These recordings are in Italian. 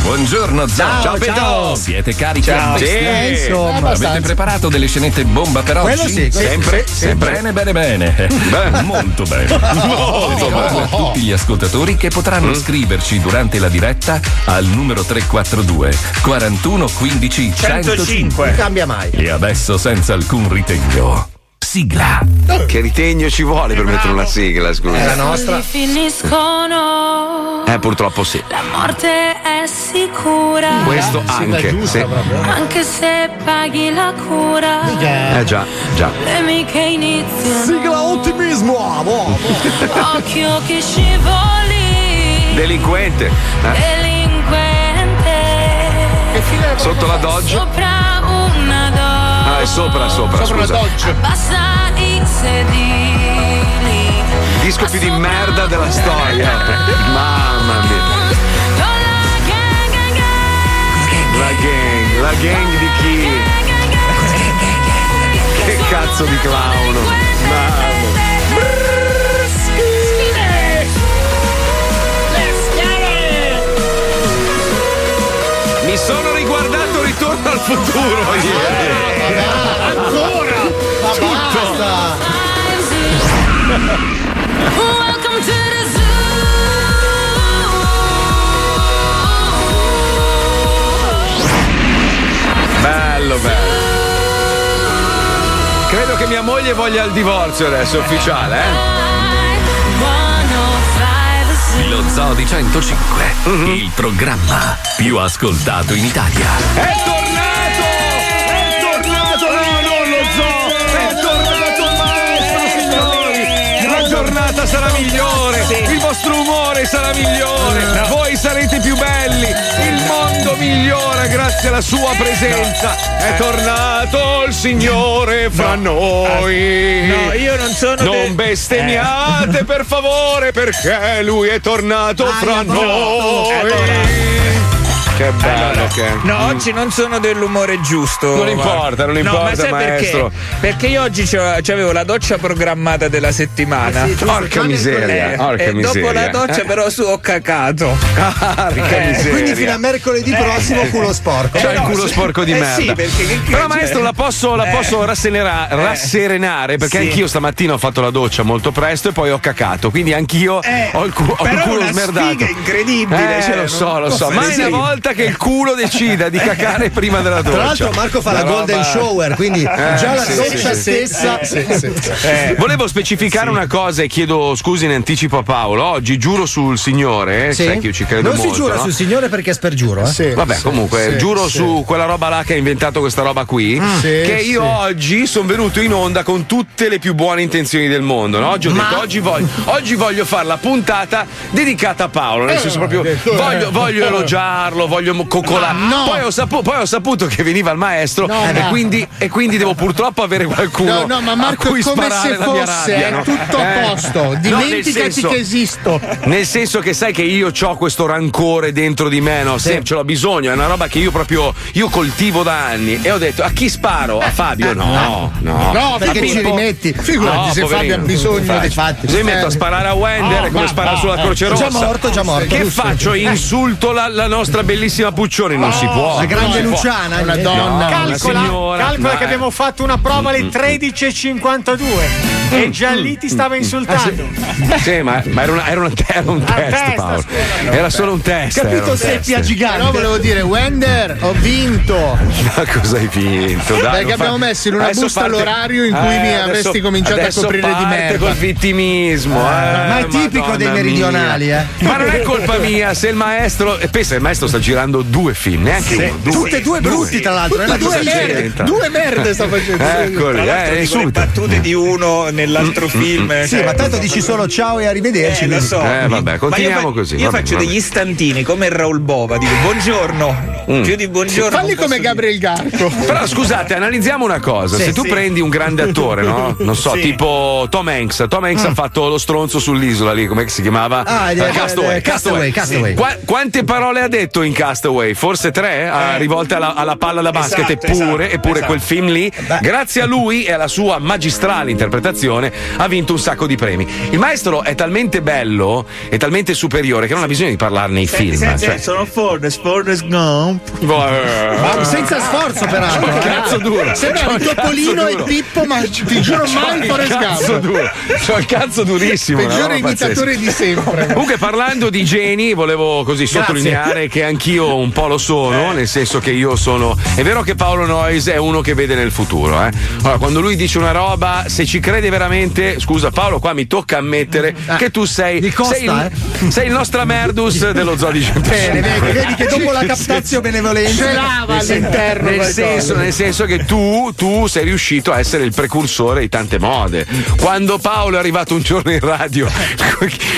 Buongiorno Zan. Ciao, ciao. Siete carichi Ciao. a bestia? Sì, insomma. Avete Abbastanza. preparato delle scenette bomba per oggi? Quello sì, quello sempre, sì, sempre. sempre. Bene, bene, bene. Bene. Molto bene. Molto Ricordo bene. a tutti gli ascoltatori che potranno scriverci durante la diretta al numero 342 41 15 105. Non cambia mai. E adesso senza alcun ritegno. Sigla. Che ritegno ci vuole per mettere una sigla, scusa? Li finiscono. Eh, purtroppo sì. La morte è sicura. Questo anche. Sì. Anche se paghi la cura. Eh già, già. Problemi che iniziano. Sigla ottimismo. Occhio che scivoli. Delinquente. eh. Delinquente. Sotto la Dodge? Sopra una Dodge. Ah, è sopra, sopra, scusa. Abbassa i sedili. Disco più di merda della storia. Mamma mia. La gang, la gang di chi? Che cazzo di clown. Mamma. Mi sono riguardato Ritorno al futuro ieri. Ancora! Welcome to the Bello, bello. Credo che mia moglie voglia il divorzio adesso, ufficiale, eh? Lo Zoo di 105, il programma più ascoltato in Italia. È tornato! È tornato! No, non lo zoo! È tornato il maestro, signori! La giornata sarà migliore! Il vostro umore sarà Mm. migliore! Voi sarete più belli! Il mondo migliora grazie alla Eh, sua presenza! È tornato il Signore fra noi! Ah, No, io non sono Eh. Non de- bestemmiate per favore perché lui è tornato Ah, fra noi! Che bello che è. No, oggi non sono dell'umore giusto. Non importa, non No, importa, ma sai maestro. Perché? Perché io oggi c'ho- c'avevo la doccia programmata della settimana. Ah, Porca miseria, Eh, porca e miseria. dopo la doccia, Eh. però, su ho cacato. Eh, Porca miseria. Quindi Cioè, fino a Eh. mercoledì prossimo culo sporco. C'ha il culo sporco di eh, merda. sì, perché che- Però cioè- maestro la posso, la Eh. posso rassenera- rasserenare perché Sì. anch'io stamattina ho fatto la doccia molto presto e poi ho cacato, quindi anch'io Eh, ho il, cu- ho il però è culo una smerdato. sfiga incredibile, Eh, cioè, lo non- so, lo so, ma è Sì. una volta che il culo decida di cacare prima della doccia. Tra l'altro Marco fa la, Una golden roba- Eh, shower, quindi già la sì, doccia sì, stessa. Eh, Volevo specificare una cosa e chiedo scusi in anticipo a Paolo. Oggi giuro sul Signore, eh, Sì. sai che io ci credo non molto. si giura no? sul signore perché è spergiuro. Eh? Vabbè, comunque, giuro su quella roba là che ha inventato questa roba Mm. qui. mm, che io oggi sono venuto in onda con tutte le più buone intenzioni del mondo. no? Oggi ho detto, oggi voglio, oggi voglio fare la puntata dedicata a Paolo. Eh, Nel senso proprio, voglio, voglio elogiarlo, voglio mo- coccolare. Poi, ho sapu- poi ho saputo che veniva il maestro e, Quindi, e quindi devo purtroppo avere No, qualcuno. no, ma a Marco cui è come sparare se la mia fosse rabbia, eh, no? tutto Eh. a posto. No, nel Dimenticaci senso- che esisto. nel senso che sai che io ho questo rancore dentro di me, no? Se ce l'ho bisogno, è una roba che io proprio io coltivo da anni. E ho detto a chi sparo? A Fabio? No, no. No, A perché ci Pippo? rimetti. Figurati No, se poverino. Fabio ha bisogno dei fatti. Se io metto a sparare a Wender, è come sparare sulla Croce È Rossa. già morto, già morto. Che giusto? faccio? Insulto la, la nostra bellissima Puccioni? Non si può. La non grande si può. Luciana, Una eh, donna. Una Calcola, signora. Mm, calcola No, che eh. abbiamo fatto una prova alle 13.52 Mm, e già lì ti stava insultando. Ah, Sì, ma, ma era, una- era una- era un test, test, Paolo. scusa. Era solo un Eh, test. era Capito un seppia test. gigante. Però volevo dire, Wender, ho vinto. Ma cosa hai vinto? Dai, Perché non abbiamo messo in una Adesso busta parte- Eh, l'orario in cui mi avresti adesso- cominciato a adesso coprire di parte merda. Eh, col vittimismo. eh, ma è tipico dei meridionali, eh. Ma non è colpa mia se il maestro. E pensa, il maestro sta girando due film, neanche uno. Due. Tutte e due brutti, tra l'altro. eh, la Due cosa c'entra? merde, c'entra? due merde sta facendo. Eccoli, Tra eh, l'altro dico le insulta. battute di uno nell'altro film. Sì, cioè, ma tanto dici solo ciao e arrivederci. Eh, lo quindi. so. Eh, vabbè, Ma io continuiamo fa- così, Io va bene, faccio va degli bene. istantini come Raul Bova, dico buongiorno. Mm. Più di buongiorno. Falli non posso come dire. Gabriel Garco. Però scusate, analizziamo Diciamo una cosa. Sì, Se tu sì. prendi un grande attore, no? Non so, tipo Tom Hanks. Tom Hanks ha fatto lo stronzo sull'isola lì, come si chiamava? Ah, Eh, eh, Castaway. eh, Castaway, Castaway. Castaway. Qua- quante parole ha detto in Castaway? Forse tre? Ah, rivolte alla, alla palla da basket, Esatto, eppure, esatto, eppure esatto. quel film lì, grazie a lui e alla sua magistrale interpretazione, ha vinto un sacco di premi. Il maestro è talmente bello e talmente superiore che non ha bisogno di parlarne Eh, nei film. cioè. Boh, eh. sono Fornes, Fornes Gump. Ma senza sforzo, peraltro. Sono cazzo duro. Sembra Sono Cioè, il cazzo Topolino e duro. Cioè, Pippo, ma ti giuro mai il Forrest Cazzo Gump. duro. Sono il cazzo durissimo. una roba Peggiore pazzesca. imitatore di sempre. Comunque parlando di geni, volevo così sottolineare che anch'io un po' lo Eh. sono, nel senso che io sono. È vero che Paolo Noyes è uno che vede nel futuro, eh. Allora, quando lui dice una roba, se ci crede veramente, scusa Paolo, qua mi tocca ammettere Eh, che tu sei. gli costa, sei, il, sei il Nostramerdus dello zoo di Bene, vedi, vedi che dopo la captazio Ce benevolente l'ava all'interno. Nel qualcosa. senso, nel senso che tu, tu sei riuscito a essere il precursore di tante mode. Quando Paolo è arrivato un giorno in radio,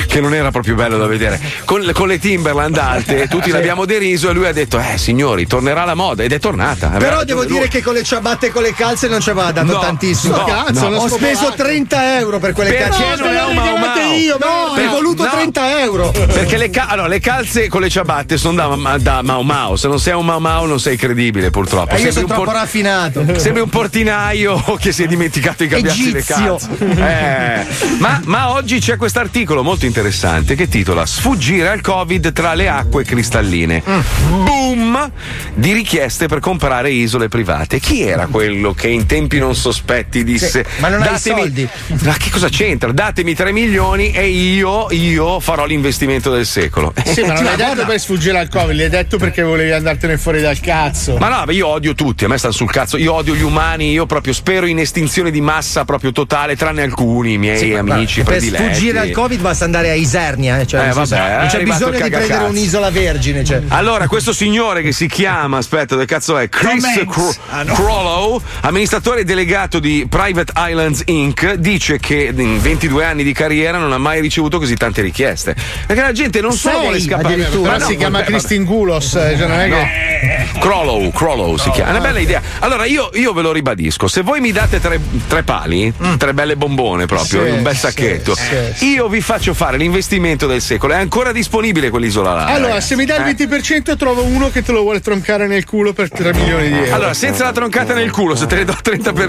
che non era proprio bello da vedere, con, le- con le Timberland alte, tutti l'abbiamo deriso e lui ha detto: Eh, signori, tornerà la moda ed è tornata. Aveva però ragione devo lui. dire che con le ciabatte e con le calze non ci aveva dato No, tantissimo. no, Cazzo, no. Ho speso 30 euro per quelle Perché calze. non è un Mau regalate Mau? io, No, Per- hai voluto no. Eh, 30 euro. Perché le, ca- allora, le calze con le ciabatte sono da, ma- da Mau Mau. Se non sei un Mau Mau, non sei credibile, purtroppo. Ma Eh, Ah, io Sembri sono un troppo por- raffinato. Sembri un portinaio che si è dimenticato di cambiarsi le Egizio. calze. Eh, Ma, ma oggi c'è quest'articolo molto interessante che titola Sfuggire al Covid tra le acque cristalline. Boom! Di richieste per comprare isole private. Chi era quello che in tempi non sospetti disse: Sì, ma non hai i soldi." Ma che cosa c'entra? Datemi 3 milioni e io, io farò l'investimento del secolo. Cioè, Sì, ma non l'hai detto per sfuggire al Covid, l'hai detto perché volevi andartene fuori dal cazzo. Ma no, beh, io odio tutti, a me stanno sul cazzo, io odio gli umani, io proprio spero in estinzione di massa proprio totale, tranne alcuni miei eh, amici per prediletti. sfuggire al covid basta andare a Isernia. eh, cioè, Eh, nel vabbè, senso, è non c'è arrivato bisogno il di prendere cagacazzo. un'isola vergine. Cioè. Allora, questo signore che si chiama, aspetta, dove cazzo è? Chris Cro- Crollo, amministratore delegato di Private Islands Inc., dice che in 22 anni di carriera non ha mai ricevuto così tante richieste. Perché la gente non solo Sei, vuole scappare. addirittura. Ma Però no, si chiama vabbè, vabbè. Christine Gulos, eh, cioè non è che. Crollo, Crollo si chiama. È Ah, una bella idea. Allora, io, io ve lo ribadisco: se voi mi date tre, tre pali, tre belle bombone proprio, Sì, in un bel Mm. sì, sacchetto, sì, io vi faccio fare l'investimento del secolo. È ancora disponibile quell'isola là. Allora, ragazzi. se mi dai Eh? il 20% trovo uno che te lo vuole troncare nel culo per 3 milioni di euro. Allora, senza la troncata nel culo, se te ne do il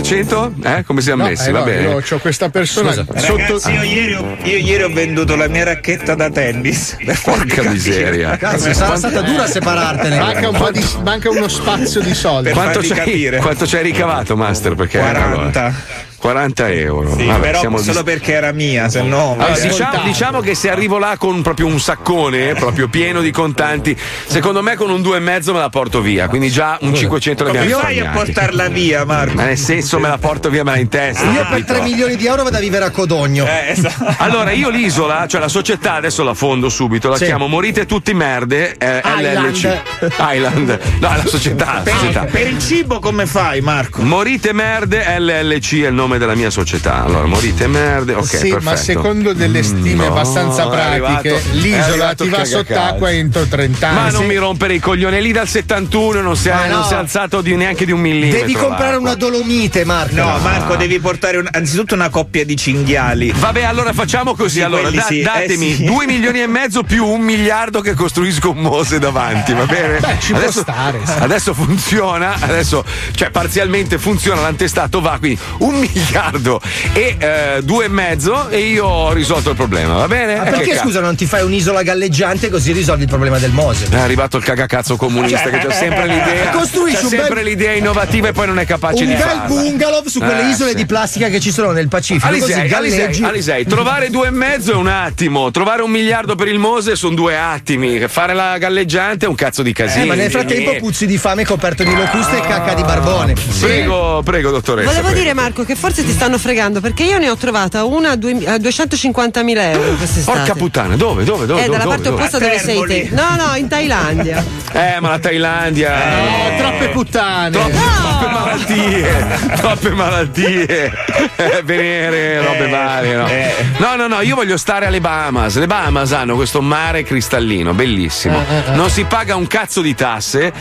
30%, eh, come siamo No, messi? eh, Va no, bene. Io ho questa persona sotto. Ragazzi, io ieri, ho, io ieri ho venduto la mia racchetta da tennis. Per farvi Porca capire. miseria. Cazzo, sarà stata dura separartene. Manca, un po' di, manca uno spazio di soldi. Per Quanto farvi c'hai, capire. quanto c'hai ricavato, Master? Perché eh, 40. allora, 40 euro. Sì, Vabbè, però siamo dis- solo perché era mia, se no. Allora, magari- diciamo, diciamo che se arrivo là con proprio un saccone, eh, proprio pieno di contanti, secondo me con un 2,5 me la porto via, quindi già un 500 Come l'abbiamo fai a guadagnati. portarla via, Marco? Ma nel senso me la porto via, me la in testa. Io per capito? 3 milioni di euro vado a vivere a Codogno. Eh, esatto. Allora, io l'isola, cioè la società, adesso la fondo subito, la Sì. chiamo Morite tutti merde, eh, LLC. Island. No, è la società, la società. Per il cibo come fai, Ecco. Marco? Morite merde, LLC è il nome della mia società. Allora, morite merde, ok, sì, perfetto. Mm, ma secondo delle stime no, abbastanza è arrivato- pratiche, è l'isola arrivato ti va il cagacazzo. sott'acqua entro 30 anni. Ma non Sì. mi rompere i coglioni, è lì dal 71 non si è, Ma no. non si è alzato di- neanche di un millimetro. Devi comprare l'acqua. una Dolomite, Marco. No, Marco, devi portare un- anzitutto una coppia di cinghiali. Vabbè, allora facciamo così. Sì, allora, quelli da- sì, eh datemi sì. 2 milioni e mezzo più un miliardo che costruisco un mose davanti, va bene? Beh, ci può adesso, stare, sì. adesso funziona, adesso, cioè parzialmente funziona, l'antestato va, quindi un miliardo e eh, due e mezzo e io ho risolto il problema, va bene? Ma Eh, che perché cazzo. scusa non ti fai un'isola galleggiante così risolvi il problema del Mose? È arrivato il cagacazzo comunista che c'ha sempre l'idea. Cioè, Costruisci c'ha un sempre bel- l'idea innovativa e poi non è capace Un di bel farla. bungalow su quelle Eh, isole sì. di plastica che ci sono nel Pacifico. così Alisei, Alisei, galleggi. Alisei, trovare due e mezzo è un attimo, trovare un miliardo per il Mose sono due attimi, fare la galleggiante è un cazzo di casino. Eh, ma nel frattempo Eh. puzzi di fame coperto di locuste e cacca di barbone. Prego, prego, dottoressa. Volevo prego. dire, Marco, che forse ti stanno fregando perché io ne ho trovata una a, due- a 250.000 euro quest'estate. Porca puttana, dove? Dove? Dove? È Eh, dove, dalla dove, parte dove? opposta dove sei te. No, no, in Thailandia. Eh, ma la Thailandia. Eh, troppe puttane. Troppe, troppe malattie. troppe malattie. Eh, Venere, robe varie. No. Eh. no, no, no, io voglio stare alle Bahamas. Le Bahamas hanno questo mare cristallino, bellissimo. Eh, Non si paga un cazzo di tasse.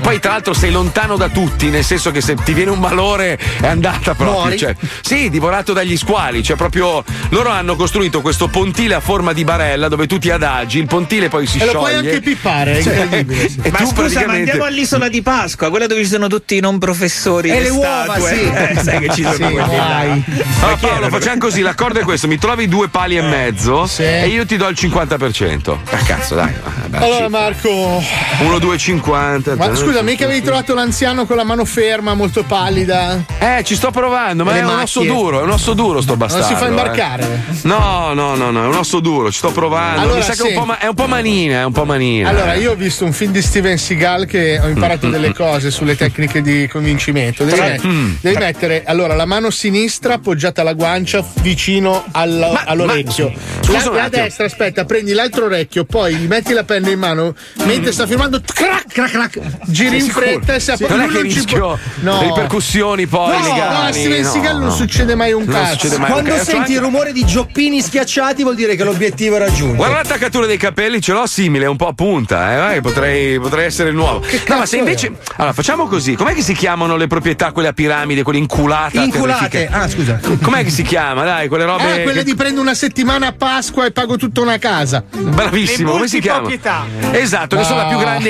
Poi, tra l'altro, sei lontano da tutti, nel senso che se ti viene un malore è andata proprio. Muori. Cioè, sì, divorato dagli squali. Cioè, proprio loro hanno costruito questo pontile a forma di barella dove tu ti adagi. Il pontile poi si E lo scioglie. puoi anche pippare, è Cioè, incredibile. e eh, Ma tu scusa, ma praticamente- andiamo all'isola di Pasqua, quella dove ci sono tutti i non professori. E le statue. uova, sì. Eh, sai che ci sono Sì, quelli là. dai. Ma Eh. Paolo, facciamo così: l'accordo è questo: mi trovi due pali e mezzo e io ti do il 50%. Ah, cazzo, dai. Allora Marco, 1, 2, 50. ma scusa, mica avevi trovato l'anziano con la mano ferma, molto pallida? Eh, ci sto provando, ma Le è un osso macchie. duro, è un osso duro sto Non bastardo. si fa eh. imbarcare. No, no, no, no, è un osso duro, ci sto provando. Allora, mi sa che è un, sì. po ma- è un po' manina, è un po' manina. Allora, io ho visto un film di Steven Seagal che ho Mm, imparato delle cose sulle tecniche di convincimento. Devi, met- mm. devi mettere allora la mano sinistra appoggiata alla guancia vicino alla- all'orecchio. scusa la, un la attimo. destra, aspetta, prendi l'altro orecchio, poi gli metti la penna in mano mentre sta firmando, crac, crac, crac, giri in fretta e si appoggia. non è lui che ci rischio può- No. ripercussioni No, poi no, a legali, Steven no, Seagal non no. succede mai un Non cazzo. succede mai un Quando cazzo. senti il rumore di gioppini schiacciati vuol dire che l'obiettivo è raggiunto. Guarda l'attaccatura dei capelli, ce l'ho simile, un po' a punta, eh, vai, potrei, potrei essere il nuovo. No, ma se invece. Allora, facciamo così: com'è che si chiamano le proprietà, quelle a piramide, quelle inculate? Inculate. terrifiche? Ah, scusa. Com'è che si chiama? Dai, quelle robe. Ah, quelle che- di prendo una settimana a Pasqua e pago tutta una casa. Bravissimo, Le come si chiama? multiproprietà. Esatto, che sono la più grande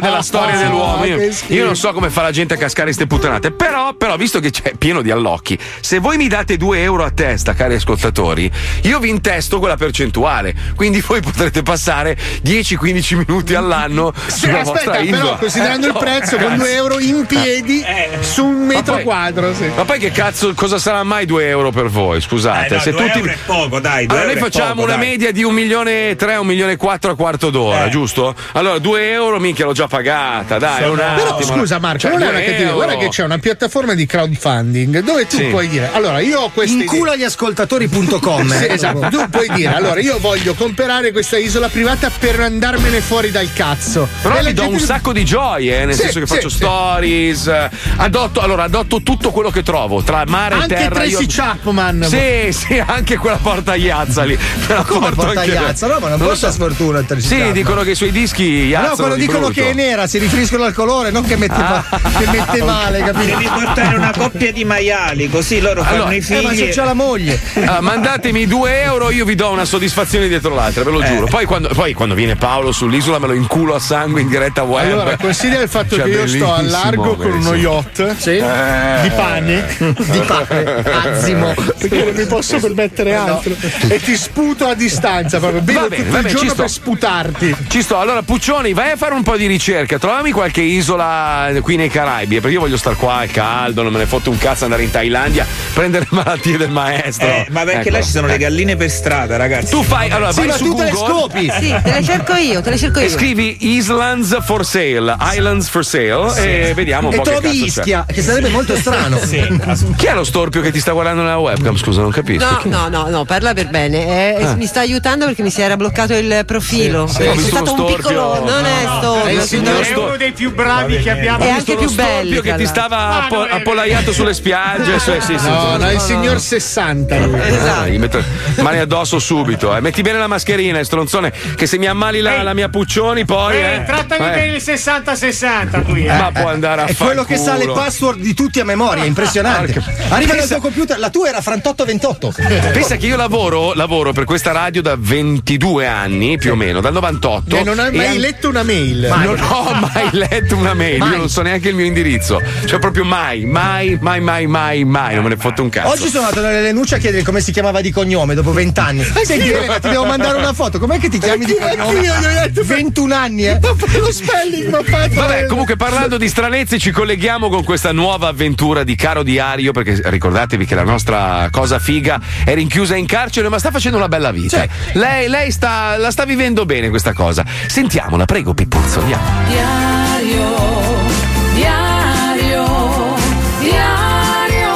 della storia dell'uomo. Io, Ah, Che schifo. io non so come fa la gente a cascare ste puttanate, però, però, visto che c'è pieno di allocchi, se voi mi date 2 euro a testa, cari ascoltatori, io vi intesto quella percentuale. Quindi voi potrete passare 10-15 minuti all'anno Sì, sulla aspetta, vostra isola. però considerando Eh, il no, prezzo, con cazzo. 2 euro in piedi su un metro poi- quadro, sì. Ma poi che cazzo, cosa sarà mai 2 euro per voi? Scusate, Eh, no, se due tutti. euro è poco, dai. due Allora, noi euro è facciamo poco, una dai. media di un milione e tre, un milione e quattro a quarto d'ora, Eh. giusto? Allora, due euro, minchia, l'ho già pagata, dai, è un Però attimo. scusa Marco, Cioè, non è due una cattiveria, euro. guarda che c'è una piattaforma di crowdfunding dove tu Sì. puoi dire, allora io ho queste idee. Incula gli ascoltatori.com. Sì, esatto, tu puoi dire, allora io voglio comprare questa isola privata per andarmene fuori dal cazzo. Però E la gli do gente- un sacco di gioie, eh, nel Sì, senso che sì, faccio sì. stories, eh, adotto, allora, adotto tutto quello che trovo, tra mare e Anche terra. Tracy io- Chapman. Sì, sì, anche quella portagliazza lì. Me la Come porto porta anche- Iazza? No, ma non lo porta so. sfortuna il Tracy Sì, Chapman. dicono che i suoi dischi No, iazzano quello di dicono brutto. Ah. che è nera, si riferiscono al colore, non che mette, fa- che mette male, capito? Devi portare una coppia di maiali, così loro Allora, fanno i Eh, ma figli. c'è già la moglie. Ah, mandatemi 2 euro, io vi do una soddisfazione dietro l'altra, ve lo Eh. giuro. Poi quando, poi quando viene Paolo sull'isola me lo inculo a sangue in diretta web. Allora, considera il fatto Cioè, che io sto al bellissimo, largo con uno bellissimo. yacht di pane, Di padre, Azimo. perché non mi posso permettere altro, e ti sputo a distanza proprio. Bevo bene, tutto va il bene, ci giorno sto. per sputarti. Ci sto, allora Puccioni, vai a fare un po' di ricerca, trovami qualche isola qui nei Caraibi, perché io voglio star qua al caldo, non me ne fotte un cazzo andare in Thailandia, prendere malattie del maestro. Eh, ma perché là Eccolo. ci sono le galline per strada, ragazzi. Tu fai, allora Sì, vai ma su tu te le Google scopi. Sì, te le cerco io, te le cerco e io. scrivi Islands for sale, Islands for sale e vediamo un E po' che trovi cazzo c'è. Ischia, che sarebbe molto strano. Chi è lo storpio che ti sta guardando nella webcam? Scusa, non capisco. No, no, no, no, parla per bene. eh, Mi sta aiutando perché mi si era bloccato il profilo. Ah. È Ho visto stato uno un piccolo. storpio. Non è Eh, storpio. il signor È assolutamente. Sto- uno dei più bravi che abbiamo. È Ho anche visto più lo bello. storpio che ti Ah, stava appo- appollaiato sulle spiagge. Cioè, sì, sì, No, sì. no, il signor 60 lui. Ah, gli metto mani addosso subito. Eh. Metti bene la mascherina, eh, stronzone, che se mi ammali la, Ehi. la mia puccioni poi... Eh, eh, trattami eh, bene il 60-60 qui. eh. Ma può andare a È quello che sa le fanculo. password di tutti a memoria, è impressionante. Arriva dal tuo computer, la tua era 3828. Pensa che io lavoro, lavoro per questa radio da 22 anni, più o meno, dal 98. E non hai e mai an- letto una mail. Non ho mai letto una mail, io non so neanche il mio indirizzo. Cioè, proprio mai, mai, mai, mai, mai, mai. Non me ne fotte un cazzo. Oggi sono andato nelle Lenuccia a chiedere come si chiamava di cognome dopo 20 anni. Senti, Elena, ti devo mandare una foto. Com'è che ti chiami di cognome? Io gli ho detto 21 anni, eh. lo spelling, ma fatto. Vabbè, comunque parlando di stranezze ci colleghiamo con questa nuova avventura di Caro Diario perché ricordatevi che la nostra cosa figa è rinchiusa in carcere ma sta facendo una bella vita. Certo. Lei, lei sta, la sta vivendo bene questa cosa. Sentiamola, prego Pippuzzo, andiamo. Diario, diario, diario,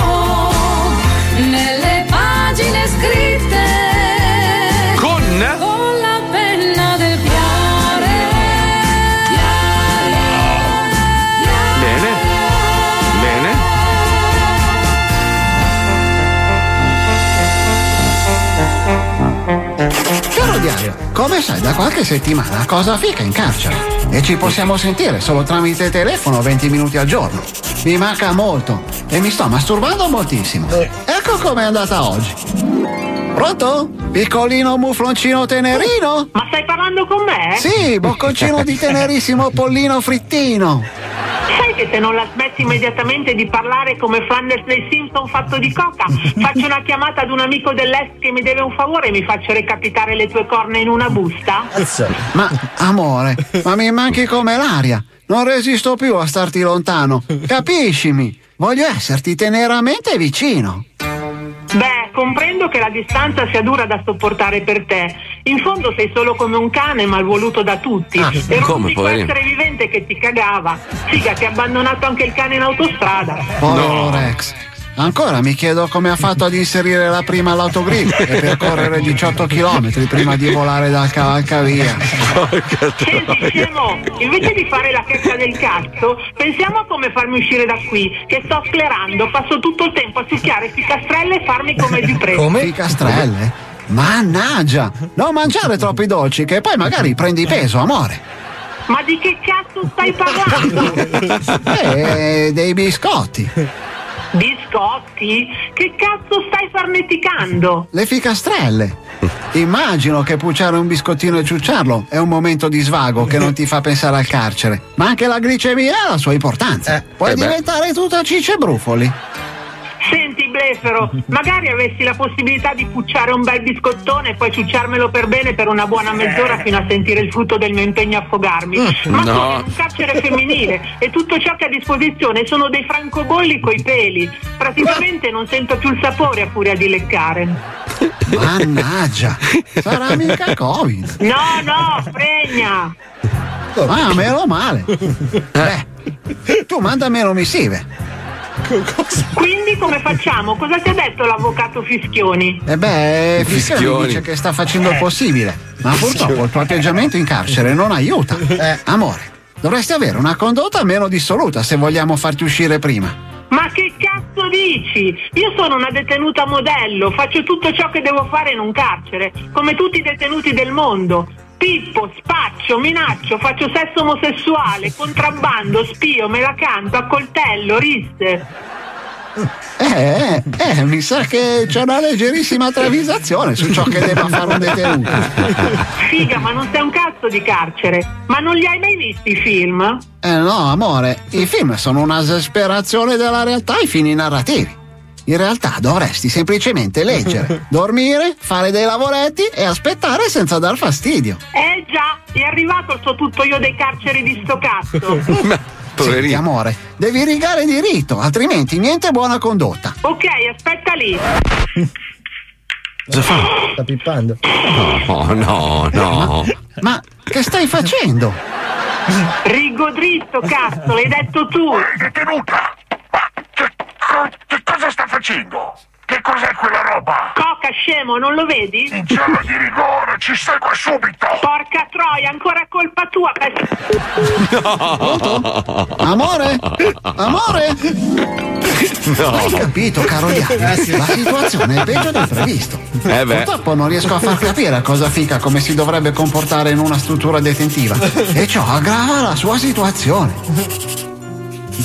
Roberts è da qualche settimana a cosa fica in carcere e ci possiamo sentire solo tramite telefono 20 minuti al giorno. Mi manca molto e mi sto masturbando moltissimo. Ecco com'è andata oggi. Pronto? Piccolino mufloncino tenerino? Ma stai parlando con Eh? me? Sì, bocconcino di tenerissimo pollino frittino. Sai che se non la smetti immediatamente di parlare come Flanders dei Simpson fatto di coca, faccio una chiamata ad un amico dell'est che mi deve un favore e mi faccio recapitare le tue corna in una busta? Ma amore, ma mi manchi come l'aria. Non resisto più a starti lontano. Capiscimi? Voglio esserti teneramente vicino. Beh, comprendo che la distanza sia dura da sopportare per te. In fondo sei solo come un cane malvoluto da tutti. Ah, Ero come, l'unico poverino? essere vivente che ti cagava. Figa, ti ha abbandonato anche il cane in autostrada. Povero Rex. Ancora mi chiedo come ha fatto ad inserire la prima all'autogrill e percorrere 18 km prima di volare dal cavalcavia. Senti, scemo, invece di fare la cacca del cazzo, pensiamo a come farmi uscire da qui, che sto sclerando, passo tutto il tempo a succhiare ficastrelle e farmi come di preso. Ficastrelle? Mannaggia! Non mangiare troppi dolci che poi magari prendi peso, amore. Ma di che cazzo stai parlando? E Eh, dei biscotti. Biscotti? Che cazzo stai farneticando? Le ficastrelle. Immagino che pucciare un biscottino e ciucciarlo è un momento di svago che non ti fa pensare al carcere. Ma anche la glicemia ha la sua importanza. Puoi eh beh. diventare tutta cicce brufoli. Senti, Blefero, magari avessi la possibilità di pucciare un bel biscottone e poi ciucciarmelo per bene per una buona mezz'ora fino a sentire il frutto del mio impegno a affogarmi. Ma no. sono in un carcere femminile e tutto ciò che ho a disposizione sono dei francobolli coi peli. Praticamente non sento più il sapore a furia di leccare. Mannaggia, sarà mica Covid. No, no, fregna! Ah, meno male. Eh. Beh, tu mandamelo missive. Quindi come facciamo? Cosa ti ha detto l'avvocato Fischioni? E Eh beh, Fischioni. Fischioni dice che sta facendo il possibile, ma purtroppo il tuo atteggiamento in carcere non aiuta. Eh, Amore, dovresti avere una condotta meno dissoluta se vogliamo farti uscire prima. Ma che cazzo dici? Io sono una detenuta modello, faccio tutto ciò che devo fare in un carcere, come tutti i detenuti del mondo. Pippo, spaccio, minaccio, faccio sesso omosessuale, contrabbando, spio, me la canto, accoltello, risse. Eh, eh, eh, mi sa che c'è una leggerissima travisazione su ciò che debba fare un detenuto. Figa, ma non sei un cazzo di carcere. Ma non li hai mai visti i film? Eh no, amore, i film sono un'esasperazione della realtà ai fini narrativi. In realtà dovresti semplicemente leggere, dormire, fare dei lavoretti e aspettare senza dar fastidio. Eh già, è arrivato il suo tutto io dei carceri di sto cazzo. Senti, amore, devi rigare diritto, altrimenti niente buona condotta. Ok, aspetta lì. Cosa fa? Sta pippando. No, no, no. Ma che stai facendo? Rigo dritto, cazzo, l'hai detto tu! detenuta! che cosa sta facendo? Che cos'è quella roba? Coca, scemo, non lo vedi? In giallo di rigore, ci stai qua subito! Porca troia, ancora colpa tua! Amore? Ah? Amore? No. Hai capito, caro Diani? La situazione è peggio del previsto. Eh beh. Purtroppo non riesco a far capire a cosa fica come si dovrebbe comportare in una struttura detentiva. E ciò aggrava la sua situazione.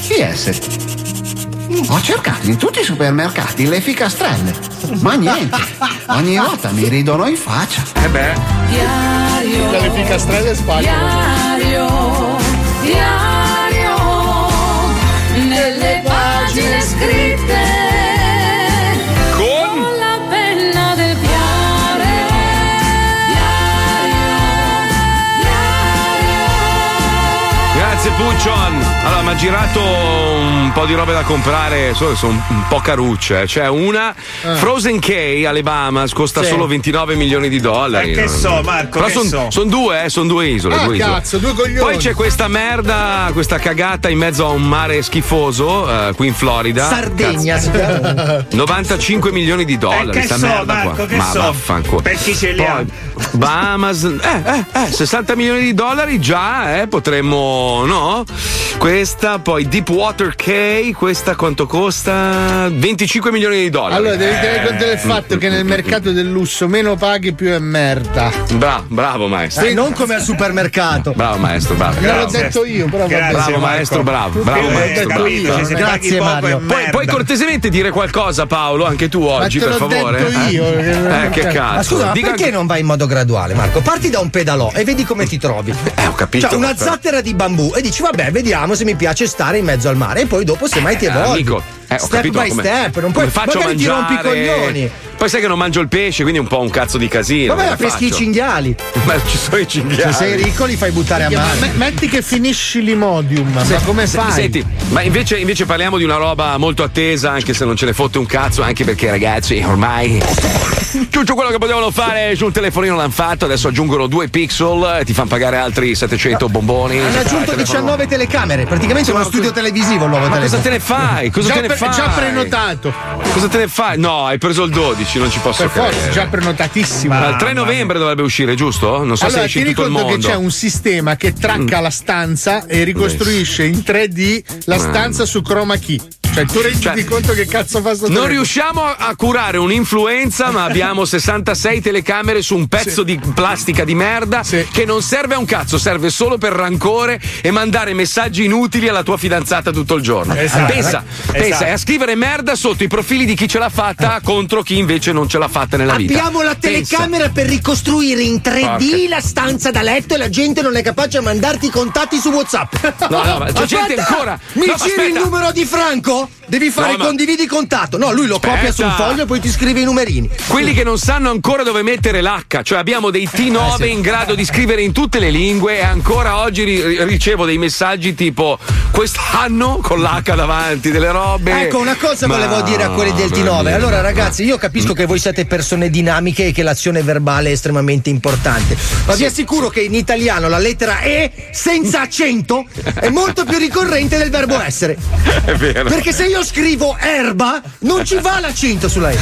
PS. Ho cercato in tutti i supermercati le ficastrelle, ma niente. Ogni volta mi ridono in faccia. Eh beh. Diario. Dalle picastrelle Diario, diario, nelle pagine scritte con, la penna del piare. Grazie Puccion. Allora, mi ha girato un po' di robe da comprare, solo che sono un po' carucce. eh. C'è una Frozen K alle Bahamas costa Ah. Sì. solo 29 milioni di dollari. Eh, che Non- so, Marco, Però che sono so. due, eh, sono due isole. Ah, due isole. cazzo, due coglioni. Poi c'è questa merda, questa cagata in mezzo a un mare schifoso eh, qui in Florida. Sardegna, Cazzo. si 95 milioni di dollari. Eh, che sta so, merda Marco, qua. che Ma so. vaffanculo. Perché ce li ha? Poi, Bahamas, eh, eh, eh, 60 milioni di dollari già, eh, potremmo, no? Questa, poi Deepwater K, questa quanto costa? 25 milioni di dollari. Eh. Allora, devi tenere conto del fatto che nel mercato del lusso meno paghi più è merda. Bravo, bravo maestro. Eh, non come al supermercato. Bravo maestro, bravo. Me l'ho Grazie. detto io, però Ecco. vabbè. bravo Ecco. maestro, bravo, bravo Eh, maestro, bravo. capito, cioè, se paghi Grazie poco è Mario. Puoi, merda. puoi cortesemente dire qualcosa Paolo, anche tu oggi, te per l'ho favore? detto Eh? io. Eh, che cazzo. Ma scusa, ma Dica perché non vai in modo graduale, Marco? Parti da un pedalò e vedi come ti trovi. Eh, ho capito, Cioè, una però- zattera di bambù e dici, vabbè, vediamo se mi piace stare in mezzo al mare. E poi dopo, semmai ti Eh, evolvi. amico, eh, ho step capito by come- step, non puoi come faccio a magari ti rompi i mangiare? coglioni. Poi sai che non mangio il pesce, quindi è un po' un cazzo di casino. Vabbè, come peschi faccio? i cinghiali. Ma ci sono i Cioè, Se cinghiali. sei ricco li fai buttare a Ma mare. me- metti che finisci l'imodium, Se- ma come se- fai? Senti, ma invece, invece parliamo di una roba molto attesa, anche se non ce ne fotte un cazzo, anche perché ragazzi, ormai tutto quello che potevano fare sul telefonino l'hanno fatto, adesso aggiungono due pixel, eh, ti fanno pagare altri 700 bomboni. Cioè, Hanno aggiunto 19 telecamere, praticamente è uno studio televisivo il nuovo Ma cosa telefono. te ne fai? Cosa Già te ne pre- fai? già prenotato. Cosa te ne fai? No, hai preso il 12, non ci posso Per forza, credere. già prenotatissimo. Ma il 3 novembre dovrebbe uscire, giusto? Non so allora, se esce ti in tutto il ricordo mondo. Mm. che c'è un sistema che tracca la stanza e ricostruisce in 3D la Mamma. stanza su chroma key. Cioè, tu rendi Cioè, conto che cazzo fa sto Non telefono? riusciamo a a curare un'influenza, ma abbiamo 66 telecamere su un pezzo di plastica di merda che non serve a un cazzo, serve solo per rancore e mandare messaggi inutili alla tua fidanzata tutto il giorno. Esatto. Pensa, Esatto. pensa, è a scrivere merda sotto i profili di chi ce l'ha fatta contro chi invece non ce l'ha fatta nella vita. Ah. Abbiamo la Pensa. telecamera per ricostruire in 3D la stanza da letto e la gente non è capace a mandarti i contatti su WhatsApp. No, no, ma c'è gente ancora- Mi No, giri il aspetta. numero di Franco? Devi fare No, ma- condividi contatto. No, lui lo copia su un Aspetta. foglio e poi ti scrive i numerini. Quelli che non sanno ancora dove mettere l'H, cioè abbiamo dei T9 Eh, sì. in grado di scrivere in tutte le lingue e ancora oggi ri- ricevo dei messaggi tipo quest'anno con l'H davanti, delle robe. Ecco, una cosa Ma- volevo dire a quelli del T9. Allora, ragazzi, io capisco che voi siete persone dinamiche e che l'azione verbale è estremamente importante. Ma vi assicuro che in italiano la lettera E senza accento è molto più ricorrente del verbo essere. È vero. Perché se io scrivo erba, non ci va l'accento sulla E.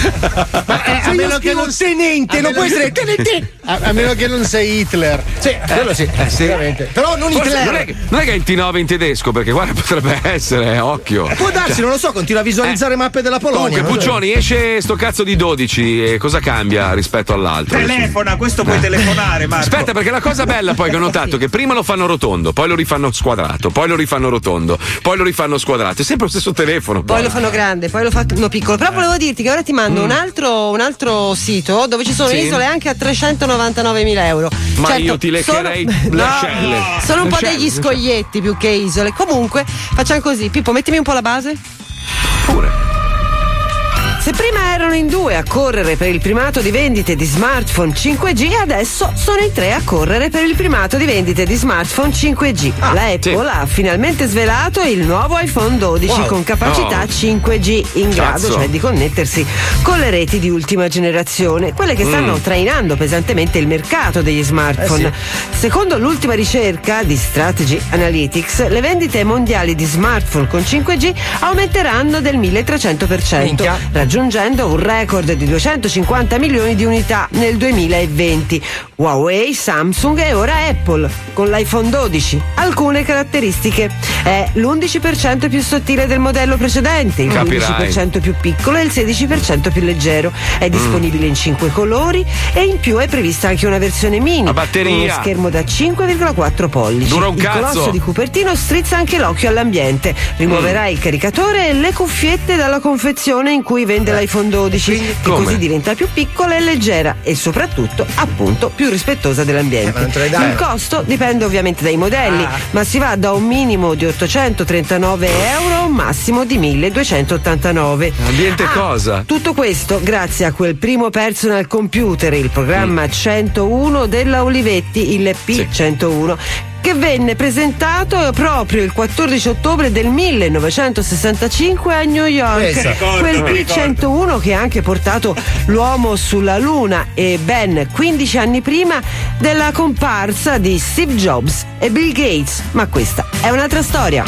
Ma eh, a se io meno che scrivo non- tenente, a non meno- può essere tenente. A, a meno che non sei Hitler. Sì, quello sì, Eh, sì. veramente. Però non Forse Hitler. non, è che, non è che è il T9 in tedesco, perché guarda, potrebbe essere, eh, occhio. Può darsi, non lo so, continua a visualizzare mappe della Polonia. Comunque, non lo so. Puccioni, esce sto cazzo di 12 e cosa cambia rispetto all'altro? Telefona, questo Eh. puoi Eh, telefonare, Marco. Aspetta, perché la cosa bella poi che ho notato è che prima lo fanno rotondo, poi lo rifanno squadrato, poi lo rifanno rotondo, poi lo rifanno squadrato. È sempre lo stesso telefono. Poi lo fanno grande, poi lo fanno piccolo. Eh. Però volevo dirti che ora ti mando un, altro, un altro sito dove ci sono Mm. Sì. isole anche a 399.000 euro. Ma Certo, io ti leccherei sono- No, le ascelle. Sono un Le po' ascelle, degli insomma. scoglietti più che isole. Comunque, facciamo così. Pippo, mettimi un po' la base. Se prima erano in due a correre per il primato di vendite di smartphone 5G, adesso sono in tre a correre per il primato di vendite di smartphone 5G. La Apple Ah, sì. ha finalmente svelato il nuovo iPhone 12 Wow. con capacità No. 5G in grado, Cazzo. cioè di connettersi con le reti di ultima generazione, quelle che Mm. stanno trainando pesantemente il mercato degli smartphone. Eh Secondo l'ultima ricerca di Strategy Analytics, le vendite mondiali di smartphone con 5G aumenteranno del 1300%, raggiungendo un record di 250 milioni di unità nel 2020. Huawei, Samsung e ora Apple con l'iPhone 12. Alcune caratteristiche. È l'11% più sottile del modello precedente, il Capirai. 15% 16% più piccolo e il 16% più leggero. Mm. È disponibile in 5 colori e in più è prevista anche una versione mini con uno batteria. schermo da 5,4 pollici. Dura un il cazzo. Mm. colosso di Cupertino strizza anche l'occhio all'ambiente. Rimuoverà il caricatore e le cuffiette dalla confezione in cui vende l'iPhone 12, che Eh. come? così diventa più piccola e leggera e soprattutto appunto più rispettosa dell'ambiente. Eh, non te le Ah. dai. il costo dipende ovviamente dai modelli, ma si va da un minimo di 839 euro a un massimo di 1289. Ah. Ambiente cosa? Tutto questo grazie a quel primo personal computer, il programma 101 della Olivetti, il P101. Che venne presentato proprio il 14 ottobre del 1965 a New York. Pensa. Ricordo, Quel mi P101 che ha anche portato l'uomo sulla Luna e ben 15 anni prima della comparsa di Steve Jobs e Bill Gates. Ma questa è un'altra storia.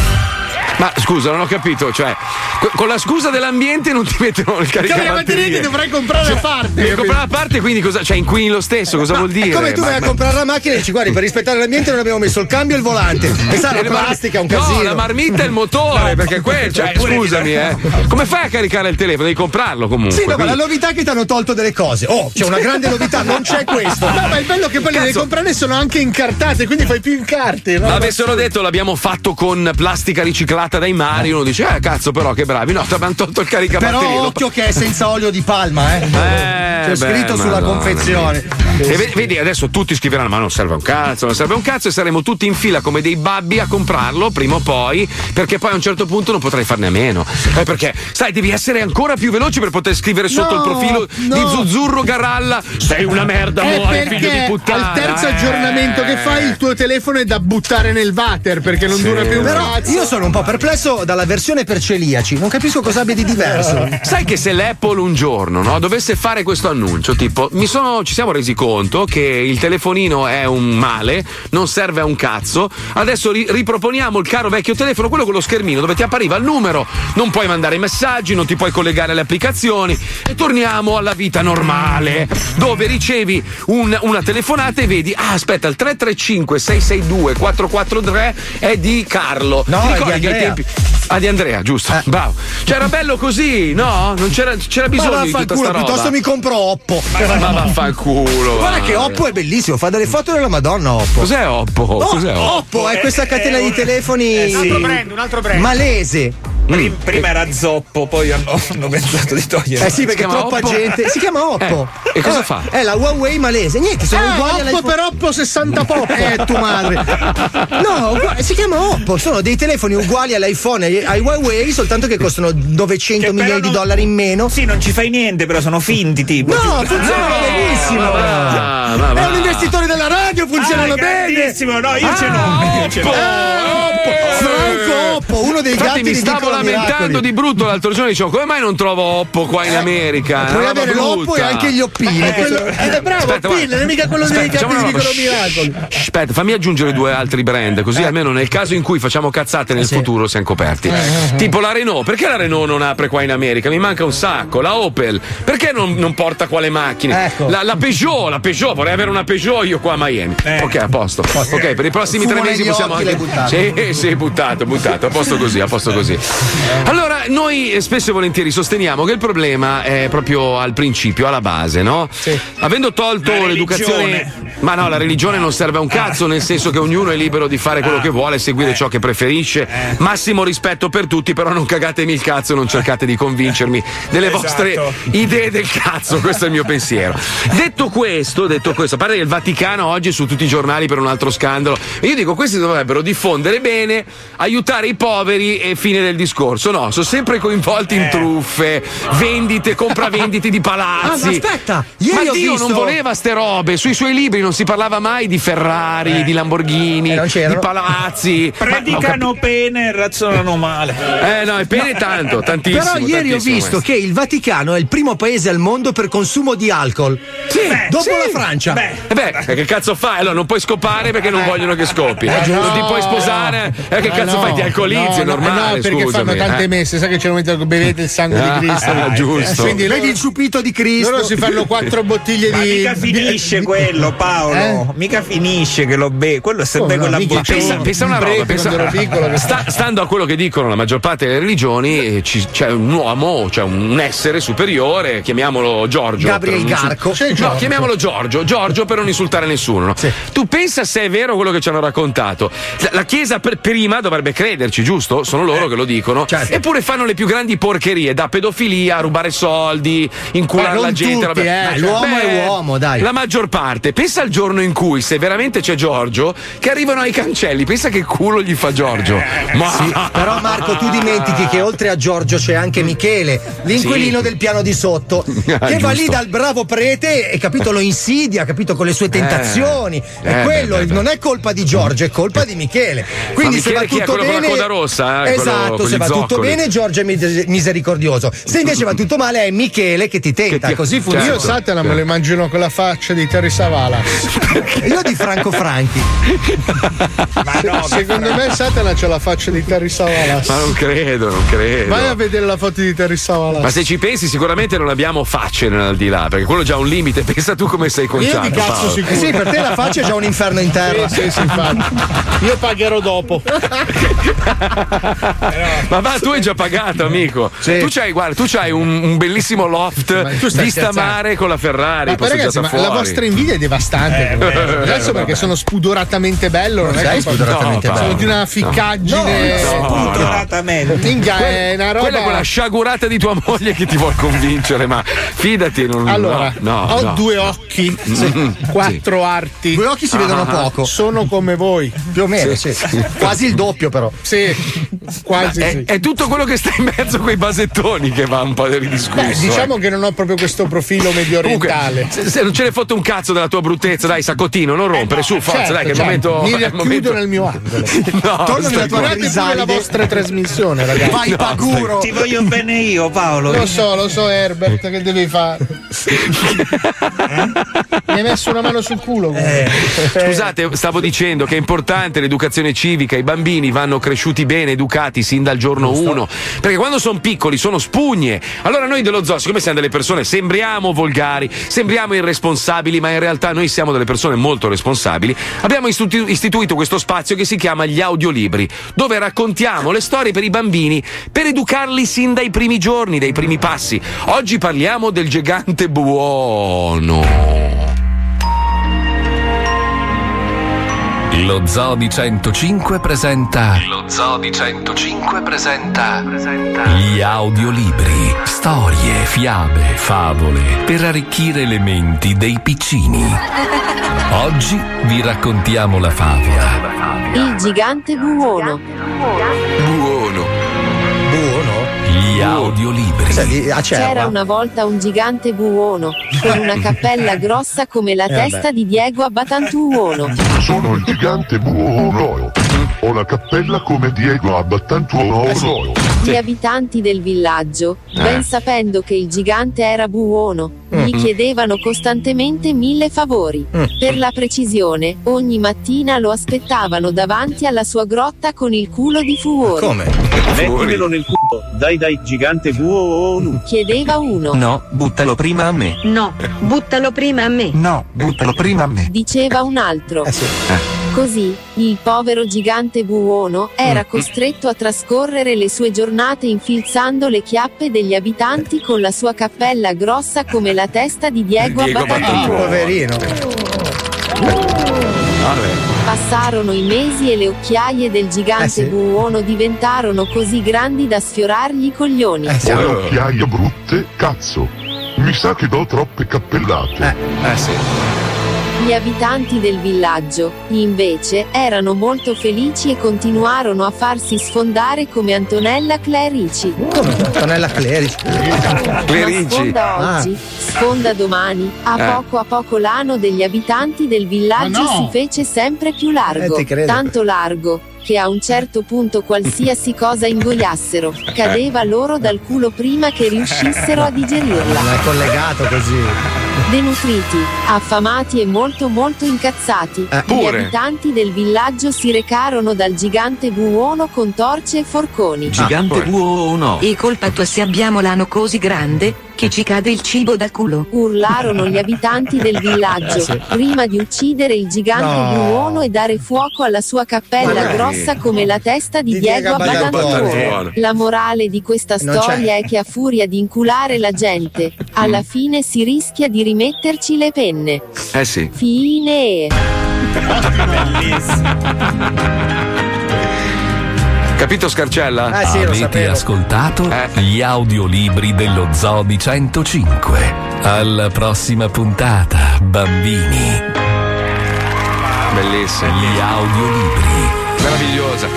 Ma scusa, non ho capito, cioè, co- con la scusa dell'ambiente non ti mettono il Caricabatterie caricabatterie. ti dovrai comprare a parte. Devi comprare la parte, quindi cosa? Cioè, inquini lo stesso, cosa Ma vuol dire? È come tu Ma- vai a ma- comprare la macchina e dici, guardi, per rispettare l'ambiente non abbiamo messo il cambio e il volante. E sa, la E Eh, le mar- plastica è un No, casino. la marmitta e il motore, perché quel, cioè, Oppure- scusami, eh. Come fai a caricare il telefono? Devi comprarlo comunque. Sì, no, ma la quindi- novità è che ti hanno tolto delle cose. Oh, c'è una grande novità, non c'è questo. No, ma il bello è che poi le devi Cazzo. comprare sono anche incartate, quindi fai più incarte. Eh, No? Ma avessero detto l'abbiamo fatto con plastica riciclata dai mari, uno dice, eh cazzo però che bravi, no, ti abbiamo tolto il caricabatterie. Però lo- occhio che è senza olio di palma, eh. Eh, C'è beh, scritto sulla Madonna confezione. mia. E vedi, vedi, adesso tutti scriveranno: Ma non serve un cazzo, non serve un cazzo, e saremo tutti in fila come dei babbi a comprarlo prima o poi, perché poi a un certo punto non potrai farne a meno. Eh, perché, sai, devi essere ancora più veloci per poter scrivere sotto No, il profilo no. di Zuzzurro Garalla: Sei una merda, È muori, perché figlio di puttana. al terzo eh. aggiornamento che fai il tuo telefono è da buttare nel water perché non dura più un Però cazzo. io sono un po' perplesso dalla versione per celiaci, non capisco cosa abbia di diverso. Sai che se l'Apple un giorno no, dovesse fare questo annuncio, tipo, mi sono- ci siamo resi conto che il telefonino è un male, non serve a un cazzo, adesso ri- riproponiamo il caro vecchio telefono, quello con lo schermino dove ti appariva il numero, non puoi mandare messaggi, non ti puoi collegare alle applicazioni e torniamo alla vita normale, dove ricevi un- una telefonata e vedi, ah aspetta, il 335 662 443 è di Carlo. No, Ti è di ricordi che ai Andrea. tempi... Ah, di Andrea, giusto. Bravo. C'era bello così, no? Non c'era, c'era bisogno Eh. Ma di tutta vaffanculo, sta roba. piuttosto mi compro Oppo. Ma- ma vaffanculo. Guarda che Oppo è bellissimo, fa delle foto della Madonna Oppo. Cos'è Oppo? Oh, Cos'è Oppo? Oppo è questa catena di telefoni Eh, sì. Un altro brand, un altro brand. malese. Pri- prima era zoppo, poi hanno, hanno pensato di togliere. Eh sì, perché troppa gente. Si chiama Oppo. Eh, È la Huawei malese. Niente, sono Eh, uguali Oppo per Oppo 60 pop. Eh, tu madre. No, ugua- si chiama Oppo. Sono dei telefoni uguali all'iPhone e ai Huawei, soltanto che costano 900 milioni di dollari in meno. Sì, non ci fai niente, però sono finti tipo. No, funzionano benissimo. ma va, ma È va. un investitore della radio, funzionano Ah, bene. grandissimo, no, io ce Ah, n'ho, io ce Eh. Oppo. n'ho. Ah, Oppo. Franco Oppo, uno dei Infatti gatti mi di stavo Nicola lamentando Miracoli. Eh, di brutto l'altro giorno dicevo come mai non trovo Oppo qua in America? È Puoi una roba avere l'Oppo e brutta. anche gli oppini. Eh, Quello- ed è bravo, aspetta, oppini, guarda. non è mica quello dei Aspetta, gatti facciamo di una roba. Nicola Miracoli. Shh, Aspetta, fammi aggiungere due altri brand, così Eh. almeno nel caso in cui facciamo cazzate nel futuro siamo coperti. eh, Tipo la Renault, perché la Renault non apre qua in America? Mi manca un sacco. La Opel, perché non, non porta qua le macchine? Ecco. La, la Peugeot, la Peugeot, vorrei avere una Peugeot io qua a Miami. Ok, a posto. Ok, per i prossimi Fumo tre negli mesi possiamo occhi, anche. l'hai buttato. Sì, eh, sì, buttato, buttato, a posto così, a posto così. Allora, noi eh, spesso e volentieri sosteniamo che il problema è proprio al principio, alla base, no? Avendo tolto La l'educazione. religione. Ma no, la religione non serve a un cazzo, nel senso che ognuno è libero di fare quello che vuole, seguire ciò che preferisce. Massimo rispetto per tutti, però non cagatemi il cazzo, non cercate di convincermi delle Esatto. vostre idee del cazzo, questo è il mio pensiero. Detto questo, detto questo, a parte che il Vaticano oggi è su tutti i giornali per un altro scandalo. E io dico, questi dovrebbero diffondere bene, aiutare i poveri e fine del discorso. No, sono sempre coinvolti in truffe, vendite, compravendite di Eh. Ah, palazzi. ma aspetta, Ma ieri ho Dio visto non voleva ste robe, sui suoi libri non si parlava mai di Ferrari, di Lamborghini, di palazzi. Ma- ma ho Predicano pene e razzolano male. Eh no, e pene tanto, tantissimo. Però ieri ho tantissimo visto questo. che il Vaticano è il primo paese al mondo per consumo di alcol. Beh, dopo sì. la Francia. Eh beh, eh, che cazzo fai? Allora non puoi scopare perché non vogliono che scopi. non Eh, ti puoi sposare. Eh, che Eh, Ma cazzo no, fai? Ti alcolizzi, no, è no, normale. No, perché scusami, fanno tante eh. messe, sai che c'è un momento che bevete il sangue Ah, di Cristo. Eh, ah, giusto. Quindi loro, Vedi il ciupito di Cristo. loro si fanno quattro bottiglie Ma di. Eh? mica finisce quello, Paolo. Mica finisce che lo be. Quello se Come be con no, la mica bocca. c'è Pensa, uno, pensa una un roba, prete pensa- quando ero piccolo che- sta- stando a quello che dicono la maggior parte delle religioni, eh, ci- c'è un uomo, c'è un essere superiore, chiamiamolo Giorgio. Gabriel per non insul- Garco. Sì, No, Giorgio. chiamiamolo Giorgio, Giorgio per non insultare nessuno. no? Tu pensa se è vero quello che ci hanno raccontato. La, la Chiesa per prima dovrebbe crederci, giusto? Sono Eh, loro che lo dicono. certo. Eppure fanno le più grandi porcherie, da pedofilia a rubare soldi, inculare Beh, non la gente. cioè, tutti, roba- eh, l'uomo è uomo, dai. La maggior parte. Pensa al giorno in cui, se veramente c'è Giorgio, che arrivano ai cancelli, pensa che culo gli fa Giorgio. Eh, Ma... Sì, però Marco tu dimentichi che oltre a Giorgio c'è anche Michele, l'inquilino Sì. Ah, del piano di sotto, che va giusto. lì dal bravo prete e capito lo insidia, capito con le sue tentazioni. eh, e quello beh, beh, beh. non è colpa di Giorgio, è colpa di Michele. Quindi Ma se va Michele chi è? tutto Quello con la bene coda tuta rossa, eh, quello esatto, con se gli va tutto zoccoli. bene Giorgio è mis- misericordioso. Se invece va tutto male è Michele che ti tenta, così funziona. Certo. Io Satana me lo immagino con la faccia di Terry Savala. Io di Franco Franchi. Secondo me Satana c'ha la faccia di Terry Savala. Ma non credo, non credo. Vai a vedere la foto di Terry Savala. Ma se ci pensi, sicuramente non abbiamo facce nell'aldilà, perché quello è già un limite. Pensa tu come sei conciato. Paolo. Eh sì, per te la faccia è già un inferno in terra. Sì, sì, sì, infatti. Io pagherò dopo. Ma va, tu hai già pagato, amico. Tu c'hai, guarda, tu c'hai un, un bellissimo tu loft stai vista scherzando. mare con la Ferrari. Ma poi, ragazzi, posteggiata ma fuori. la vostra invidia è devastante. Eh, comunque. vero, Adesso vero, perché vabbè. sono spudoratamente bello, non, Non è sei che sono- spudoratamente no, bello. Sono di una ficcaggine. No, no, no. Minchia, è una roba. Quella è quella sciagurata di tua moglie che ti vuol convincere, ma fidati, non Allora, no, no, ho no. due occhi, Mm, quattro arti. Due occhi si vedono Ah. poco. Sono come voi. Più o meno, Sì, sì. sì. Quasi il doppio, però. Sì, quasi. Ma è, sì. è tutto quello che sta in mezzo a quei basettoni che va un po' ridiscusso. Beh, diciamo che non ho proprio questo profilo medio orientale. Se, se non ce ne fotte un cazzo della tua bruttezza, dai, saccottino, non rompere, su, forza, Certo, dai, che è il certo. Mi momento. è il racchiudo momento- nel mio angolo. No, Torno nella stai tua qua. guardate pure la vostra trasmissione, ragazzi. Vai, No, Paguro. stai- Ti voglio bene io, Paolo. Lo so, lo so, Herbert, che devi fare? Eh? Mi hai messo una mano sul culo. comunque. Eh. Scusate, stavo dicendo che è importante l'educazione civica, i bambini vanno cresciuti bene, educati sin dal giorno uno, perché quando sono piccoli sono spugne. Allora noi dello zoo, siccome siamo delle persone, sembriamo volgari, sembriamo irresponsabili, ma in realtà noi siamo delle persone molto responsabili, abbiamo istitu- istituito questo spazio che si chiama gli audiolibri, dove raccontiamo le storie per i bambini, per educarli sin dai primi giorni, dai primi passi. Oggi parliamo del gigante buono. Lo Zoo di 105 presenta. Lo Zoo di 105 presenta. Gli audiolibri. Storie, fiabe, favole. Per arricchire le menti dei piccini. Oggi vi raccontiamo la favola. Il gigante buono. Buono. Buono? Gli audiolibri. ah, Cioè, C'era una volta un gigante buono, con una cappella grossa come la Eh, testa beh. di Diego Abatantuono. Sono il gigante buono. Ho la cappella come Diego Eh Abbattantuono. Gli abitanti del villaggio, ben Eh. sapendo che il gigante era buono, Mm. gli chiedevano costantemente mille favori. Per la precisione, ogni mattina lo aspettavano davanti alla sua grotta con il culo di fuori. Mettimelo nel culo. Dai dai, gigante buono. Chiedeva uno. No, buttalo prima a me. No, Eh. buttalo prima a me. No, buttalo prima a me. Diceva un altro. Eh, Così, il povero gigante buono era costretto a trascorrere le sue giornate infilzando le chiappe degli abitanti con la sua cappella grossa come la testa di Diego, Abatantuono. poverino. Passarono i mesi e le occhiaie del gigante buono diventarono così grandi da sfiorargli i Eh coglioni. Eh Ora occhiaie brutte, cazzo. Mi sa che do troppe cappellate. Eh sì. Gli abitanti del villaggio, invece, erano molto felici e continuarono a farsi sfondare come Antonella Clerici. Antonella Clerici. Ah. Ma sfonda oggi, sfonda domani, a Ah. Eh. poco a poco l'ano degli abitanti del villaggio Ma no! si fece sempre più largo, Eh, ti credo. tanto largo, che a un certo punto qualsiasi cosa ingoiassero, cadeva loro dal culo prima che riuscissero a digerirla. Non è collegato così. Denutriti, affamati e molto molto incazzati, Eh, gli pure. abitanti del villaggio si recarono dal gigante buono con torce e forconi. Ah, Ah, Gigante buono. E colpa tua se abbiamo l'ano così grande, che ci cade il cibo dal culo. Urlarono gli abitanti del villaggio Eh, sì. prima di uccidere il gigante No. buono e dare fuoco alla sua cappella Magari. grossa come la testa di, Diego Abadantuono. Abadantuono. La morale di questa Non c'è. storia è che a furia di inculare la gente, Mm. alla fine si rischia di rimetterci le penne. Eh sì. Fine. Capito Scarcella? Eh. Avete ascoltato gli audiolibri dello Zoo di 105. Alla prossima puntata, bambini. Bellissimo. Gli audiolibri. Meravigliosa.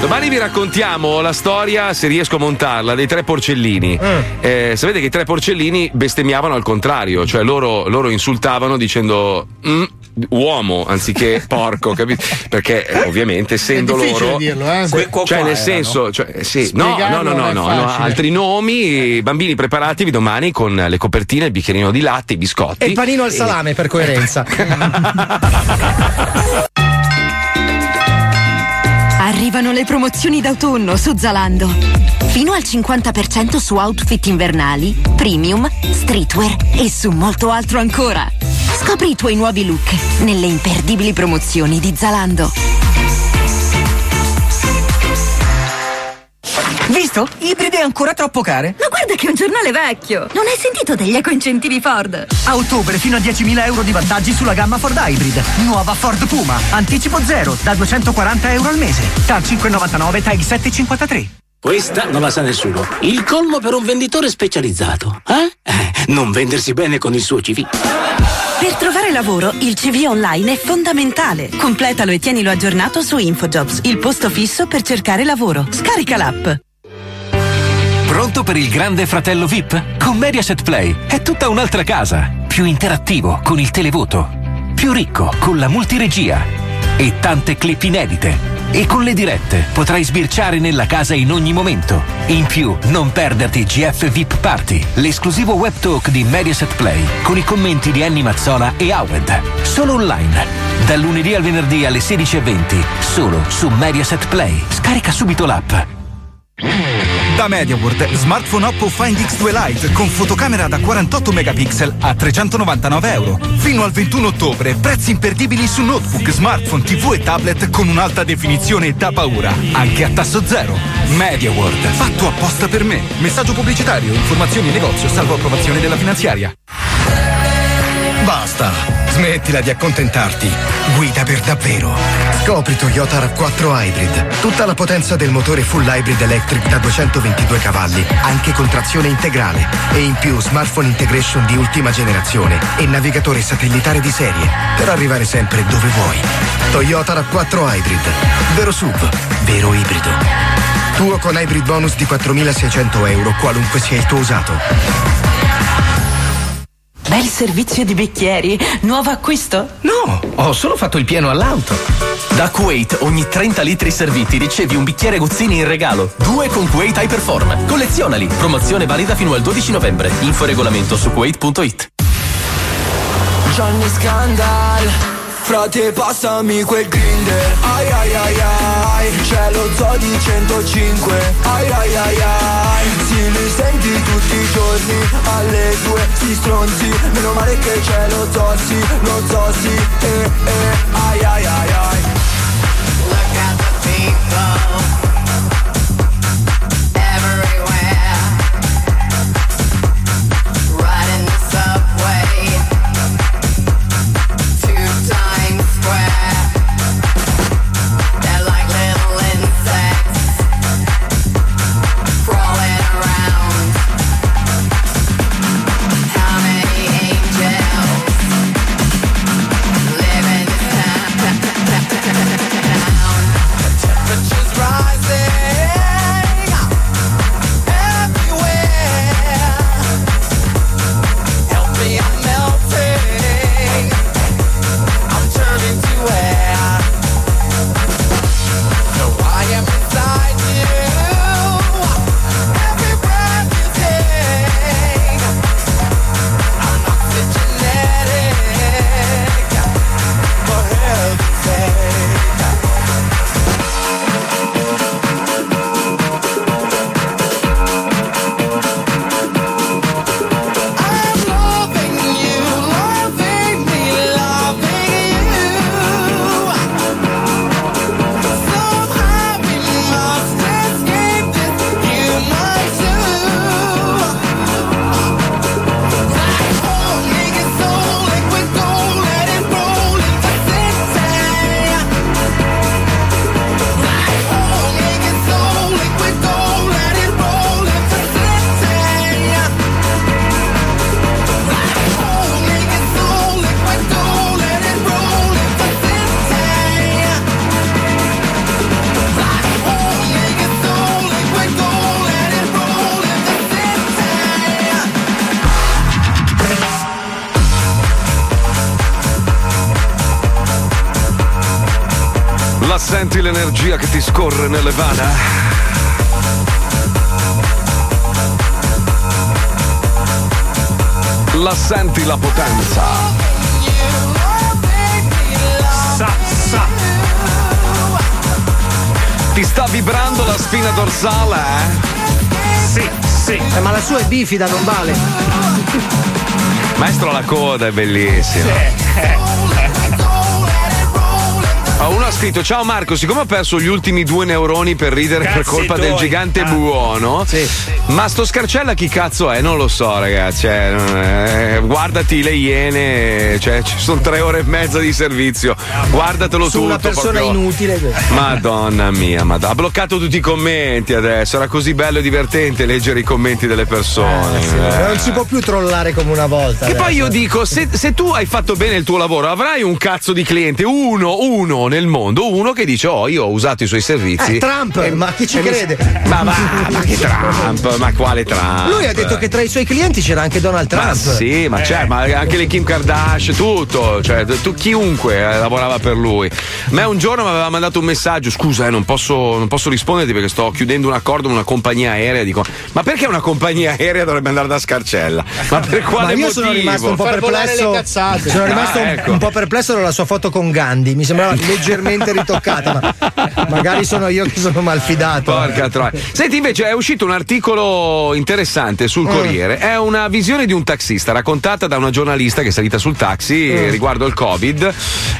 Domani vi raccontiamo la storia, se riesco a montarla, dei tre porcellini. Eh, sapete che i tre porcellini bestemmiavano al contrario, cioè loro, loro insultavano dicendo "Mm, uomo anziché porco, capito? Perché eh, ovviamente essendo difficile loro. dirlo, eh? que- Qua- cioè, qua erano. nel senso, cioè, eh, sì. no, no, Spiegarlo no, no, è no, facile. no, altri nomi, bambini preparatevi domani con le copertine, il bicchierino di latte, i biscotti. E il panino al salame per coerenza. Arrivano le promozioni d'autunno su Zalando. Fino al 50% su outfit invernali, premium, streetwear e su molto altro ancora. Scopri i tuoi nuovi look nelle imperdibili promozioni di Zalando. Visto? Ibride ancora troppo care. Ma guarda che è un giornale vecchio! Non hai sentito degli eco-incentivi Ford? A ottobre fino a 10.000 euro di vantaggi sulla gamma Ford Hybrid. Nuova Ford Puma. Anticipo zero da 240 euro al mese. TAR 5,99 TAG 7,53. Questa non la sa nessuno. Il colmo per un venditore specializzato. Eh? Eh, non vendersi bene con il suo CV. Per trovare lavoro il CV online è fondamentale. Completalo e tienilo aggiornato su Infojobs, il posto fisso per cercare lavoro. Scarica l'app. Pronto per il grande fratello VIP? Con Mediaset Play è tutta un'altra casa. Più interattivo con il televoto. Più ricco con la multiregia. E tante clip inedite. E con le dirette potrai sbirciare nella casa in ogni momento. In più, non perderti GF VIP Party, l'esclusivo web talk di Mediaset Play con i commenti di Annie Mazzola e Awed. Solo online. Dal lunedì al venerdì alle 16.20. Solo su Mediaset Play. Scarica subito l'app. Da MediaWorld, smartphone Oppo Find X2 Lite con fotocamera da 48 megapixel a 399 euro. Fino al 21 ottobre, prezzi imperdibili su notebook, smartphone, tv e tablet con un'alta definizione da paura, anche a tasso zero. MediaWorld, fatto apposta per me. Messaggio pubblicitario, informazioni e negozio, salvo approvazione della finanziaria. Basta, smettila di accontentarti. Guida per davvero. Scopri Toyota RAV4 Hybrid. Tutta la potenza del motore full hybrid electric da 222 cavalli, anche con trazione integrale. E in più smartphone integration di ultima generazione e navigatore satellitare di serie per arrivare sempre dove vuoi. Toyota RAV4 Hybrid. Vero SUV, vero ibrido. Tuo con hybrid bonus di 4.600 euro qualunque sia il tuo usato. Bel servizio di bicchieri. Nuovo acquisto? No! Oh, Ho solo fatto il pieno all'auto. Da Kuwait ogni 30 litri serviti ricevi un bicchiere Guzzini in regalo. Due con Kuwait Hyperform. Collezionali. Promozione valida fino al 12 novembre. Info e regolamento su Kuwait.it. Johnny Scandal Frate passami quel grinder Ai ai ai ai C'è lo zoo di 105 Ai ai ai ai Si li senti tutti i giorni Alle due si stronzi Meno male che c'è lo zossi Lo zossi eh, eh. Ai ai ai ai Look at the people Everywhere Riding the subway to Times Square. They're like little insects crawling around. How many angels live in this town? Temperatures rise. Senti l'energia che ti scorre nelle vana? La senti la potenza? Sa, sa. Ti sta vibrando la spina dorsale, eh? Sì, sì. Eh, ma la sua è bifida, non vale. Maestro alla coda è bellissimo. Eh. Oh, uno ha scritto: Ciao Marco, siccome ho perso gli ultimi due neuroni per ridere per Cazzi colpa del tuoi." Ah. gigante buono, ma sto scarcella chi cazzo è? Non lo so, ragazzi. cioè, non è- guardati le iene, cioè, ci sono tre ore e mezza di servizio. Guardatelo Su una tutto, persona proprio. inutile. Madonna mia, madonna. ha bloccato tutti i commenti adesso. Era così bello e divertente leggere i commenti delle persone. Eh. Non si può più trollare come una volta. eh. Che poi adesso. io dico, se, se tu hai fatto bene il tuo lavoro, avrai un cazzo di cliente, uno, uno nel mondo, uno che dice, oh, io ho usato i suoi servizi. Eh, Trump, ma chi ci e mi- crede? Ma va, ma che Trump, ma quale Trump? Lui ha detto che tra i suoi clienti c'era anche Donald Trump. Ma sì, ma c'è, ma anche le Kim Kardashian, tutto, cioè tu, chiunque eh, lavorava per lui. A me un giorno mi aveva mandato un messaggio, scusa, eh, non, posso, non posso risponderti perché sto chiudendo un accordo con una compagnia aerea, dico, ma perché una compagnia aerea dovrebbe andare da scarcella? Ma per quale Ma io motivo? sono rimasto un po' Far volare perplesso. le cazzate. Sono Ah, rimasto un- ecco. un po' perplesso dalla sua foto con Gandhi. Mi sembrava leggermente ritoccata, ma magari sono io che sono malfidato. Porca troia. Senti, invece è uscito un articolo interessante sul Corriere. È una visione di un taxista raccontata da una giornalista che è salita sul taxi eh, riguardo il Covid.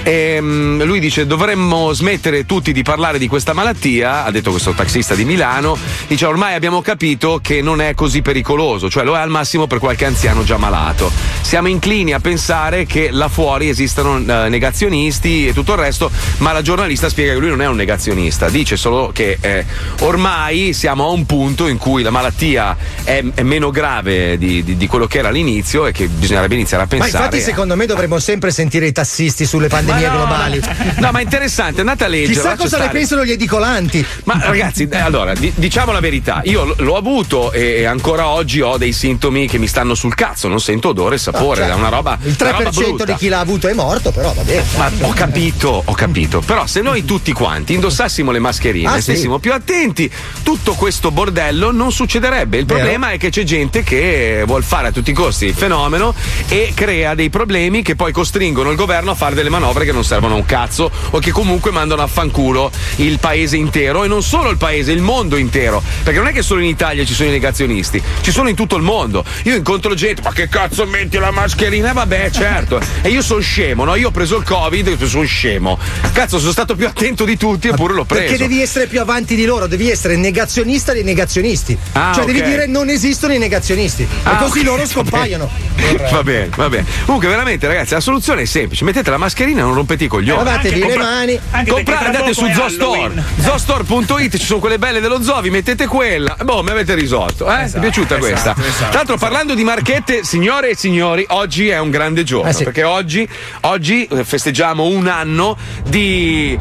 E, mm, lui dice: Dovremmo smettere tutti di parlare di questa malattia. Ha detto questo taxista di Milano. Dice: Ormai abbiamo capito che non è così pericoloso, cioè lo è al massimo per qualche anziano già malato. Siamo inclini a pensare che là fuori esistano eh, negazionisti e tutto il resto, ma la giornalista spiega che lui non è un negazionista, dice solo che eh, ormai siamo a un punto in cui la malattia è, è meno grave di, di- di quello che era all'inizio e che bisognerebbe iniziare a Ma pensare. infatti, secondo me dovremmo sempre sentire i tassisti sulle pandemie eh? Ma no, globali. No, ma è interessante, andate a leggere. Chissà cosa ne pensano gli edicolanti. Ma ragazzi, eh, allora, di- diciamo la verità, io l- l'ho avuto e ancora oggi ho dei sintomi che mi stanno sul cazzo, non sento odore e sapore, Ah, cioè, è una roba Il 3% una roba brutta. di chi l'ha avuto è morto, però va bene. Ma ho capito, ho capito. Però se noi tutti quanti indossassimo le mascherine, Ah, sì? stessimo più attenti, tutto questo bordello non succederebbe. Il Vero. problema è che c'è gente che vuol fare a tutti i costi il fenomeno e crea dei problemi che poi costringono il governo a fare delle manovre che non servono a un cazzo o che comunque mandano a fanculo il paese intero e non solo il paese, il mondo intero. Perché non è che solo in Italia ci sono i negazionisti, ci sono in tutto il mondo. Io incontro gente, ma che cazzo metti la mascherina? Eh, Vabbè, certo. E io sono scemo, no? Io ho preso il Covid e sono scemo. Cazzo, sono stato più attento di tutti eppure l'ho preso. Perché devi essere più avanti di loro, devi essere negazionista dei negazionisti. Ah, cioè ok. devi dire non esistono i negazionisti. Ah, e così ok, loro va scompaiono. Va bene, va bene. Comunque, veramente, ragazzi, la soluzione è semplice: mettete la mascherina e non rompete i coglioni. Eh, lavatevi Anche le compra- mani. anche Comprate, perché tra andate su poco è Zostare. Zostare.it, ci sono quelle belle dello zoo, vi mettete quella. E Boh, mi avete risolto. Eh? Mi è piaciuta esatto, questa. esatto, Tra l'altro, parlando di marchette, signore e signori, oggi è un grande giorno. Eh, sì. Perché oggi, oggi eh, festeggiamo un anno di.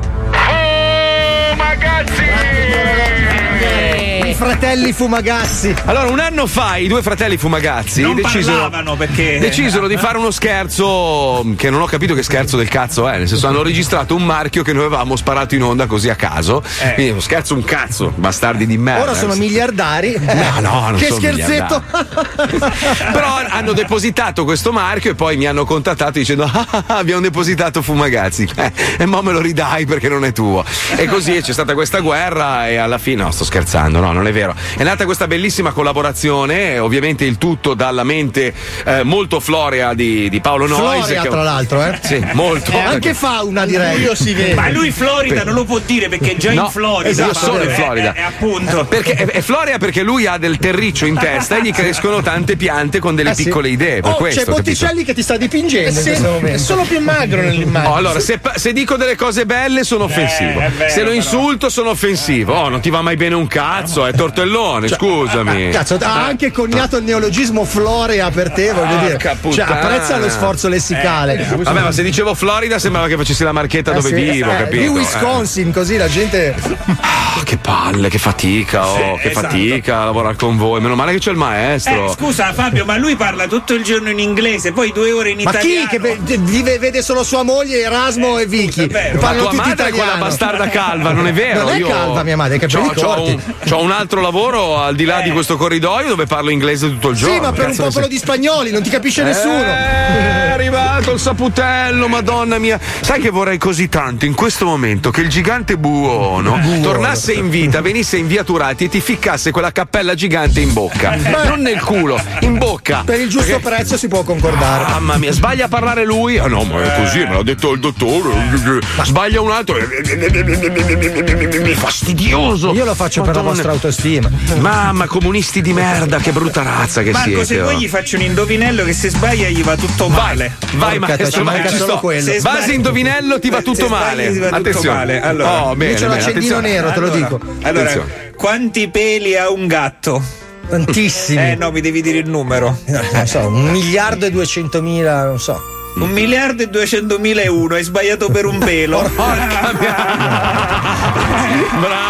I fratelli fumagassi. Allora, un anno fa i due fratelli Fumagazzi Non decisero, parlavano perché- decisero di Eh. fare uno scherzo mm, che non ho capito che scherzo del cazzo è. Nel senso, hanno registrato un marchio che noi avevamo sparato in onda così a caso. Quindi, uno scherzo, un cazzo, bastardi di merda. Ora sono miliardari. Eh, No, no, non che sono scherzetto. Però hanno depositato questo marchio e poi mi hanno contattato dicendo: "Ah, ah, ah, Abbiamo depositato Fumagazzi Eh, e mo me lo ridai perché non è tuo. E così c'è stata questa guerra e alla fine, no, sto scherzando, no, non è vero. È nata questa bellissima collaborazione, eh, ovviamente il tutto dalla mente eh, molto florea di, di Paolo Noyes. Florea, che- tra l'altro, eh. Sì, molto. Eh, anche fauna, direi. Ma lui Florida non lo può dire perché è già No, in Florida. esatto, solo in Eh, Florida. eh, eh, appunto. Perché è, è Florea perché lui ha del terriccio in testa e gli crescono tante piante con delle Eh sì. piccole idee. Per Oh, questo, c'è capito? Botticelli che ti sta dipingendo. Eh in sì, questo è momento. solo più magro nell'immagine. Oh, allora, se, pa- se dico Eh, delle cose belle sono offensivo. è vero, se lo però. insulto sono offensivo. Oh, non ti va mai bene un cazzo, è tortellone, Cioè, scusami. ah, Ah. Cazzo, ha anche coniato il neologismo florea per te, voglio dire. Porca Cioè, puttana. apprezza lo sforzo lessicale. Eh, Vabbè, ma se dicevo Florida sembrava che facessi la marchetta Eh, dove sì, vivo, eh, capito? Di Eh. Wisconsin, così la gente. Ah, che palle, che fatica, oh, Sì, che esatto. fatica lavorare con voi. Meno male che c'è il maestro. Eh, scusa Fabio, ma lui parla tutto il giorno in inglese, poi due ore in Ma italiano. chi che ve- vive- vede solo sua moglie, Erasmo e Vicky? Eh, Ma Parlano tua tutti madre è italiano. quella bastarda calva, non è vero? Non è Io calva mia madre, che c'ho, capelli c'ho corti. un, c'ho un altro lavoro al di là Eh. di questo corridoio dove parlo inglese tutto il giorno. Sì, ma per un Cazzo, Eh. non popolo so- di spagnoli, non ti capisce Eh, nessuno. È arrivato il saputello, madonna mia. Sai che vorrei così tanto in questo momento che il gigante buono Buono. tornasse in vita, venisse in via Turati e ti ficcasse quella cappella gigante in bocca. non nel culo, in bocca. Per il giusto Perché- prezzo si può concordare. Mamma mia, sbaglia a parlare lui? Ah no, ma è così, me l'ha detto il dottore. Sbaglia un altro. Fastidioso. Io lo faccio per la Madonna. vostra autostima. Mamma, comunisti di merda, che brutta razza che Marco, siete. se vuoi oh. gli faccio un indovinello che se sbaglia gli va tutto male. Vai, maestro, Porca testa, vai, manca ci solo sto. quello. Se Basi sbagli- indovinello ti va tutto se sbagli male. ti va tutto Attenzione. male. Allora, Oh, bene, Io c'ho bene, l'accendino attenzione. nero, te lo Allora, dico. Allora, Attenzione. quanti peli ha un gatto? Tantissimi. Eh no, mi devi dire il numero. Non so, un miliardo e duecentomila, non so. Un miliardo e duecentomila e uno, hai sbagliato per un pelo. Bravo!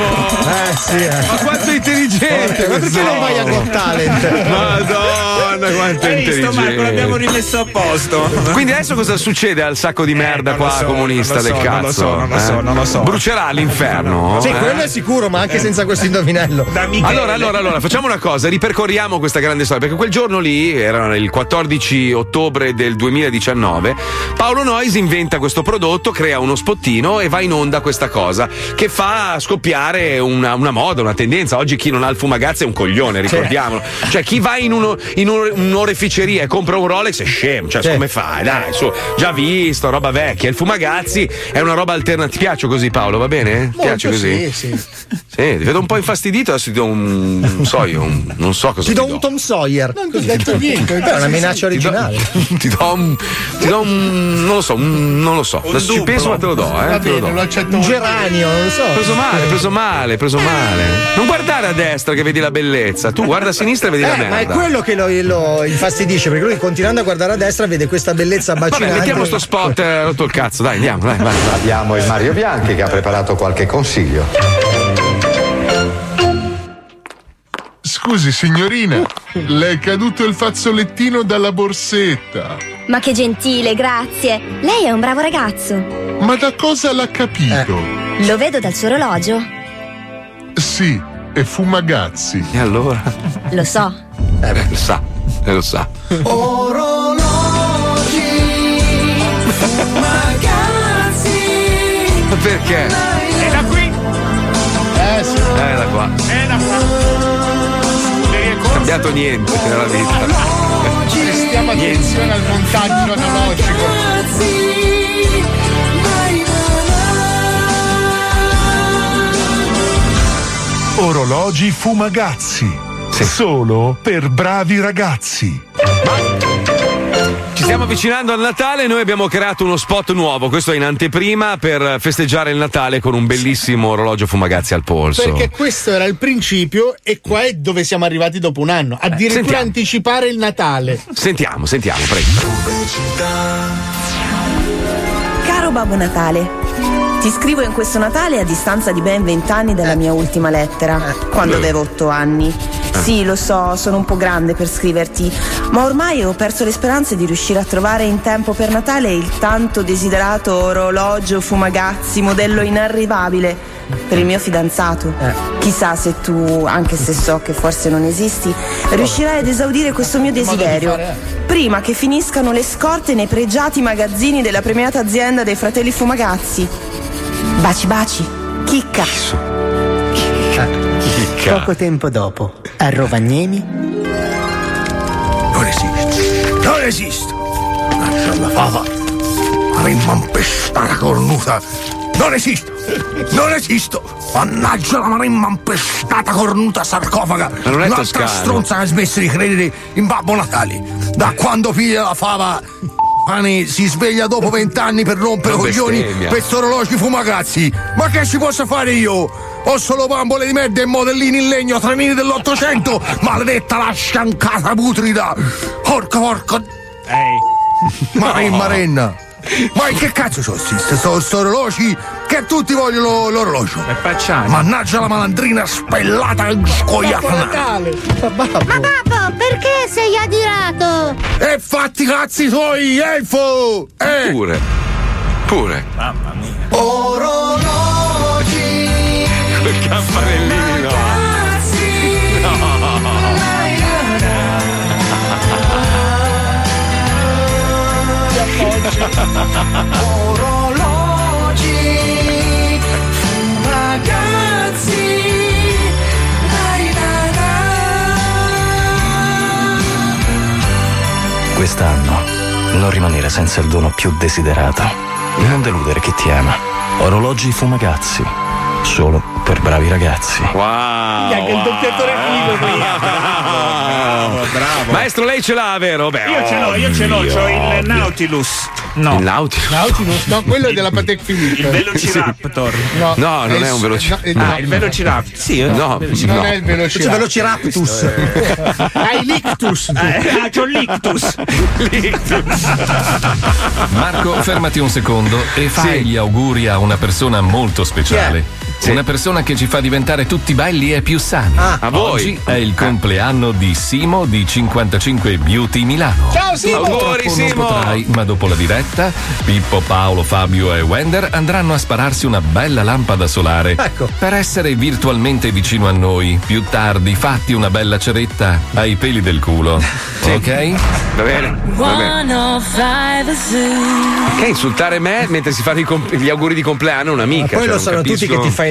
Eh sì, eh. Ma quanto è intelligente! Porca, ma perché non vai a Got Talent? Madonna, quanto è Hai visto, intelligente! Marco, l'abbiamo rimesso a posto. Eh, Quindi adesso cosa succede al sacco di merda non lo qua so, comunista non lo del so, non lo cazzo? Eh? so, non lo so, non lo so. Brucerà l'inferno? Sì, eh? quello è sicuro, ma anche senza questo indovinello. Allora, allora, allora, facciamo una cosa, ripercorriamo questa grande storia, perché quel giorno lì, era il 14 ottobre del 2019, Paolo Noyes inventa questo prodotto, crea uno spottino e va in onda questa cosa, che fa scoppiare una, una moda, una tendenza. Oggi chi non ha il fumagazzi è un coglione, ricordiamolo. Cioè, chi va in, uno, in un- un'oreficeria e compra un Rolex è scemo, cioè, come fai? Dai, su, già visto, roba vecchia. Il fumagazzi è una roba alternativa. Ti piace così Paolo, va bene? Ti piace così? Sì, sì. Sì, ti vedo un po' infastidito, adesso ti do un. Non so, io un- non so cosa. Ti do un Tom Sawyer. Non ti ho detto niente. È una minaccia originale. Ti do un. Ti do un. Non lo so, un- non lo so. Adesso ci penso ma te lo do, eh. Va te lo bene, do. lo accetto. Un geranio, non lo so. Preso male, preso male, preso male. Non guardare a destra che vedi la bellezza. Tu guarda a sinistra e vedi la Eh, merda. ma è quello che lo, lo infastidisce perché lui continuando a guardare a destra vede questa bellezza bacinante. Vabbè, mettiamo sto spot eh, rotto il cazzo, dai, andiamo, dai, vai. Abbiamo il Mario Bianchi che ha preparato qualche consiglio. Scusi signorina, le è caduto il fazzolettino dalla borsetta. Ma che gentile, grazie. Lei è un bravo ragazzo. Ma da cosa l'ha capito? Lo vedo dal suo orologio. Eh. Sì, è Fumagazzi. E allora? Lo so. Eh, beh, lo sa, eh, lo sa. Orologi, Ma Perché? E da qui. Eh sì. Eh, da qua. Non E da è cambiato niente nella vita. Prestiamo attenzione al montaggio analogico. Orologi Fumagazzi. Solo per bravi ragazzi. Ci stiamo avvicinando al Natale, noi abbiamo creato uno spot nuovo, questo è in anteprima per festeggiare il Natale con un bellissimo orologio fumagazzi al polso. Perché questo era il principio e qua è dove siamo arrivati dopo un anno. Addirittura sentiamo. anticipare il Natale. Sentiamo, sentiamo, prego. Caro Babbo Natale, ti scrivo in questo Natale a distanza di ben 20 anni dalla mia ultima lettera, quando Eh. avevo 8 anni. Sì, lo so, sono un po' grande per scriverti, ma ormai ho perso le speranze di riuscire a trovare in tempo per Natale il tanto desiderato orologio fumagazzi, modello inarrivabile, per il mio fidanzato. Chissà se tu, anche se so che forse non esisti, riuscirai ad esaudire questo mio desiderio. Prima che finiscano le scorte nei pregiati magazzini della premiata azienda dei fratelli Fumagazzi. Baci baci, chicca. Poco tempo dopo, a Rovagnemi. Non esisto. Non esisto. Lascia la fava. Marimampesta la cornuta. Non esisto. Non esisto. Mannaggia la marimampestata cornuta sarcofaga. Ma non è Un'altra toscano. stronza che ha smesso di credere in Babbo Natale. Da quando piglia la fava... Pane si sveglia dopo vent'anni per rompere Non coglioni bestemmia. per sto orologi fumagazzi. Ma che ci posso fare io? Ho solo bambole di merda e modellini in legno, trenini dell'Ottocento! Maledetta la sciancata putrida! Porca porca! Ehi! Ma in No. marenna! Ma in che cazzo c'ho sti sti- sto, sto orologi che tutti vogliono l'orologio? E facciamo! Mannaggia la malandrina spellata e scoiata! Ma babbo, perché sei adirato? E fatti i cazzi tuoi, elfo! Eh! Pure. Pure. Mamma mia. Orologi. Campanellini no. Orologi. Ragazzi. Dai, dai, Quest'anno non rimanere senza il dono più desiderato. Non deludere chi ti ama. Orologi fumagazzi. Solo per bravi ragazzi. Wow! Anche il doppiatore figo Bravo, bravo. Maestro, lei ce l'ha, vero? Beh, Io ce l'ho, io ce l'ho, ovvio, c'ho il ovvio. Nautilus. No. Il Nautilus? Nautilus? No, quello è della Patek Philippe. Il Velociraptor. No, No, non è un eh, velociraptor. no, Ah, il Velociraptor. Sì, No, no. Non è il velociraptor. Velociraptus. Hai Eh, l'ictus. Ah, c'ho l'ictus. Marco, fermati un secondo e fai gli auguri a una persona molto speciale. Una persona che ci fa diventare tutti belli e più sani. Ah. A voi. Oggi è il compleanno di Simo di 55 Beauty Milano. Ciao, Simo! Auguri, Purtroppo Simo! Non potrai, ma dopo la diretta, Pippo, Paolo, Fabio e Wender andranno a spararsi una bella lampada solare. Ecco. Per essere virtualmente vicino a noi, più tardi fatti una bella ceretta ai peli del culo. Ok? Va bene, va bene. Che insultare me mentre si fanno i comp- gli auguri di compleanno a Ma poi un'amica. cioè, lo non sanno tutti che capisco. ti fai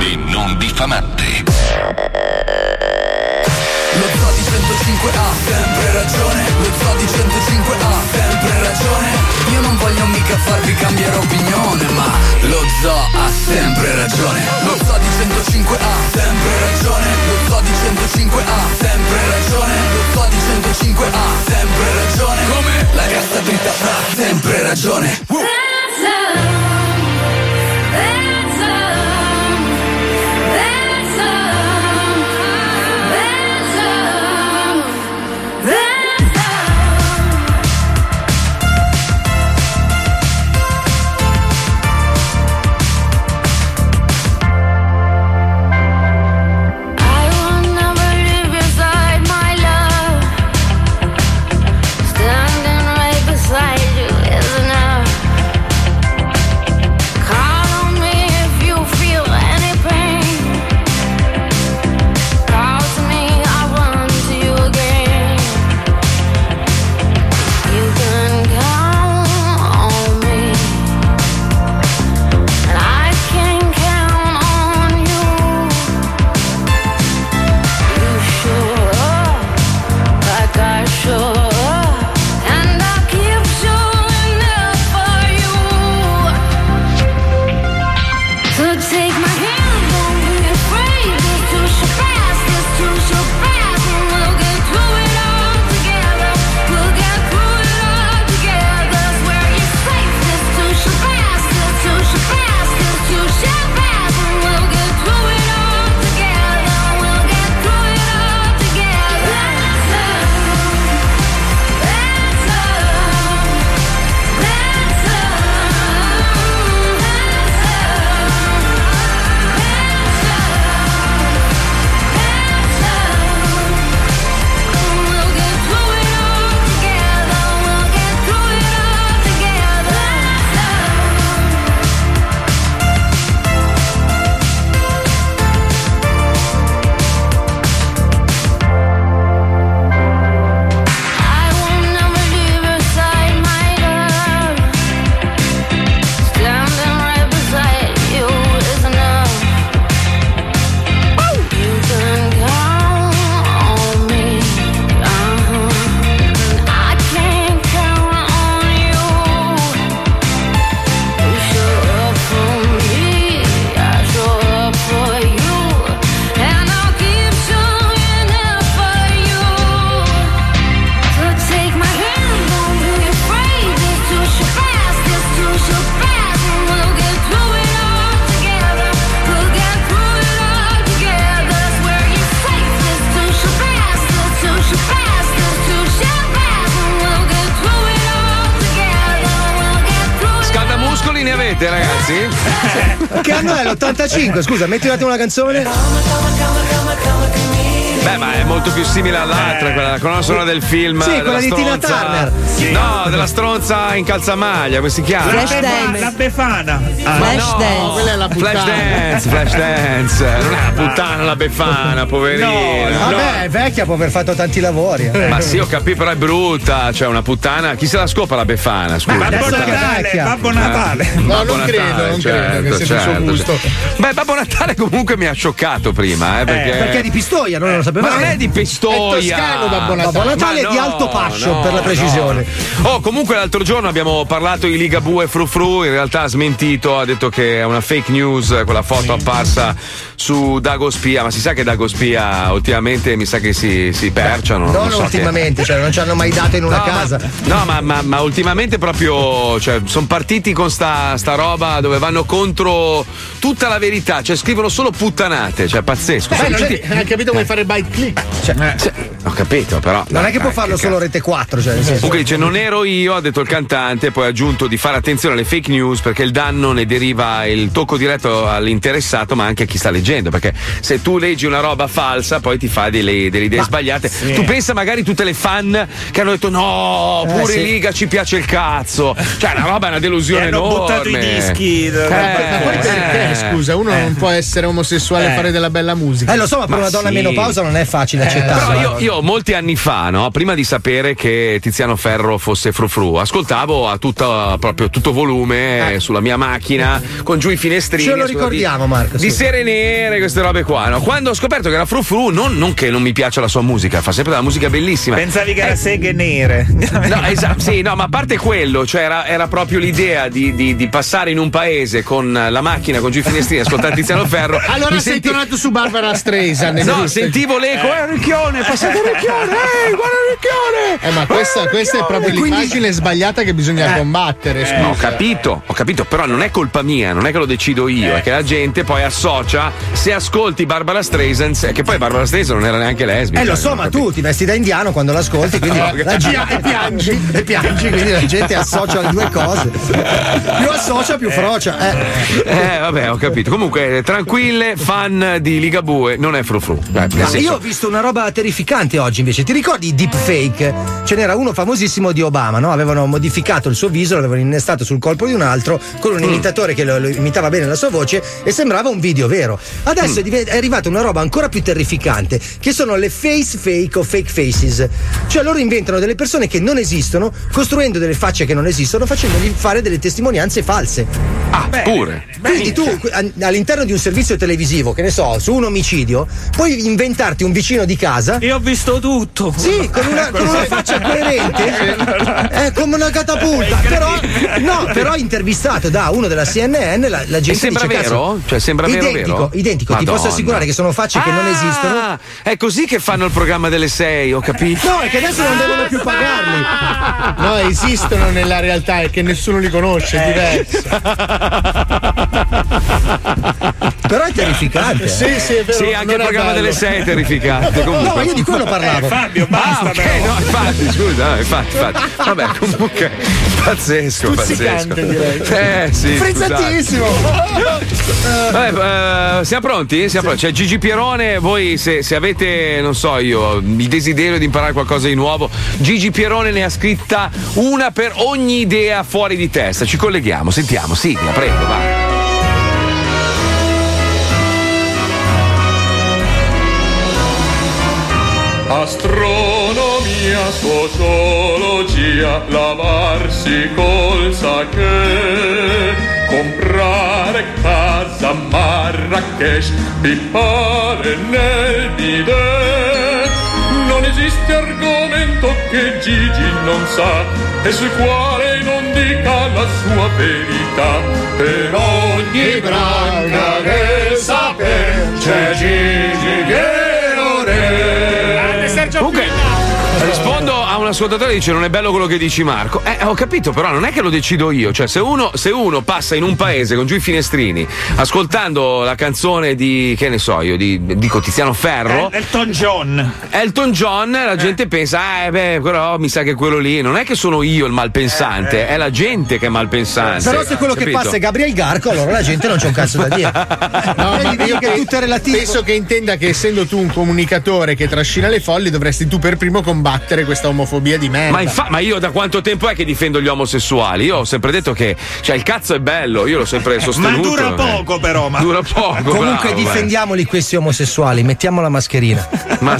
e non diffamante. Io non voglio mica farvi cambiare opinione, ma lo zoo ha sempre ragione. Lo zoo di 105 ha sempre ragione. Lo zoo di 105 ha sempre ragione. Lo zoo di 105 ha sempre ragione. Come? La cassa dritta ha sempre ragione. I will never live inside my love. oh, uh-huh. niente, ragazzi. Che anno è l'85? Scusa, metti un attimo una canzone. Beh, ma è molto più simile all'altra, quella, la colonna sonora del film. eh, Sì, della quella di Tina stronza- Turner. No, della stronza in calzamaglia, come si chiama? La, befana, la Befana. Ah, no, Quella è la Flash dance, flash dance. Non è una puttana la befana, poverina. Vabbè, è vecchia, può aver fatto tanti lavori. eh. Ma sì, ho capito, però è brutta. Cioè, una puttana. Chi se la scopa la befana? Scusa. adesso Puttana. che è vecchia. Eh, No, Babbo non Natale, credo, non credo che certo, sia del suo certo, gusto. certo. Beh, Babbo Natale comunque mi ha scioccato prima, eh, perché... Eh, Perché è di Pistoia, noi non lo sapevamo. Ma non è di Pistoia. È toscano Babbo Natale. Babbo Natale Ma è di no, Alto Pascio, no, per la precisione. no. Oh, comunque l'altro giorno abbiamo parlato di Ligabue e Frufru, in realtà ha smentito, ha detto che è una fake news eh, quella foto apparsa su Dago Spia, ma si sa che Dago Spia ultimamente mi sa che si, si perciano. non Non so che- ultimamente, cioè non ci hanno mai dato in una casa. No, ma, ma- ma ultimamente proprio sono partiti con sta, sta roba dove vanno contro tutta la verità, cioè scrivono solo puttanate, cioè pazzesco. Beh, Sono Eh, non tutti- è- hai capito come fare bite click? Cioè, ho capito, però. Non è dai, che può dai, farlo solo Rete 4, cioè nel senso. Comunque dice non ero io, ha detto il cantante, poi ha aggiunto di fare attenzione alle fake news perché il danno ne deriva il tocco diretto all'interessato ma anche a chi sta leggendo, perché se tu leggi una roba falsa poi ti fa delle, delle idee sbagliate. Tu pensa magari tutte le fan che hanno detto no, Eh, pure sì. Liga ci piace il cazzo, cioè la roba è una delusione Gli hanno enorme. buttato i dischi, Eh, ma poi perché, eh, scusa, uno non può essere omosessuale e Eh. fare della bella musica. Eh lo so, ma per una donna in menopausa non è facile accettarlo. Però io, io molti anni fa, no, prima di sapere che Tiziano Ferro fosse frufru, ascoltavo a tutta- proprio tutto volume eh, sulla mia macchina con giù i finestrini. Ce lo scusa, di- ricordiamo, Marco. Di scusa. sere nere, queste robe qua. no? Quando ho scoperto che era frufru, non, non che non mi piaccia la sua musica, fa sempre della musica bellissima. Pensavi che era Eh, seghe nere. No, esatto, sì, no, ma a parte quello, cioè era, era proprio l'idea di, di- di passare in un paese con la macchina con giù i finestrini, ascoltare Tiziano Ferro. Allora mi sei senti- tornato su Barbara Streisand. No, giusto? sentivo l'eco, eh, Ricchione, passate Ricchione, ehi, guarda Ricchione! Eh, ma questa, questa è proprio Quindi- Eh. l'immagine sbagliata che bisogna combattere, Eh, scusa. No, ho capito, ho capito, però non è colpa mia, non è che lo decido io, Eh. è che la gente poi associa se ascolti Barbara Streisand, se- che poi Barbara Streisand non era neanche lesbica. Eh lo so, ma tu ti vesti da indiano quando l'ascolti, quindi No, la che- gente e piangi, e piangi, quindi la gente associa le due cose. Più associa, più frocia. Eh. Eh, vabbè, ho capito. Comunque, eh, tranquille, fan di Ligabue, non è frufru. Dai, nel Ma senso- Ah, io ho visto una roba terrificante oggi invece. Ti ricordi i deepfake? Ce n'era uno famosissimo di Obama, no? Avevano modificato il suo viso, l'avevano innestato sul colpo di un altro con Mm. un imitatore che lo, lo imitava bene la sua voce e sembrava un video vero. Adesso Mm. è diven- è arrivata una roba ancora più terrificante, che sono le face fake o fake faces. Cioè loro inventano delle persone che non esistono, costruendo delle facce che non esistono, facendogli fare delle testimonianze false. Ah, pure. Quindi tu que- a- all'interno di un servizio televisivo, che ne so, su un omicidio, puoi inventarti un vicino di casa. Io ho visto tutto. Sì, con una, con una faccia coerente, eh, come una catapulta. Però, no, però intervistato da uno della CNN, la, la gente sembra dice, "Cazzo, vero? Cioè, sembra vero, identico, vero?" identico. Ti Madonna. posso assicurare che sono facce Ah! che non esistono. Ah, È così che fanno il programma delle 6, ho capito. No, è che adesso non devono Ah, più pagarli. No, esistono nella realtà, è che nessuno li conosce, è Eh. diverso. Però è terrificante. eh. Sì, sì, è vero. Sì, anche il non è programma bello. delle 6 è terrificante. Comunque. No, io di quello parlavo. Fabio, basta. no, infatti, scusa, no, infatti, infatti. Vabbè, comunque. Pazzesco, pazzesco. Stuzzicante, direi. Eh, sì. scusate. Frizzatissimo! Vabbè, eh, siamo pronti? Siamo pronti. C'è Gigi Pierone, voi se, se avete, non so io, il desiderio di imparare qualcosa di nuovo, Gigi Pierone ne ha scritta una per ogni idea fuori di testa. Ci colleghiamo, sentiamo, sigla, prego, va. Astronomia, sociologia, lavarsi col sake, comprare casa a Marrakesh, pippare nel bidet. Non esiste argomento che Gigi non sa e sul quale non dica la sua verità. Per ogni branca che saper c'è Gigi Gherone. Comunque, rispo- fondo a un ascoltatore dice non è bello quello che dici Marco. Eh, ho capito, però non è che lo decido io. Cioè, se uno, se uno passa in un paese con giù i finestrini, ascoltando la canzone di, che ne so io, di, dico Tiziano Ferro. Elton John. Elton John, la gente pensa, eh beh, però mi sa che quello lì. Non è che sono io il malpensante, è la gente che è malpensante. Eh, Però se quello che Ah, Capito? passa è Gabriel Garco, allora la gente non c'è un cazzo da dire. No, ma vedi io che tutto è relativo. Penso che intenda che essendo tu un comunicatore che trascina le folli, dovresti tu per primo combattere questa omofobia di merda. Ma, infa- ma io da quanto tempo è che difendo gli omosessuali? Io ho sempre detto che cioè, il cazzo è bello, io l'ho sempre sostenuto. dura poco, però. Dura poco. Comunque bravo, difendiamoli questi omosessuali, mettiamo la mascherina. eh. Ma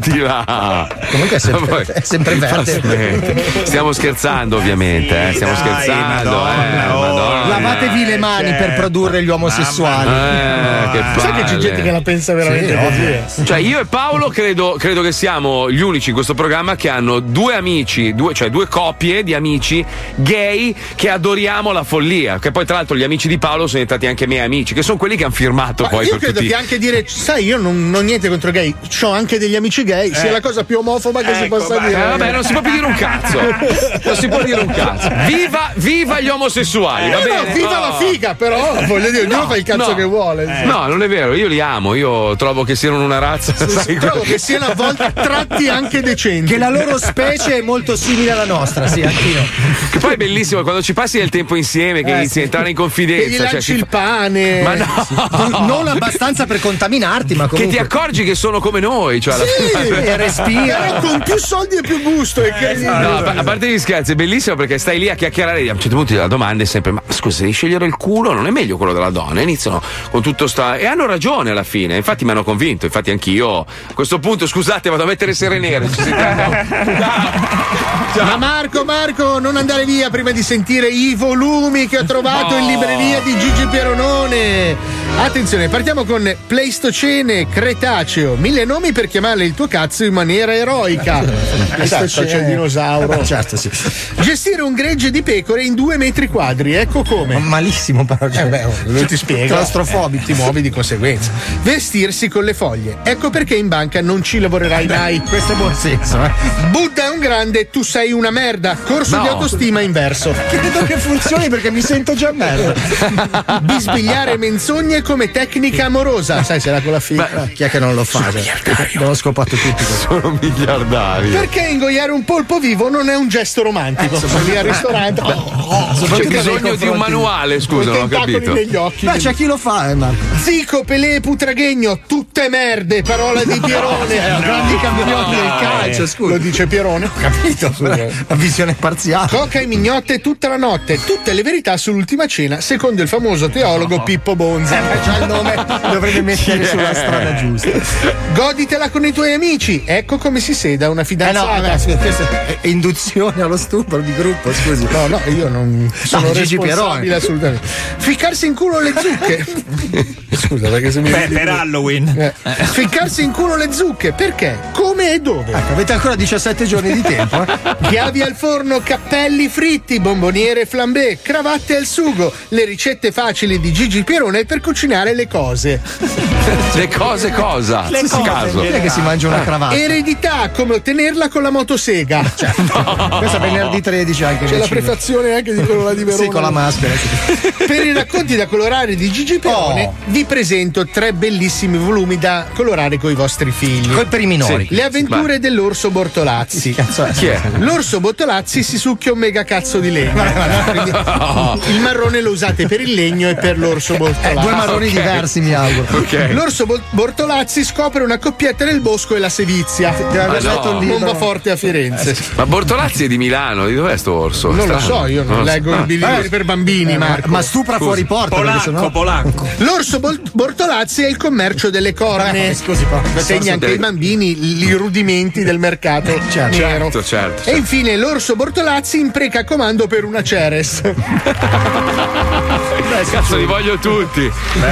smettila. Comunque è sempre- Ma è sempre ma verde. smetti. Stiamo scherzando, ovviamente. eh, Stiamo dai, scherzando. Madonna, eh, Madonna. Lavatevi le mani per produrre gli omosessuali. Eh, che Sai che c'è palle. gente che la pensa veramente eh. così? eh. Cioè, io e Paolo credo, credo che siamo gli unici in questo programma che hanno due amici, due, cioè due coppie di amici gay che adoriamo la follia. Che poi, tra l'altro, gli amici di Paolo sono diventati anche miei amici, che sono quelli che hanno firmato Ma poi io per credo tutti. che anche dire, sai, io non, non ho niente contro i gay, ho anche degli amici gay, sia la cosa più omofoba che si Eh. Ecco, possa va- dire. eh, vabbè, non si può più dire un cazzo. Non si può dire un cazzo. Viva, viva gli omosessuali, va Eh, no, bene? viva No. la figa, però voglio dire, ognuno No, fa il cazzo no. Eh. che vuole. insomma. No, non è vero, io li amo, io trovo che siano una razza. sai, Trovo quella- che siano a volte tratti anche decenti. Che la loro specie è molto simile alla nostra, sì, anch'io. Che poi è bellissimo quando ci passi del tempo insieme, che Eh, inizi sì. a entrare in Che gli confidenza. lanci cioè, si il fa- pane. Ma no! Non abbastanza per contaminarti, ma Che comunque. ti accorgi che sono come noi, cioè alla Sì, fine- Eh, Però con più soldi e più gusto. e che- No, a a parte gli scherzi, è bellissimo perché stai lì a chiacchierare e a un certo punto la domanda è sempre: Ma scusa, devi scegliere il culo? Non è meglio quello della donna? E Iniziano con tutto sta. E hanno ragione alla fine. Infatti mi hanno convinto, infatti anch'io. A questo punto, scusate, vado a mettere sere nere. Ci sentiamo. Ma Marco, Marco, non andare via prima di sentire i volumi che ho trovato in libreria di Gigi Pieronone. Attenzione, partiamo con Pleistocene, Cretaceo. Mille nomi per chiamare il tuo cazzo in maniera eroica. Pleistocene. Esatto, Eh, c'è il dinosauro. Certo, sì. Gestire un gregge di pecore in due metri quadri, ecco come. Malissimo, però. cioè, Eh beh, lo ti spiego. Claustrofobico. Eh, ti muovi di conseguenza. Vestirsi con le foglie. Ecco perché in banca non ci lavorerai mai. Questo è buon senso, eh. Buddha è un grande, tu sei una merda. Corso No. di autostima inverso. Credo che funzioni perché mi sento già merda. Bisbigliare menzogne come tecnica amorosa. Sai, c'era quella figa. Chi è che non lo fa? L'ho Eh, scopato tutti. Sono miliardari. Perché ingoiare un polpo vivo non è un gesto romantico? Eh, Sono lì al ristorante. oh, oh, C'è soprattutto nei bisogno di un confronti- manuale, scusa, coi non ho tentacoli capito. negli occhi. Ma c'è chi lo fa, eh, Marco. Zico, Pelé, Putraghegno, tutte merde, parola di Pierone. No, grandi campioni no, del calcio, eh. scusa. Lo dice Pierone. Capito? La visione parziale. Coca e mignotte tutta la notte, tutte le verità sull'ultima cena, secondo il famoso teologo Pippo Bonzi. Già il nome dovrebbe mettere Chi è? sulla strada giusta. Goditela con i tuoi amici, ecco come si seda una Eh no, fidanzata. vabbè, scusa, questa è Eh, induzione allo stupro di gruppo, scusi. No, no, io non sono Gigi responsabile Pierone. assolutamente. Ficcarsi in culo le zucche. certo. Scusa, perché se mi Eh. Beh, per Halloween. Eh. Ficcarsi in culo le zucche, perché? Come e dove? Ecco, avete ancora 17 giorni di tempo. eh? Chiavi al forno, cappelli fritti, bomboniere e flambé, cravatte al sugo, le ricette facili di Gigi Pierone per cucinare le cose. Le cose cosa? Le Sì, sì, cose, caso. Eh. Chi è che si mangia una cravatta? Eredità, come ottenerla con la motosega. Cioè, Questa è venerdì 13 anche C'è la vicino. prefazione anche di quella di Verona. Sì, con la maschera. sì. Per i racconti da colorare di Gigi Perone vi presento tre bellissimi volumi da colorare con i vostri figli. Col per i minori. Sì. Le avventure dell'orso Bortolazzi. Chi è? L'orso Bortolazzi si succhia un mega cazzo di legno. Quindi, Il marrone lo usate per il legno e per l'orso Eh, Bortolazzi. Ah, due marroni Ah, ok. diversi, mi auguro. Ok. L'orso Bo- Bortolazzi scopre una coppietta nel bosco e la sevizia. Ma no. Eh, Bomba forte a Firenze. Ma Bortolazzi è di Milano, di dov'è sto orso? Eh, Non lo Strano. so, io non lo so. leggo i Ah. libri per bambini, Marco. Eh, Ma stupra fuori porta, perché sennò. Polacco, polacco. L'orso Bol- Bortolazzi è il commercio delle corne. Eh, scusi, però. Segna anche delle- ai bambini i rudimenti del mercato Eh, nero. Certo, certo. E infine l'orso Bortolazzi impreca comando per una Ceres. Cazzo, li voglio tutti.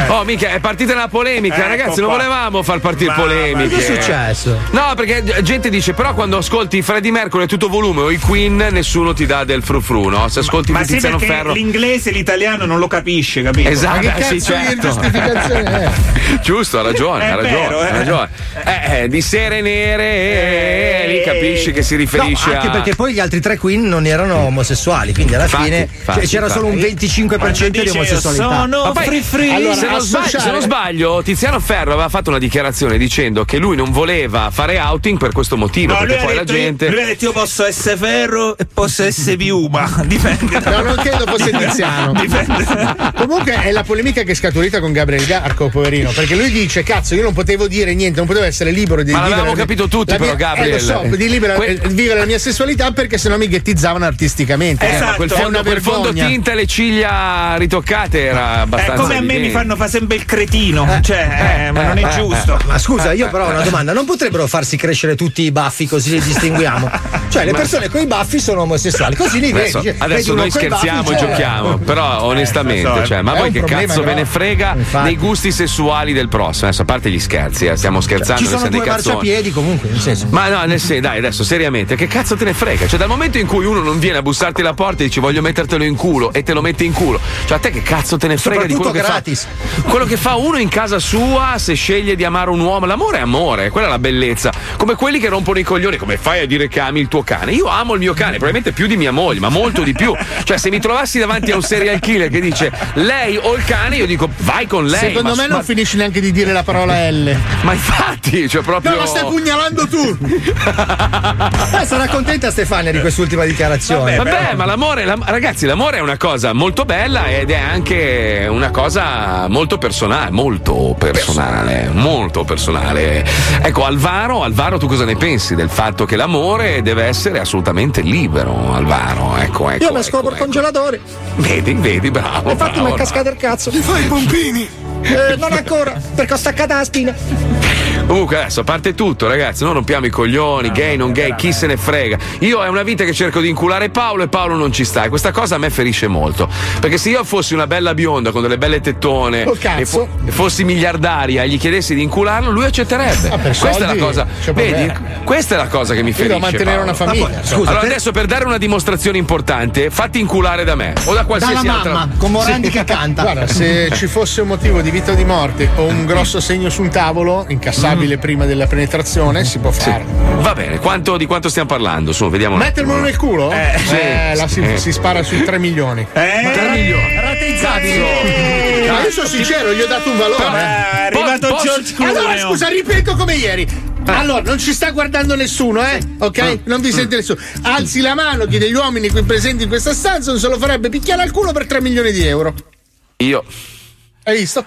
Oh, mica, è partita una polemica. Ecco Ragazzi, non qua. volevamo far partire Mamma polemiche. mia. Cosa è successo? No, perché g- gente dice, però quando ascolti Freddy Mercury a tutto volume o i Queen, nessuno ti dà del frufru, no? Se ascolti Ma sì, Tiziano perché Ferro. l'inglese e l'italiano non lo capisce, capito? Esatto, eh, sì, certo. Giusto, ha ragione, È ha ragione, vero, eh. ha ragione. Eh, eh, di sere nere, eh, eh, lì capisci che si riferisce anche a. perché poi gli altri tre Queen non erano omosessuali, quindi alla Infatti, fine infatti, cioè, c'era infatti. solo un 25% di Dice, omosessualità. Ma poi, se, non sbaglio, se cioè, non sbaglio, Tiziano Ferro aveva fatto una dichiarazione dicendo che lui non voleva fare outing per questo motivo, No, lui perché ha, poi la detto, gente. lui ha detto io posso essere ferro e posso essere piuma, dipende. No, non credo fosse Tiziano. Comunque è la polemica che è scaturita con Gabriel Garco, poverino, perché lui dice: Cazzo, io non potevo dire niente, non potevo essere libero di Ma vivere. l'avevamo la mia- capito tutti la mia- però, Gabriel. Eh, lo so, di libera- Que- eh, vivere la mia sessualità perché sennò mi ghettizzavano artisticamente. Eh, ma Esatto. quel È una fondo, quel vergogna. fondotinta e le ciglia ritoccate era abbastanza. Eh, come a me evidente. mi fanno fa sempre il cretino, cioè, eh, ma non è giusto. Ma scusa, io però ho una domanda: non potrebbero farsi crescere tutti i baffi così li distinguiamo? Cioè, le Ma- persone con i baffi sono omosessuali, così li vedi. Adesso, cioè, adesso vedi uno noi coi scherziamo baffi, e cioè- giochiamo, però onestamente, lo so, cioè, ma è voi un che problema cazzo ve grosso. ne frega Infatti. dei gusti sessuali del prossimo? Adesso, a parte gli scherzi, eh, stiamo scherzando, Ci noi sono siamo due dei cazzoni. marciapiedi comunque, nel senso. Ma no, nel senso, dai, adesso seriamente, che cazzo te ne frega? Cioè, dal momento in cui uno non viene a bussarti la porta e dici voglio mettertelo in culo e te lo mette in culo, cioè a te che cazzo te ne frega di quello Soprattutto che gratis. fa? Quello che fa uno in casa sua se sceglie di amare un uomo, l'amore è amore, quella è la bellezza. Come quelli che rompono i coglioni, come fai a dire che ami il tuo cane? Io amo il mio cane, probabilmente più di mia moglie, ma molto di più. Cioè, se mi trovassi davanti a un serial killer che dice lei o il cane, io dico vai con lei. Secondo ma- me non ma- finisci neanche di dire la parola L. ma infatti, cioè proprio. No, la stai pugnalando tu! Eh, sarà contenta Stefania di quest'ultima dichiarazione. Eh. Vabbè, ma l'amore, l'am- ragazzi, l'amore è una cosa molto bella ed è anche una cosa molto personale, molto personale, molto personale. Ecco, Alvaro, Alvaro, tu cosa ne pensi del fatto che l'amore deve essere assolutamente libero, Alvaro? Ecco, ecco. Io mi scopro il congelatore. Vedi, vedi, bravo. Infatti mi bravo. è cascato il cazzo. Mi fai i pompini? non ancora, perché ho staccato la spina. Comunque adesso a parte tutto, ragazzi, noi rompiamo i coglioni, gay, non gay, chi se ne frega. Io è una vita che cerco di inculare Paolo e Paolo non ci sta. E questa cosa a me ferisce molto. Perché se io fossi una bella bionda con delle belle tettone Oh, cazzo. e, e fossi miliardaria e gli chiedessi di incularlo, lui accetterebbe. Ah, per questa è soldi, la cosa. c'è Vedi? problema. Questa è la cosa che mi Io devo ferisce. mantenere Paolo. una famiglia. Ma poi, scusa, allora per- adesso per dare una dimostrazione importante, fatti inculare da me o da qualsiasi Dalla altra mamma, con Morandi che canta. Guarda, se ci fosse un motivo di vita o di morte o un grosso segno su un tavolo, incassabile prima della penetrazione, si può fare. Va bene, quanto- di quanto stiamo parlando? Su, vediamo. un Mettermelo attimo. nel culo? Eh, sì. la si, Eh. si spara sui 3 milioni. Eh, 3 milioni. Rateizzabile. Ma io sono sincero, gli ho dato un valore. è arrivato Posso- George Clooney. Allora, scusa, ripeto come ieri. Allora, non ci sta guardando nessuno, eh? Ok? Non vi sente nessuno. Alzi la mano chi degli uomini qui presenti in questa stanza non se lo farebbe picchiare al culo per 3 milioni di euro. Io. Hai visto?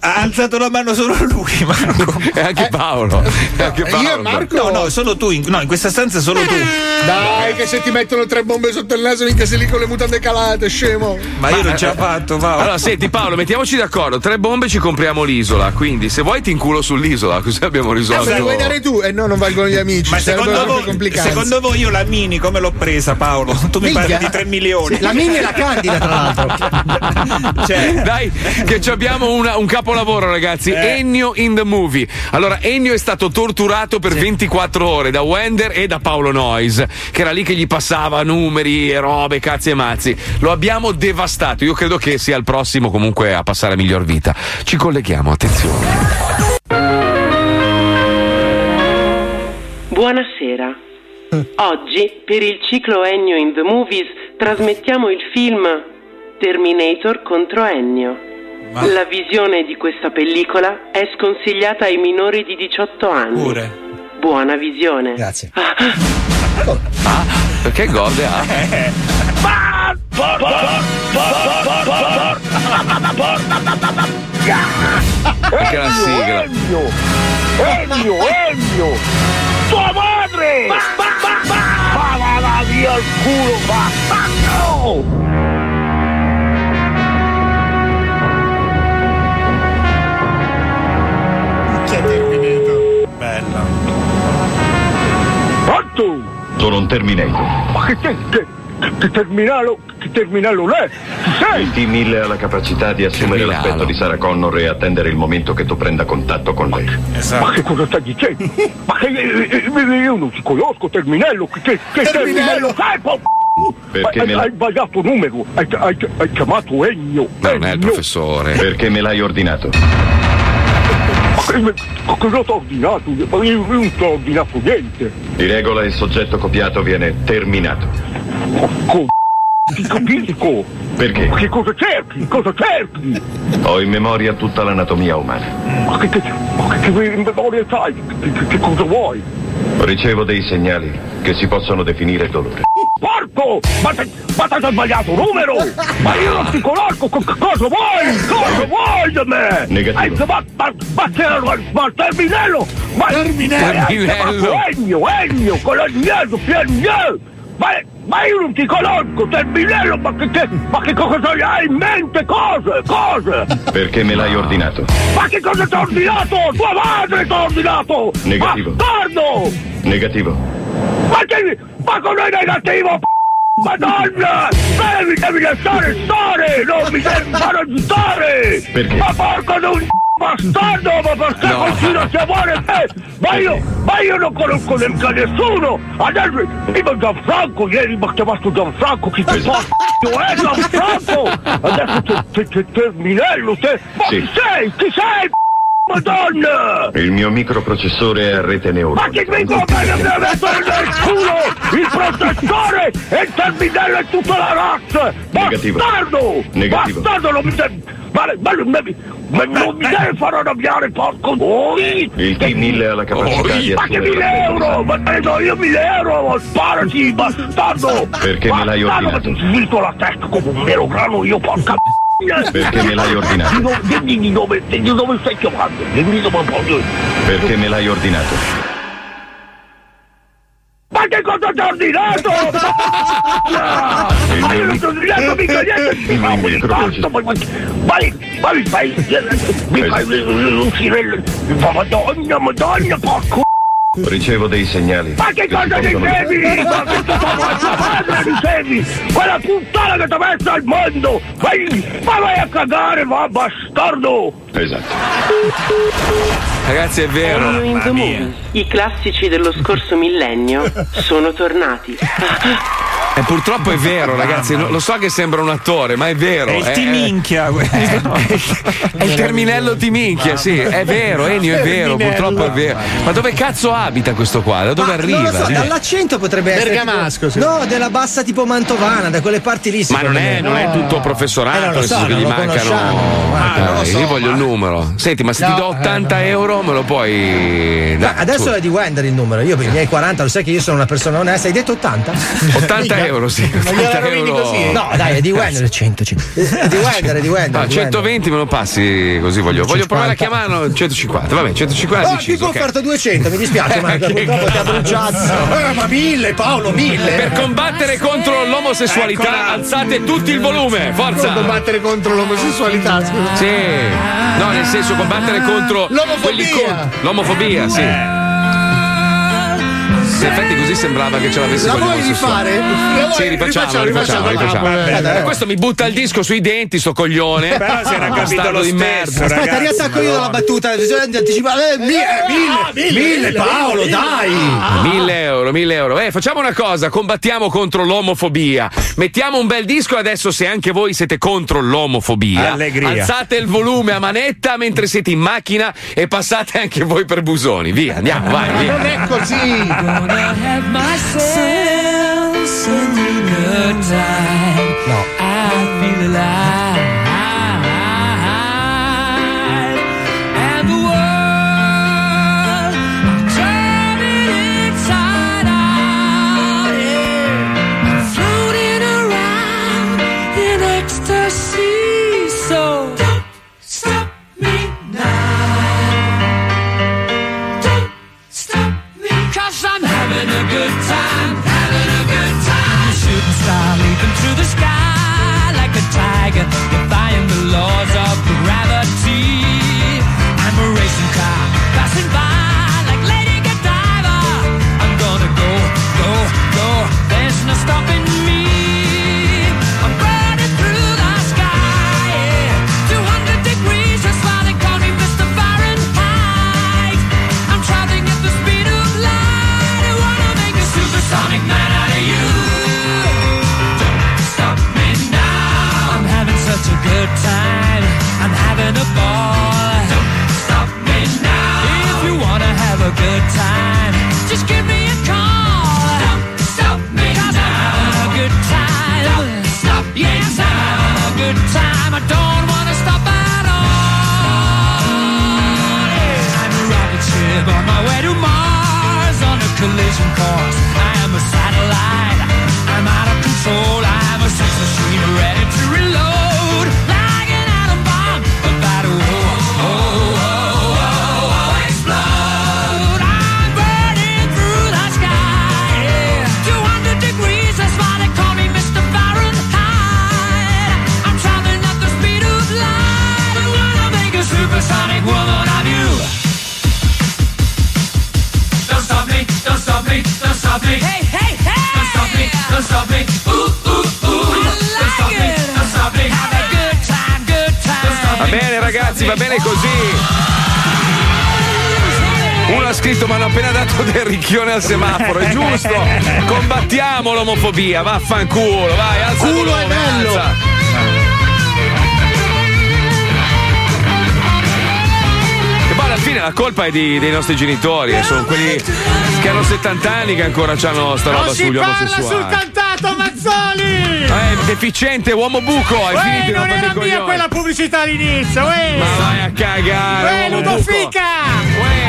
Ha alzato la mano solo lui, Marco. E anche Paolo. E anche Paolo. Eh. Io e Marco- No, no, solo tu. in- no, in questa stanza solo tu. Dai, che se ti mettono tre bombe sotto il naso, minchia sei lì con le mutande calate, scemo. Ma io non ce l'ho eh, fatto, Paolo. eh, Allora, senti Paolo, mettiamoci d'accordo. Tre bombe ci compriamo l'isola. Quindi, se vuoi ti inculo sull'isola, così abbiamo Ah, me la vuoi risolto. dare tu? Eh no, non valgono gli amici. Ma sarebbero secondo altre voi, complicanze. secondo voi io la mini come l'ho presa Paolo? Tu mi Minchia. parli di 3 milioni. La mini è la candida, tra l'altro. Cioè- Eh. Dai, che ci abbiamo una- un capolavoro, ragazzi. Ennio in the movie. Allora, Ennio è stato torturato per 24 ore da Wender e da Paolo Noyes, che era lì che gli passava numeri e robe, cazzi e mazzi. Lo abbiamo devastato. Io credo che sia il prossimo, comunque, a passare a miglior vita. Ci colleghiamo, attenzione. Buonasera. Oggi, per il ciclo Ennio in the Movies, trasmettiamo il film Terminator contro Ennio. La visione di questa pellicola è sconsigliata ai minori di 18 anni. Buona visione. ah. Grazie. Ah, perché gode ah. ha? Eh. Perché la sigla. Elio, Elio! Tua madre! Favala via il culo, bastardo! C'è terminato. Bella. Pronto? Sono un Terminator. Ma che, che, che, che terminalo, che terminalo lei, sei! Il T-1000 ha la capacità di assumere l'aspetto di Sara Connor e attendere il momento che tu prenda contatto con lei. Ma Esatto. che cosa stai dicendo? Ma che eh, eh, io non ti conosco, Terminello, che, che che Terminello. Terminello sei, po- Perché hai, me la- hai sbagliato numero, hai, hai- hai chiamato Ennio. Non è il professore. Perché me l'hai ordinato? Ma che, ma cosa ti ho ordinato? Io io non ti ho ordinato niente. Di regola il soggetto copiato viene terminato. Ti capisco. Perché? Ma che cosa cerchi? Cosa cerchi? Ho in memoria tutta l'anatomia umana. Ma che, che, ma che, che memoria sai? Che, che- che cosa vuoi? Ricevo dei segnali che si possono definire dolore. Porco! Ma te, ma te hai sbagliato numero! Ma io non ti conosco! co- co- cosa vuoi? Cosa vuoi da me? Negativo. Hai chiamato- ma, ma c'era ma, ma Terminello! Ma Terminello. Hai chiamato Ennio, Ennio, con l'agnello, piagnello! Ma, ma io non ti conosco, Terminello! Ma che, che, ma che cosa hai in mente? Cose, cose! Perché me l'hai ordinato? Ma che cosa ti ho ordinato? Tua madre ti ha ordinato! Negativo. Bastardo! Negativo. Ma che... Ma con noi negativo, p***o! Madonna! Ma mi devi lasciare stare! Non mi devi fare stare! Ma porco non... Bastardo, ma perché No. continua a chiamare me? Ma io, ma io non conosco neanche nessuno! Adesso, prima Gianfranco, ieri mi ha chiamato Gianfranco, chi ti fa? è Gianfranco! Adesso c'è, c'è, c'è Terminello, te... Ma Sì. chi sei? Chi sei, p***o? Madonna! Il mio microprocessore è a rete Ma neurone. che mi compra che mi ha messo nel culo il processore e il terminello e tutta la razza! Negativo. Bastardo! Negativo. Bastardo non mi deve... Ma, ma, ma, ma non mi deve far arrabbiare, porco... Oi! Il T-1000 ha la capacità di Ma che 1000 assumere l'aspetto di euro! Ma prendo io 1000 euro! Sparati, bastardo! Perché me l'hai Bastardo, ordinato? Ma ti svito la testa come un vero grano, io porca... Perché me l'hai ordinato? Di no- Dimmi di dove, di dove stai chiamando, dimmi dove proprio... Perché me l'hai ordinato? Ma che cosa ti ho ordinato? Ma io non ti ho ordinato mica niente, Il mio basta, microprocessore. ma ma- vai, vai, vai, mi fai l'ucirello, madonna, madonna, porco! Ricevo dei segnali. Ma che si cosa possono- dicevi? Ma che cosa madre dicevi? Quella puttana che ti ha messo al mondo! Vai, ma vai a cagare, va bastardo! Esatto. Ragazzi, è vero. Ennio in the Movies, i classici dello scorso millennio, sono tornati. Eh, purtroppo è vero, ragazzi. Lo, lo so che sembra un attore, ma è vero. È il ti minchia, Eh, È il terminello ti minchia, sì. È vero, Enio, è Terminello. vero, purtroppo è vero. Ma dove cazzo abita questo qua? Da dove Ma arriva? Non lo so, Sì. dall'accento potrebbe essere. Bergamasco, tipo- No, della bassa tipo mantovana, da quelle parti lì. Ma non secondo è, me. non è No. tutto Eh, non professorato, lo nel so, senso che non gli lo mancano. conosciamo. Ah, non lo Eh, so, eh, io voglio il numero. Senti, ma se ti do 80 euro me lo puoi. Ma dai, adesso su. è di Wender il numero, io per i miei 40, lo sai che io sono una persona onesta, hai detto 80? 80 euro, sì. 80 euro. Eh, No, dai, è di Wender, 150. È di Wender, è di Wender. Ah, è di Wender. 120 me lo passi così voglio. Voglio provare a chiamarlo 150. Vabbè, 150 No, deciso, tipo ho ok. Oh, offerto 200, mi dispiace, ma Che purtroppo ti ha bruciato. cazzo. Eh, ma mille, Paolo, mille. Per combattere contro l'omosessualità, alzate tutti il volume, forza! Non combattere contro l'omosessualità, scusa. Sì, no, nel senso combattere contro L'omofobia. quelli con- l'omofobia, sì. In effetti così sembrava che ce l'avessi La con gli vuoi omosessuali. rifare? La vuoi- Sì, rifacciamo, rifacciamo, rifacciamo, rifacciamo, rifacciamo. vabbè, Eh, vabbè. Questo mi butta il disco sui denti, sto coglione. Però si era capito Bastardo lo di stesso, merda. Aspetta, riattacco io dalla battuta, bisogna anticipare. Eh, mille, Ah, mille, mille, Paolo, dai. Mille euro, mille euro. Eh, facciamo una cosa, combattiamo contro l'omofobia. Mettiamo un bel disco e adesso se anche voi siete contro l'omofobia, Allegria. alzate il volume a manetta mentre siete in macchina e passate anche voi per Busoni. Via, andiamo, vai, via. Non è così. No. So don't stop me now. Don't stop me, cause I'm having a good time, having a good time. Shooting star leaping through the sky like a tiger, defying the laws of gravity. I'm a racing car passing by like Lady Godiva. I'm gonna go, go, go, there's no stopping me. man out of you. Don't stop me now. I'm having such a good time. I'm having a ball. Don't stop me now. If you wanna have a good time, just give me a call. Don't stop me now. I'm having a good time. Don't stop yes, I'm having a good time. I don't wanna stop at all. Yeah, I'm a rocket ship on my way to Mars on a collision course. I am a satellite. I'm out of control. I'm a sex machine ready to reload. Like an atom bomb. About to oh, oh, oh, oh, oh, oh, explode. I'm burning through the sky. Yeah. 200 degrees, that's why they call me Mr. Fahrenheit. I'm traveling at the speed of light. I wanna make a supersonic woman of you. Don't stop me, don't stop me, don't stop me. Hey, hey, hey! Don't stop me, don't stop me. Ooh, ooh, ooh. I like don't stop it. me, don't stop me. Have a good time, good time. Don't stop Va me. bene ragazzi, va bene così. Uno ha scritto mi hanno appena dato del ricchione al semaforo, è giusto. Combattiamo l'omofobia, vaffanculo, vai, alza il Culo è volume, bello. alza. E poi alla fine la colpa è di- dei nostri genitori, eh, sono quelli che hanno 70 anni che ancora hanno sta roba Non si sugli parla sul omosessuali. cantato, Mazzoli! Eh, deficiente, uomo buco, hai Uè, finito di Eh, non rompermi era i mia coglioni. quella pubblicità all'inizio, eh! uè! Ma vai a cagare, Uè, uomo Ludofica!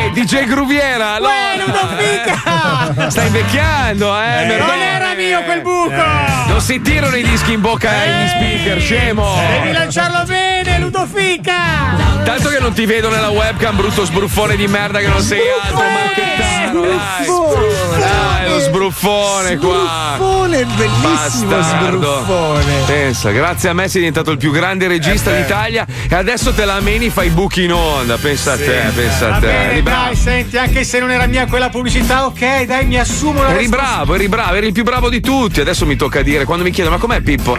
Eh, DJ Gruviera, allora, eh. Stai invecchiando, eh, Non merda. era mio quel buco! Eh. Non si tirano i dischi in bocca agli speaker, scemo. Devi lanciarlo bene, Ludofica! Tanto che non ti vedo nella webcam, brutto sbruffone di merda che non sei altro, Eh, marchettaro, dai. Dai, lo sbruffone qua. Sbruffone, bellissimo Bastardo. sbruffone. Pensa, grazie a me sei diventato il più grande regista Eh, beh. d'Italia e adesso te la meni fai i buchi in onda. Pensa a te, pensa Va a te. bene, Eri bravo. dai, senti, anche se non era mia quella pubblicità, ok, dai, mi assumo la Eri bravo, eri bravo, eri il più bravo di tutti. Adesso mi tocca dire, quando mi chiedono, ma com'è Pippo?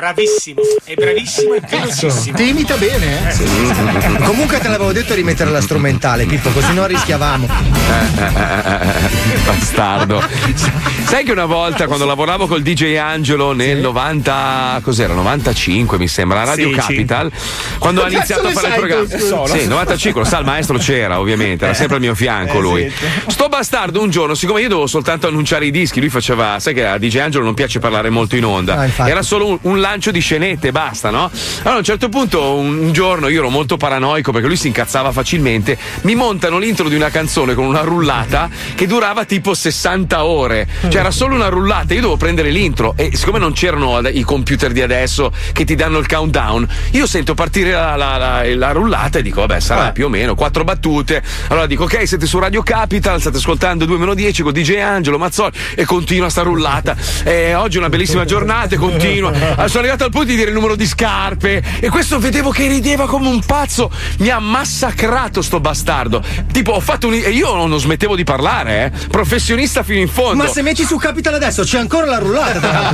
Bravissimo, è bravissimo e velocissimo. Ti imita bene, eh? Comunque te l'avevo detto di mettere la strumentale, Pippo, così non rischiavamo. Eh, eh, eh, Bastardo. Sa- Sai che una volta quando lavoravo col DJ Angelo nel 90, cos'era? 95 mi sembra, la Radio Sì, Capital, quando ha Cazzo iniziato a ne fare il sai programma. tu, scusa? Sì, 95, lo sa, il maestro c'era ovviamente, era sempre al mio fianco Eh, lui. zitto. Sto bastardo un giorno, siccome io dovevo soltanto annunciare i dischi, lui faceva, sai che a DJ Angelo non piace parlare molto in onda, Ah, infatti. era solo un, un lancio di scenette, basta, no? Allora a un certo punto, un, un giorno, io ero molto paranoico perché lui si incazzava facilmente, mi montano l'intro di una canzone con una rullata che durava tipo 60 ore, cioè era solo una rullata, io dovevo prendere l'intro e siccome non c'erano ad- i computer di adesso che ti danno il countdown, io sento partire la, la- la- la rullata e dico, vabbè, sarà più o meno quattro battute, allora dico, ok, siete su Radio Capital, state ascoltando 2-10 con DJ Angelo Mazzoli e continua sta rullata. E oggi è una bellissima giornata e continua. Allora, Sono arrivato al punto di dire il numero di scarpe e questo vedevo che rideva come un pazzo. Mi ha massacrato sto bastardo. Tipo, ho fatto un. E io non smettevo di parlare, eh. Professionista fino in fondo. Ma se metti su Capital adesso c'è ancora la rullata. tra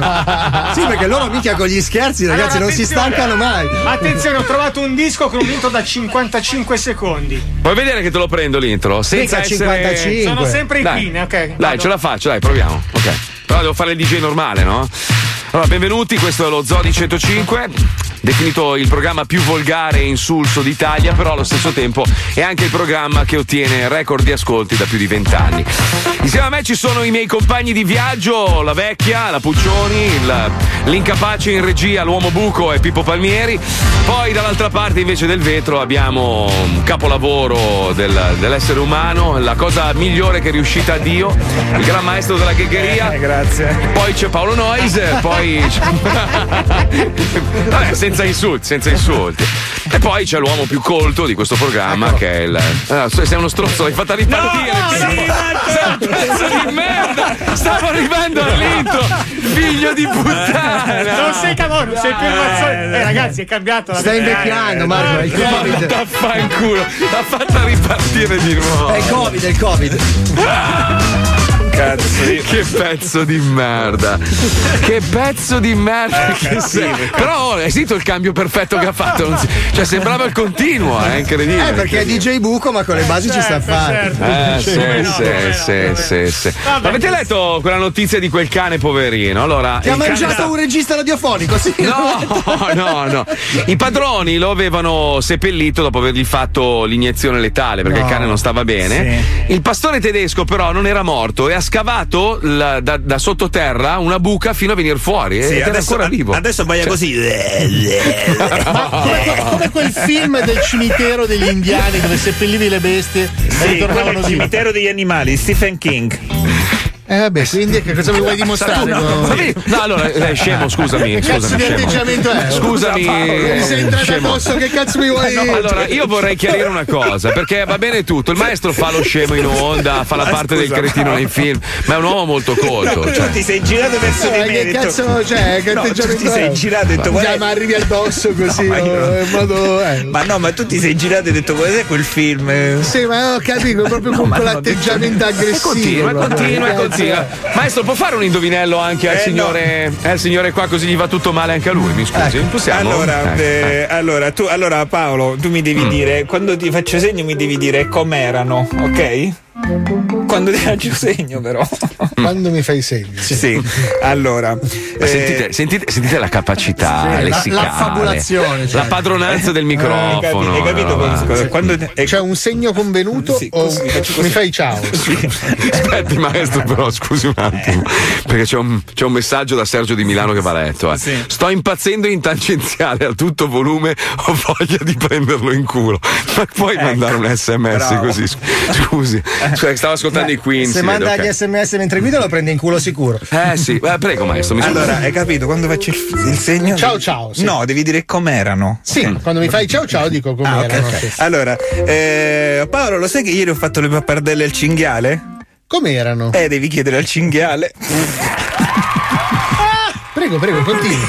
l'altro. sì, perché loro mica con gli scherzi, ragazzi, Allora, non si attenzione. stancano mai. Attenzione, ho trovato un disco con un minuto da 55 secondi. Puoi vedere che te lo prendo l'intro? Senza Mica essere- 55. Sono sempre in Dai. pin, ok, Dai, vado. ce la faccio, dai, proviamo. Ok. Però devo fare il DJ normale, no? Allora, benvenuti, questo è lo Zodi 105, definito il programma più volgare e insulso d'Italia, però allo stesso tempo è anche il programma che ottiene record di ascolti da più di vent'anni. Insieme a me ci sono i miei compagni di viaggio, la vecchia, la Puccioni, il- l'incapace in regia, l'uomo buco e Pippo Palmieri. Poi dall'altra parte invece del vetro abbiamo un capolavoro del- dell'essere umano, la cosa migliore che è riuscita a Dio, il gran maestro della ghegheria. eh, grazie. Poi c'è Paolo Nois, poi c'è- Vabbè, senza insulti, senza insulti. E poi c'è l'uomo più colto di questo programma che è il Ah, sei uno strozzo, l'hai fatta ripartire. Pezzo di merda! Stavo arrivando all'intro! Figlio di puttana! Non sei Camorra, non sei più Mazzoli. Eh, ragazzi, è cambiato la Stai Eh, invecchiando, Marco, è il eh, no, Covid. Vaffanculo, l'ha fatta ripartire di nuovo. È il Covid, è il Covid. cazzo di... che pezzo di merda. Che pezzo di Eh, merda che sei. Però oh, hai sentito il cambio perfetto che ha fatto? Non si- Cioè sembrava il continuo, è incredibile. Eh, perché è DJ Buco, ma Eh, con le basi ci certo, sta a fare. Eh, sì, sì, sì, sì, sì. Ma avete letto quella notizia di quel cane poverino? Allora, Ti ha il cane mangiato sta- un regista radiofonico, sì. No, no, no. I padroni lo avevano seppellito dopo avergli fatto l'iniezione letale perché No. il cane non stava bene. Il pastore tedesco però non era morto e ha scavato la- da, da sottoterra una buca fino a venire fuori. Sì, Eh, ed era adesso- ancora vivo. Cioè- adesso vai così. eh, Come quel film del Cioè, cimitero degli indiani dove seppellivi le bestie e Sì, quello è ritornavano il di cimitero degli animali, Stephen King. Eh vabbè, quindi che cosa mi vuoi dimostrare? No, con- no, vabbè. No, allora, eh, scemo, scusami. Che cazzo scusami, di scemo. atteggiamento è? Scusami. eh, Mi sei entrato scemo. addosso, che cazzo mi vuoi No, allora, io vorrei chiarire una cosa, perché va bene tutto, il maestro fa lo scemo in onda, fa la Ma parte scusa, del cretino ma- nei film, ma è un uomo molto colto. No, cioè. tu ti sei girato verso di Eh, me. che hai detto- cazzo, cioè, che No, tu atteggiamento ti sei è? girato e hai detto, Dai, guarda- ma arrivi addosso così, ma io- eh, in modo, eh. Ma no, ma tu ti sei girato e hai detto cos'è quel film? eh?" Sì, ma ho capito, proprio No, con ma no, quell'atteggiamento aggressivo. Continua, proprio, continua, ragazzi. continua. Maestro, può fare un indovinello anche al Eh, no. signore, eh, al signore qua, così gli va tutto male anche a lui, mi scusi? Possiamo? Ecco, Allora, Eh, Mm. eh, allora, tu, allora Paolo, tu mi devi dire, quando ti faccio segno mi devi dire com'erano, ok? Quando ti faccio segno però. Quando mi fai segno. Sì, allora. Ma Sentite, sentite- sentite la capacità Eh. Sì, la- lessicale, l'affabulazione, cioè. la padronanza del Ah, hai capito, microfono. hai capito no, cosa- va. cosa- quando ti- C'è un segno convenuto o così, faccio così. mi fai ciao? Aspetti, maestro, però scusi un attimo, perché c'è un, c'è un messaggio da Sergio di Milano che va letto. eh. Sto impazzendo in tangenziale a tutto volume, ho voglia di prenderlo in culo. Ma puoi Ecco. mandare un sms bravo. così? Scusi, Eh. Scusa, stavo ascoltando i Queen. Se si manda vede, gli ok. sms mentre guida lo prende in culo sicuro. Eh sì, eh, prego maestro. Mi scusi. Allora, hai capito? Quando faccio il, il segno. Ciao, ciao, sì. No, devi dire com'erano. Sì, quando mi fai ciao ciao dico come Ah, ok, era. ok. Allora, eh, Paolo, lo sai che ieri ho fatto le pappardelle al cinghiale? Com'erano? Eh, devi chiedere al cinghiale. Prego, prego, continui.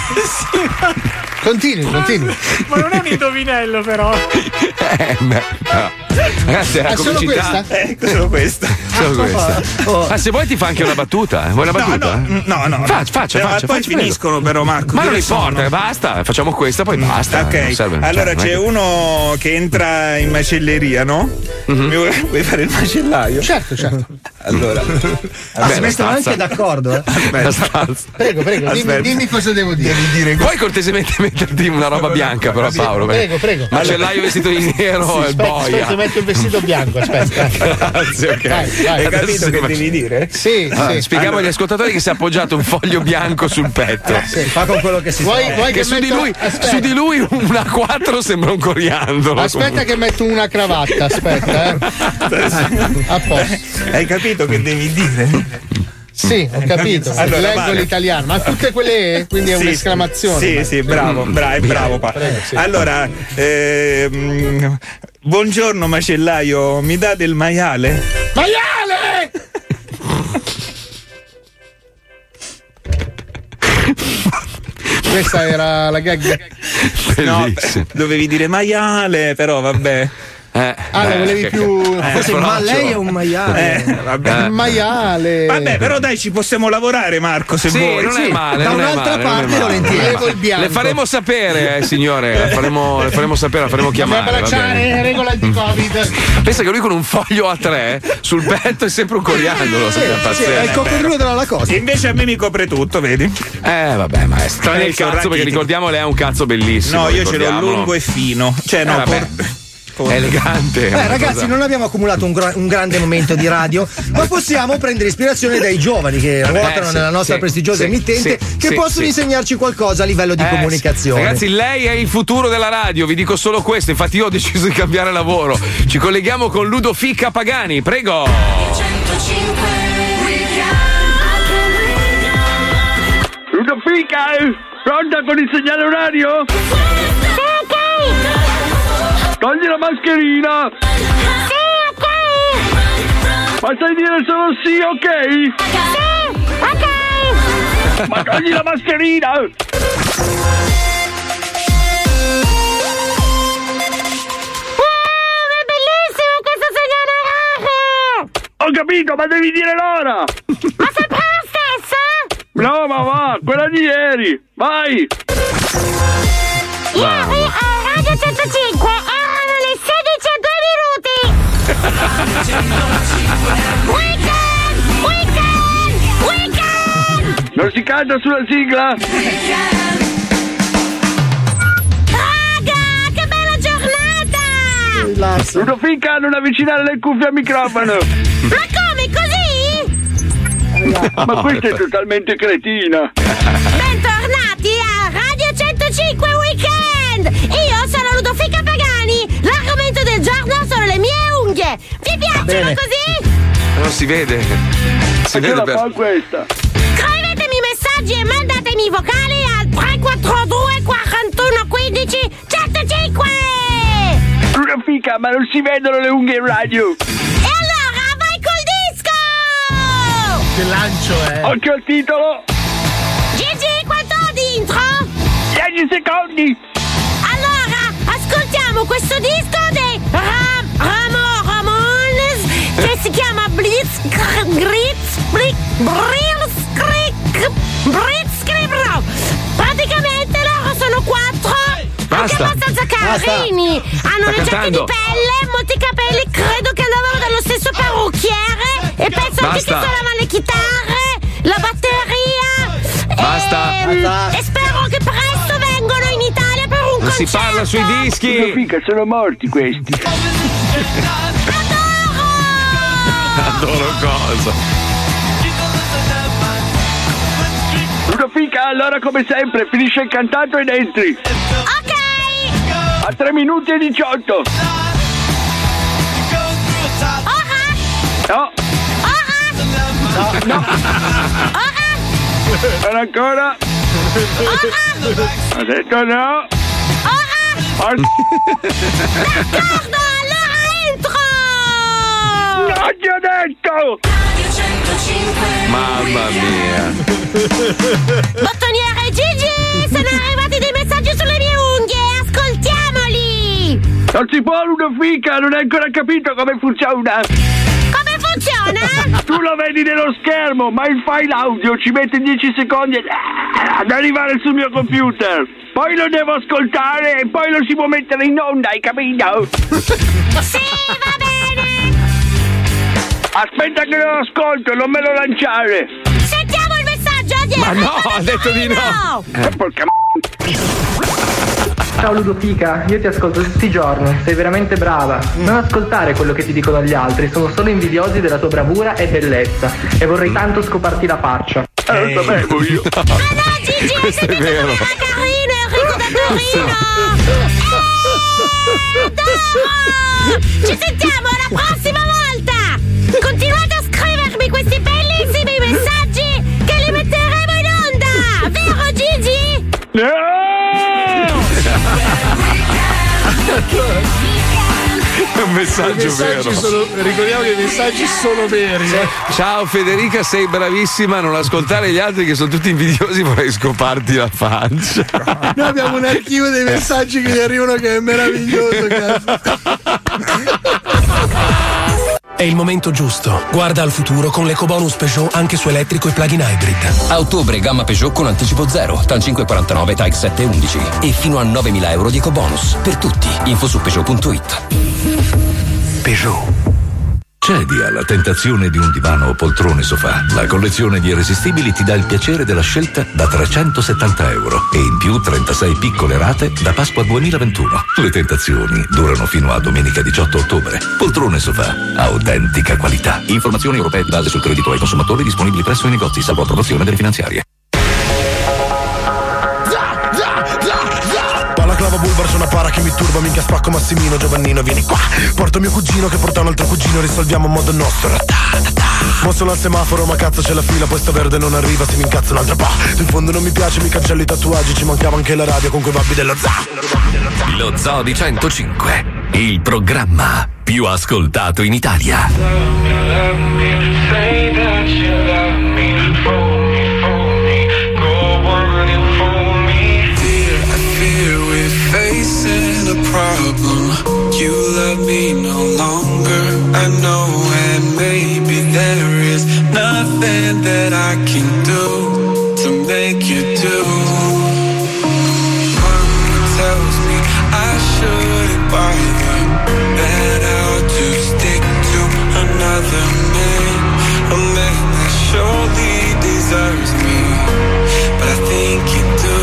Continui, continui. Ma non è un indovinello, però. Eh, beh, no. Ragazzi, era È solo comicità. questa? Eh, solo questa. Solo questa. Oh. Ma se vuoi ti fa anche una battuta. eh. Vuoi una No, battuta? no, no, no. Faccia, faccia, Eh, ma faccia, poi faccia, finiscono però, Marco, Ma non dove importa, sono? Mm, basta. Facciamo questa, poi basta. non ok, serve- cioè, allora non è c'è che- uno che entra in macelleria, no? Mhm. Mi vuoi, vuoi fare il macellaio? Certo, certo. Allora, Eh, Ah, si mettono anche d'accordo. eh. Prego, prego, dimmi, Aspetta. dimmi cosa devo dire. Puoi cortesemente metterti una roba bianca, però, Paolo. Prego, prego. perché- Macellaio vestito di nero Sì, e aspetta, boia. aspetta, metto il vestito bianco, aspetta. Grazie, ok. Vai, vai. Hai Adesso capito che immagino- devi dire? Sì, Ah, sì. Spieghiamo agli ascoltatori che si è appoggiato un foglio bianco sul petto. Sì, fa con quello che si Vuoi- trova. vuoi Che su di, metto- lui, aspetta. su di lui una 4 sembra un coriandolo. Aspetta che metto una cravatta, aspetta, eh. A posto. Hai capito che devi dire? Sì, ho capito. Allora, Leggo vale. l'italiano, ma tutte quelle E, quindi è Sì, un'esclamazione. Sì, ma- sì, bravo, Mm. bravo, Bene. bravo. pa- Prego, sì. Allora, ehm, buongiorno macellaio, mi dà del maiale? Maiale! Questa era la gag. No, beh, dovevi dire maiale, però vabbè. Eh, Ah, la volevi più. Eh, ma però- lei è un maiale. Eh, vabbè. Il maiale. Vabbè, però dai, ci possiamo lavorare, Marco, se Sì, vuoi. non è male. non è male, non è male. Levo il bianco. Le faremo sapere, eh, signore. Le faremo, le faremo sapere, la faremo Dobbiamo chiamare. va abbracciare bene. regola anti-covid. Pensa che lui con un foglio a tre sul petto è sempre un coriandolo. sembra pazzesco. della cosa. Invece a me mi copre tutto, vedi? Eh, vabbè, maestro. Tranne il Adesso, cazzo, perché Racchiti. ricordiamo, lei ha un cazzo bellissimo. No, io ce l'ho ricordiamolo. lungo e fino. Cioè, no, Eh, vabbè. È elegante. è Beh, una ragazzi, cosa- non abbiamo accumulato un, gra- un grande momento di radio, ma possiamo prendere ispirazione dai giovani che ruotano Eh, sì, nella nostra sì, prestigiosa sì, emittente, sì, che sì, possono sì. insegnarci qualcosa a livello di Eh, comunicazione. sì. Ragazzi, lei è il futuro della radio, vi dico solo questo. Infatti, io ho deciso di cambiare lavoro. Ci colleghiamo con Ludo Ficca Pagani, prego. 105 Una fica! eh? Pronta con il segnale orario? Togli la mascherina! Ma sai dire solo sì, ok? ok! Ma togli la mascherina! Wow, è bellissimo questo segnale! Oh, Ho capito, ma devi dire l'ora! Ma sempre la stessa? No, ma va, quella di ieri! Vai! Ieri a Eh, Radio 105 erano le 16 e 2 minuti. weekend! Weekend! Weekend! Non si canta sulla sigla? Raga, che bella giornata! Ludofica, non avvicinare le cuffie al microfono! Ma come, così? Ma questa è totalmente cretina! Bentornati a Radio 105 Weekend! Io sono Ludofica Pagani. L'argomento del giorno sono le mie unghie. Vi piacciono Bene. così? Non si vede. Si vede per... questa? Scrivetemi messaggi e mandatemi i vocali al 342 41 15 105! Ludofica, ma non si vedono le unghie in radio! E allora vai col Ecco disco! Che lancio, eh! Occhio al titolo! Gigi, quanto ho di intro? 10 secondi! Allora, ascoltiamo questo disco dei Ram, Ramo Ramones che si chiama Blitz Gritz Blitz Blitzkrieg Blitzkrieg Rock. Praticamente loro sono quattro anche Basta. abbastanza Basta. carini. Hanno Sta le giacche di cantando. pelle, molti capelli, credo che andavano dallo stesso parrucchiere e penso anche che Basta. suonavano le chitarre, la batteria. Basta. ehm, e spero che presto vengano in Italia per un Non si parla sui dischi. Ludofica, sono morti questi! Adoro cosa. Ludofica, allora come sempre, finisce il cantato ed entri! Ok! A 3 minuti e 18! No! No! No! Non ancora! Ha detto no! Ah. D'accordo, allora entro! Non ti ho detto! Mamma mia. Bottoniere Gigi, sono arrivati dei messaggi sulle mie unghie, ascoltiamoli! Non si può Ludofica, non hai ancora capito come funziona! Come funziona? Tu lo vedi nello schermo, ma il file audio ci mette 10 secondi ad arrivare sul mio computer. Poi lo devo ascoltare e poi lo si può mettere in onda, hai capito? Sì, va bene! Aspetta che lo ascolto, non me lo lanciare. Sentiamo il messaggio dietro! Ma no, ha detto di no. Eh, porca Ciao Ludopica, io ti ascolto tutti i giorni, sei veramente brava. Non ascoltare quello che ti dicono gli altri, sono solo invidiosi della tua bravura e bellezza e Mm. vorrei tanto scoparti la faccia. Eh, lo sapevo io. Questo è vero. Carino, Enrico da Torino! Adoro! Eh, Ci sentiamo la prossima volta! Continuate a scrivermi questi bellissimi messaggi che li metteremo in onda! Vero Gigi? Eh? È un I messaggio messaggi vero. sono, ricordiamo che i messaggi sono veri. eh. Ciao Federica, sei bravissima. Non ascoltare gli altri che sono tutti invidiosi, vorrei scoparti la faccia. Noi abbiamo un archivio dei messaggi che gli arrivano che è meraviglioso. cazzo. È il momento giusto. Guarda al futuro con l'ecobonus Peugeot anche su elettrico e plug-in hybrid. A ottobre gamma Peugeot con anticipo 0, TAN 549 TAG 711 e fino a 9.000 euro di ecobonus. Per tutti, info su Peugeot.it. Peugeot. Cedi alla tentazione di un divano o poltrone sofà. La collezione di irresistibili ti dà il piacere della scelta da 370 euro e in più 36 piccole rate da Pasqua 2021. Le tentazioni durano fino a domenica 18 ottobre. Poltrone sofà, autentica qualità. Informazioni europee di base sul credito ai consumatori disponibili presso i negozi, salvo approvazione delle finanziarie. Balaclava Bulbar c'è una para che mi turba Minchia spacco Massimino Giovannino vieni qua Porto mio cugino che porta un altro cugino Risolviamo a modo nostro Mo sono al semaforo ma cazzo c'è la fila Questo verde non arriva se mi incazzo un'altra pa Tu in fondo non mi piace mi cancello i tatuaggi Ci mancava anche la radio con quei babbi dello za Lo Zoo di 105, il programma più ascoltato in Italia. Dear, I fear we're facing a problem. You love me no longer. I know, and maybe make you do. Mama tells me I shouldn't bother. Better to stick to another man, a man that surely deserves me. But I think you do.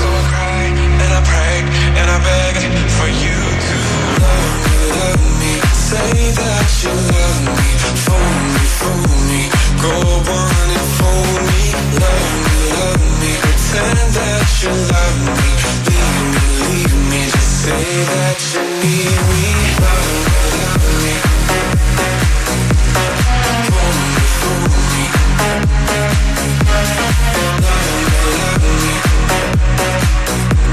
So I cry and I pray and I beg for you to love me, love me. Say that you love me, fool me, fool me. Go on and fool me, love me, love me. Pretend that you love me, leave me, leave me. Just say that you need me, love me, love me. Fool me, fool me. Love me,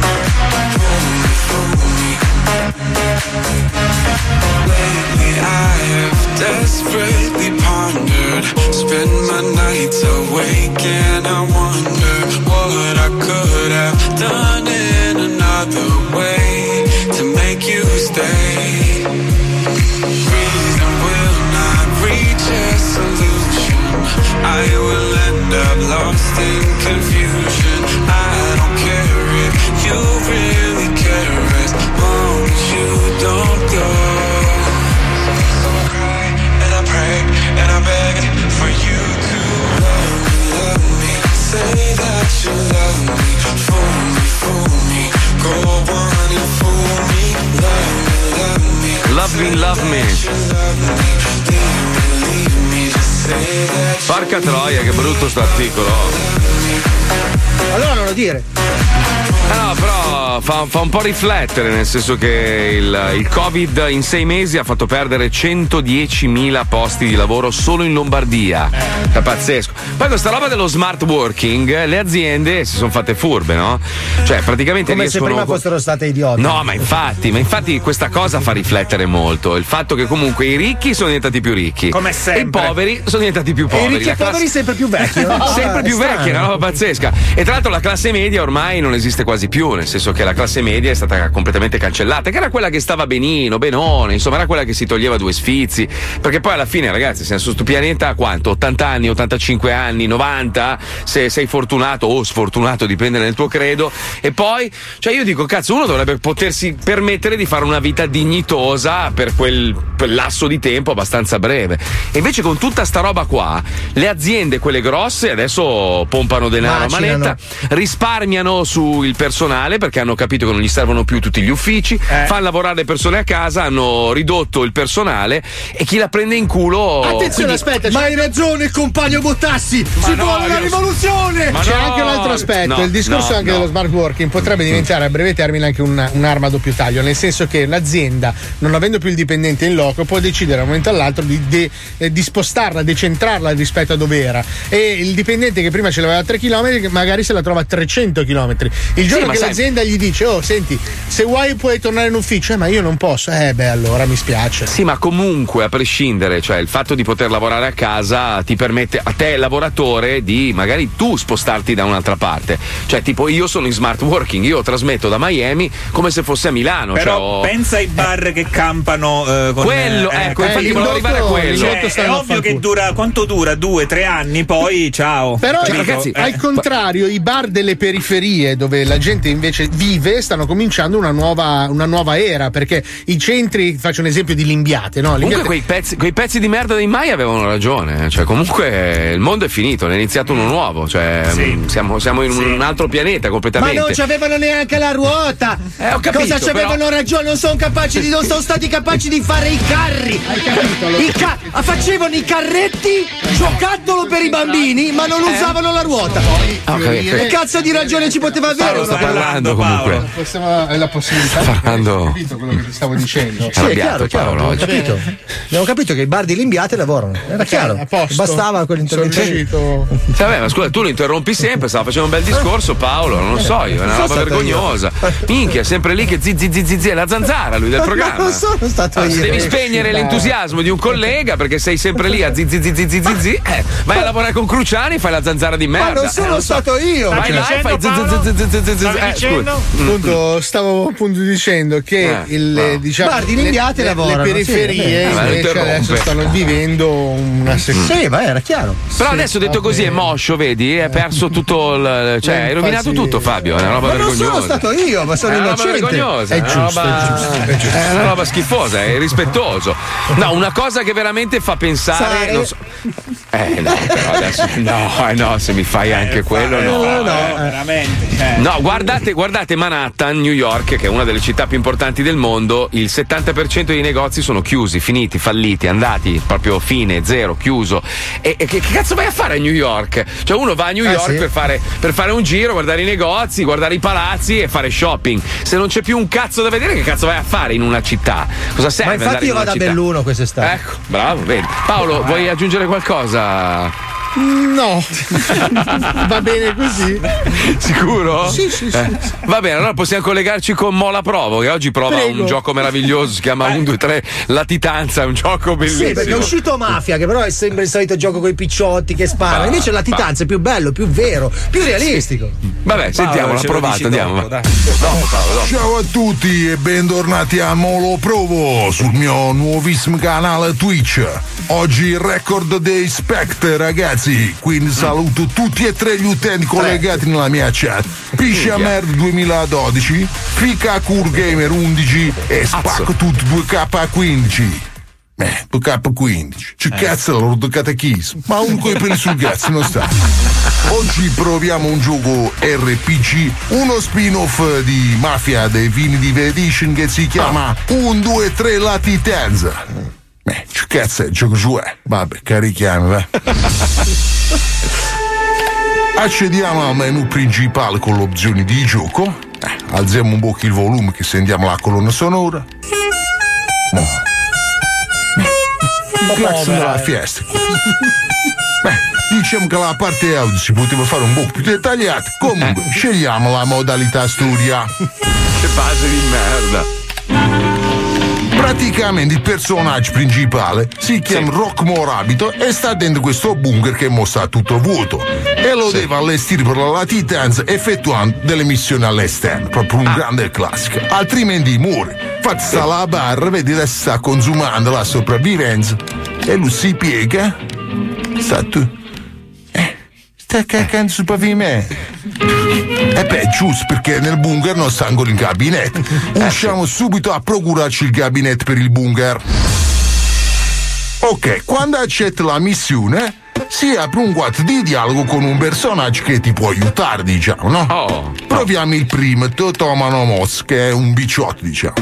love me. Fool me, fool me. Lately I have desperately pondered Spend my nights awake and I wonder What I could have done in another way To make you stay Reason will not reach a solution I will end up lost in confusion I don't care if you really care As long as you don't go So I cry and I pray and I beg for you to love me, love me Say that you love me, fool me, fool me Go on and fool me, love me, love me Love me, love me. Porca troia, che brutto sto articolo. Allora non lo dire. Ah, No, però fa, fa un po' riflettere, nel senso che il, il Covid in sei mesi ha fatto perdere 110.000 posti di lavoro solo in Lombardia. È pazzesco. Poi questa roba dello smart working, le aziende si sono fatte furbe, no? Cioè, praticamente Come se riescono. prima fossero state idiote. No, ma infatti, ma infatti questa cosa fa riflettere molto. Il fatto che comunque i ricchi sono diventati più ricchi. Come sempre. E i poveri sono diventati più poveri. e i ricchi La e classe- poveri sempre più vecchi. no? eh? sempre È più strano. vecchia, è una roba pazzesca. E tra l'altro la classe media ormai non esiste quasi più, nel senso che la classe media è stata completamente cancellata, che era quella che stava benino, benone, insomma, era quella che si toglieva due sfizi. Perché poi alla fine, ragazzi, siamo su sto pianeta a quanto? 80 anni, 85 anni, 90, se sei fortunato o sfortunato, dipende dal tuo credo. E poi, cioè io dico, cazzo, uno dovrebbe potersi permettere di fare una vita dignitosa per quel, quel lasso di tempo abbastanza breve. E invece con tutta sta roba qua, le aziende, quelle grosse, adesso pompano denaro a Macinano. manetta, risparmiano sul personale perché hanno capito che non gli servono più tutti gli uffici, fanno lavorare le persone a casa, hanno ridotto il personale e chi la prende in culo... Attenzione, quindi- aspetta. Ma hai ragione, compagno Bottassi. si no, vuole una io- rivoluzione! Ma C'è no, anche un altro aspetto. no, il discorso no, anche no. Mm. dello smart working potrebbe diventare a breve termine anche una- un'arma a doppio taglio. Nel senso che l'azienda, non avendo più il dipendente in loco, può decidere da un momento all'altro di, de- eh, di spostarla, decentrarla rispetto a dove era. E il dipendente che prima ce l'aveva a 3 km, magari se la trova a 300 km. Il giorno ma che sai- l'azienda gli dice, oh, senti, se vuoi puoi tornare in ufficio, eh, ma io non posso. Eh, beh, allora mi spiace. Sì, ma comunque a prescindere, cioè il fatto di poter lavorare a casa ti permette a te lavoratore di magari tu spostarti da un'altra parte. Cioè, tipo io sono in smart working, io trasmetto da Miami come se fosse a Milano, Però cioè, ho- pensa ai bar che campano eh, con Quello, ecco, infatti volevo arrivare a quello. Cioè, L'indotto è stanno a ovvio che fanculo. dura quanto dura? Due, tre anni, poi ciao. Però Capito? Cioè, ragazzi, Eh. al contrario, i bar delle periferie dove la gente invece vive stanno cominciando una nuova, una nuova era perché i centri, faccio un esempio di Limbiate, no? Comunque Limbiate- quei pezzi, quei pezzi di merda dei Mai avevano ragione, cioè comunque il mondo è finito, ne è iniziato uno nuovo, cioè mh, siamo, siamo in un, altro pianeta Ma completamente. non c'avevano neanche la ruota! Eh, ho capito, Cosa però- c'avevano ragione? Non sono capaci di. non sono stati capaci di fare i carri! I ca- facevano i carretti giocattolo per i bambini, ma non Eh. usavano la ruota! Ah, ok, ok. Che cazzo di ragione ci poteva avere? Paolo sta una- parlando comunque. Questa è la possibilità. Sta parlando. Capito quello che ti stavo dicendo? Sì, è chiaro, Arrabbiato chiaro, Paolo abbiamo oggi. capito. Abbiamo capito che i bar di Limbiate lavorano. Era chiaro. a posto. Bastava quell'intervento. Sono lì. Sì, Vabbè, ma scusa, tu lo interrompi sempre, stava facendo un bel discorso Paolo, non lo so io, è una Sono roba stato vergognosa. Minchia, è sempre lì che zizi zizi zizi, è la zanzara lui del Ma programma. non sono stato Ah, io. se devi spegnere Dai. l'entusiasmo di un collega perché sei sempre lì a zizi zizi zizi zizi, eh, vai a lavorare con Cruciani, fai la zanzara di merda. Ma non sono eh, lo so. stato io. Mm. Vai là e fai zizi zizi zizi zizi stavi eh, dicendo? scusa. Appunto, stavo appunto dicendo che Ah, il, no. diciamo, Guardi, le, ringhiate le- lavorano, le sì, periferie vabbè. Ah, invece interrompe. adesso stanno vivendo una Mm. seconda. Sì, ma era chiaro. Però adesso detto così è moscio, vedi? Hai perso tutto il. cioè, hai rovinato tutto, Fabio. È una roba Ma non vergognosa. sono stato io, ma sono è una roba innocente. vergognosa. È una giusto, roba- è giusto, è giusto. è una roba schifosa, è irrispettoso. No, una cosa che veramente fa pensare. Sai- non so- Eh, no, però adesso. No, eh, no, se mi fai anche quello, no. no, veramente. eh. No, guardate, guardate Manhattan, New York, che è una delle città più importanti del mondo, il 70% dei negozi sono chiusi, finiti, falliti, andati, proprio fine, zero, chiuso. E, e che, che cazzo vai a fare a New York? Cioè uno va a New Eh, York sì. per, fare, per fare un giro, guardare i negozi, guardare i palazzi e fare shopping. Se non c'è più un cazzo da vedere, che cazzo vai a fare in una città? Cosa serve? Ma infatti andare in io una vado a città? Belluno quest'estate. Ecco, bravo, vedi. Paolo, vuoi aggiungere qualcosa? No, va bene così. Sicuro? Sì, sì, sì. Eh, Va bene, allora possiamo collegarci con Mola Provo, che oggi prova Prego. un gioco meraviglioso, si chiama 1, 2, 3, Latitanza, è un gioco bellissimo. Sì, perché è uscito Mafia, che però è sempre il solito gogioco con i picciotti che sparano. Ah, Invece la titanza è più bello, più vero, più realistico. Vabbè, sentiamo, l'ha ce lo provato, dici andiamo. dopo, va. Dopo, Paolo, dopo. Ciao a tutti e bentornati a Molo Provo sul mio nuovissimo canale Twitch. Oggi il record dei Spectre, ragazzi. Quindi saluto tutti e tre gli utenti collegati nella mia chat. Piscia Merda 2012, Fica Cool Gamer 11 e Spacco Tut 2K15. Eh, 2K15. Ci cazzo l'ho catechismo. Ma un coi peli sul cazzo non sta. Oggi proviamo un gioco RPG, uno spin-off di Mafia Definitive Edition che si chiama 1, 2, 3 Latitanza. Beh, Eh, ci cazzo è, gioco giù è. Vabbè, carichiamo, eh. va. Accediamo al menu principale con le opzioni di gioco. Eh, alziamo un po' il volume che sentiamo la colonna sonora. Ma clacson della fiesta. Beh, diciamo che la parte audio si poteva fare un po' più dettagliata. Comunque, scegliamo la modalità studia. Che fase di merda. Praticamente il personaggio principale si chiama Rock Morabito e sta dentro questo bunker che mo sta tutto vuoto e Eh, lo deve allestire per la latitanza effettuando delle missioni all'esterno, proprio un grande classico, altrimenti muore. Infatti sta alla barra, vedi che sta consumando la sopravvivenza e lui si piega, sta tu. Eh, Sta cacando sul pavimento. E Eh, beh, giusto perché nel bunker non sta ancora il gabinetto. Usciamo subito a procurarci il gabinetto per il bunker. Ok, quando accetta la missione, si apre un quadro di dialogo con un personaggio che ti può aiutare, diciamo, no? Oh, Proviamo il primo, Totomano Moss, che è un biciotto, diciamo.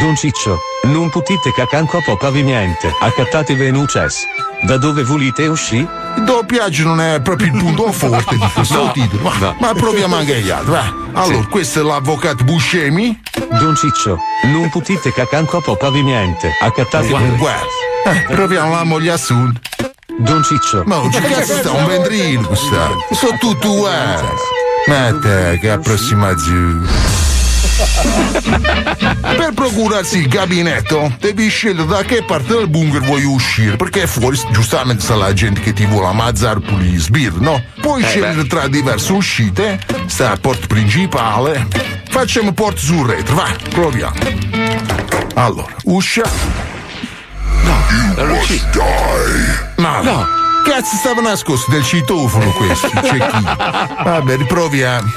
Don Ciccio, non potete cacanco a po' pavimento, accattate un ces. Da dove volete uscì? Il doppiaggio non è proprio il punto forte di questo No, titolo, ma, no. ma proviamo anche gli altri, va. Allora, questo è l'avvocato Buscemi. Don Ciccio, non potete cacanco a po' pavimento, accattate Guarda, un guarda. Eh, proviamo la moglie assunta. Don Ciccio. Ma non c'è cazzo sta un ventrilo, sta. Sono tutto uguale. Ma te, che approssimazione. Per procurarsi il gabinetto devi scegliere da che parte del bunker vuoi uscire, perché fuori giustamente sta la gente che ti vuole ammazzare pure gli sbirri, no? Eh, Puoi scegliere tra diverse uscite, sta la porta principale. Facciamo porta sul retro, va, proviamo. Allora, uscia. No, Ma no. Cazzo, stava nascosto del citofono questo. C'è chi. Vabbè, riproviamo.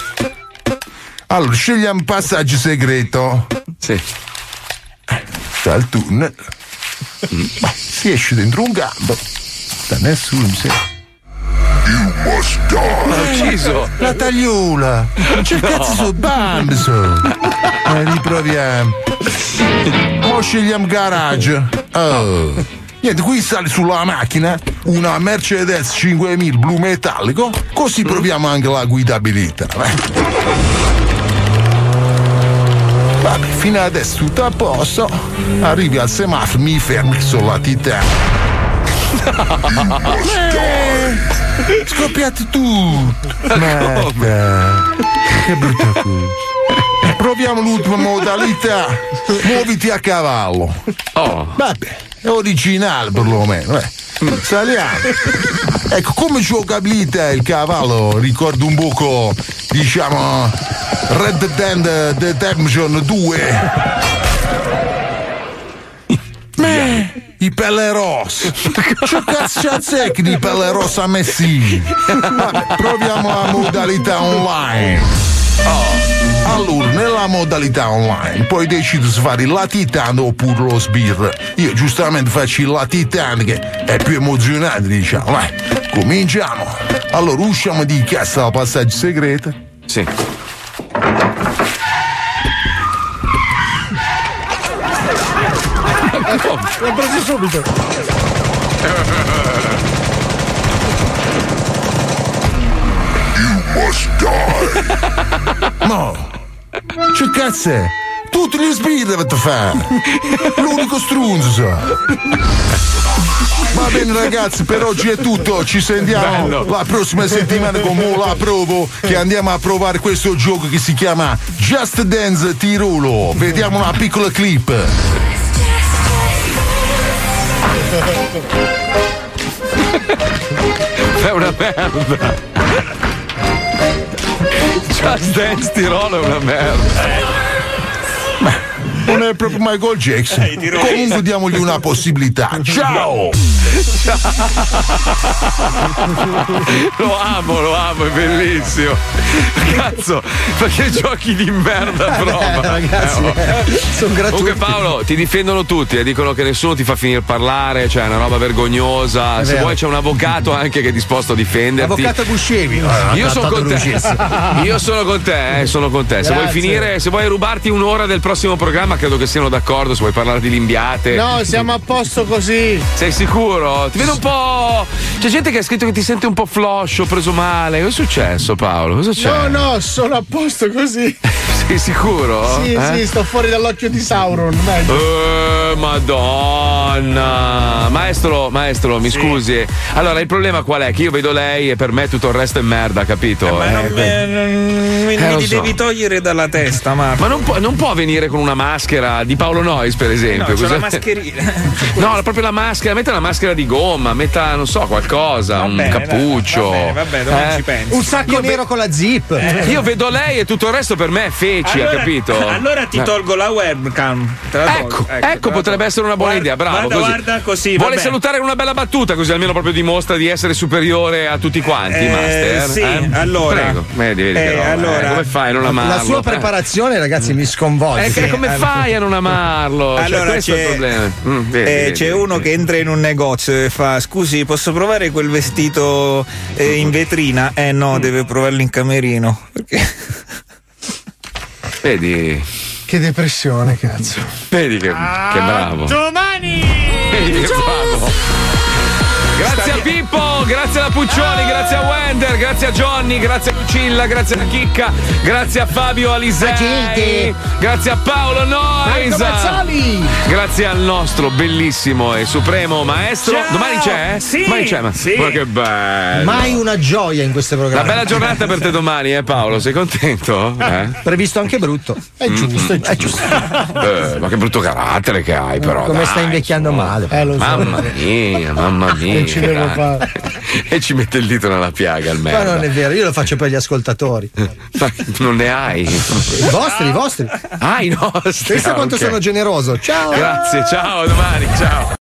Allora, scegliamo un passaggio segreto. Sì. Dal tunnel. Ma si esce dentro un gambo. Da nessuno mi sembra. You must die. L'ha ucciso. La tagliola. C'è No. cazzo su bambi sono. Eh, riproviamo. Mo scegliamo garage. Oh. Niente, qui sale sulla macchina una Mercedes 5000 blu metallico, così proviamo anche la guidabilità. eh. Vabbè, fino adesso tutto a posto. Arrivi al semaforo, mi fermi sulla titana. Eh, Scoppiate tu! Merda. Che brutta cosa. Proviamo l'ultima modalità. Muoviti a cavallo. Oh. Vabbè, è originale perlomeno. eh. Saliamo. Ecco, come giocabilità il cavallo ricorda un poco, diciamo, Red Dead Redemption 2. Me, i pelle rosse. C'è cazzo c'è di pelle rossa a Messi. Vabbè, Proviamo la modalità online. Ah, Allora, nella modalità online puoi decidere se fare la Titan oppure lo sbir. Io giustamente faccio la Titan che è più emozionante, diciamo. Vai, cominciamo. Allora, usciamo di casa al passaggio segreto. Sì. L'ho preso subito. No! Che cazzo è? Tutti gli sbirri avete fare! L'unico strunzo! Va bene ragazzi, per oggi è tutto, ci sentiamo la prossima settimana con Mola Provo che andiamo a provare questo gioco che si chiama Just Dance Tirolo. Vediamo una piccola clip. È una merda. Just Dance Tirolo è una merda. Non è proprio Michael Jackson. Ehi, dirò- Comunque diamogli una possibilità. Ciao! lo amo, lo amo, è bellissimo. Cazzo, perché giochi di merda a prova? ragazzi, oh. eh, sono gratuiti. Comunque Paolo, ti difendono tutti e dicono che nessuno ti fa finire parlare, cioè è una roba vergognosa. È Se vero. vuoi c'è un avvocato anche che è disposto a difenderti. Avvocato Buscemi. Io sono con te. Io sono con te, eh, sono con te. Se vuoi Grazie. finire, se vuoi rubarti un'ora del prossimo programma, credo che siano d'accordo, se vuoi parlare di limbiate. No, siamo a posto così. Sei sicuro? Ti vedo un po'. C'è gente che ha scritto che ti sente un po' floscio, preso male. Cosa è successo, Paolo? Cosa c'è? No, no, sono a posto così. Sei sicuro? Sì, Eh? sì, sto fuori dall'occhio di Sauron. meglio. Eh, Madonna, maestro, maestro, mi scusi. Allora, il problema qual è? Che io vedo lei e per me tutto il resto è merda, capito? Ma Eh, non, me- non- mi, Eh, mi lo so. devi togliere dalla testa, Marco. Ma non può, non può venire con una maschera di Paolo Nois, per No, esempio. c'ho cos'è? la mascherina. No, la- proprio la maschera, metta una maschera di gomma, metta, non so, qualcosa, un bene, dai, cappuccio. va bene, va bene, domani ci penso. Un sacco nero con la zip. Io vedo lei e tutto il resto per me è feci, Allora- hai capito? Allora ti Eh. tolgo la webcam. Te la tolgo, Ecco, te la ecco, tolgo. potrebbe essere una buona idea, bravo. guarda, così. guarda così, Vuole vabbè. salutare con una bella battuta, così almeno proprio dimostra di essere superiore a tutti quanti, Eh, Master. sì, eh? allora. Prego, vedi, vedi che Eh, roba, eh. allora. come fai a non amarlo? La sua Eh. preparazione, ragazzi, mi sconvolge. Eh, che- come fai a non amarlo? Cioè, Allora, questo è il c'è- problema. Mm, vedi, Eh, vedi, c'è vedi. uno che entra in un negozio e fa: Scusi, posso provare quel vestito eh, in vetrina? Eh no, deve provarlo in camerino. Vedi, Che depressione, cazzo. vedi che, che bravo. Domani! Vedi che bravo. Grazie a Pippo, grazie alla Ah! Puccioni, grazie a Wender, grazie a Johnny, grazie a Lucilla, grazie a Chicca, grazie a Fabio Alisei, grazie a Paolo Nois. Grazie al nostro bellissimo e supremo maestro. Ciao! Domani c'è? eh? Sì, Domani c'è, ma, sì. ma che bello. Mai una gioia in questo Una programma. bella giornata per te domani, eh Paolo? Sei contento? Eh? Previsto anche brutto. È giusto, è giusto. Eh, ma che brutto carattere che hai però. Come dai. stai invecchiando male. Mamma mia, mamma mia. Che ci devo dai. fare? e ci mette il dito nella piaga al Ma merda. non è vero, io lo faccio per gli ascoltatori. Ma non ne hai. I vostri, i vostri. Ah, i nostri. Pensa ah, Boh. quanto ok. sono generoso. Ciao. Grazie, oh. ciao, a domani, ciao.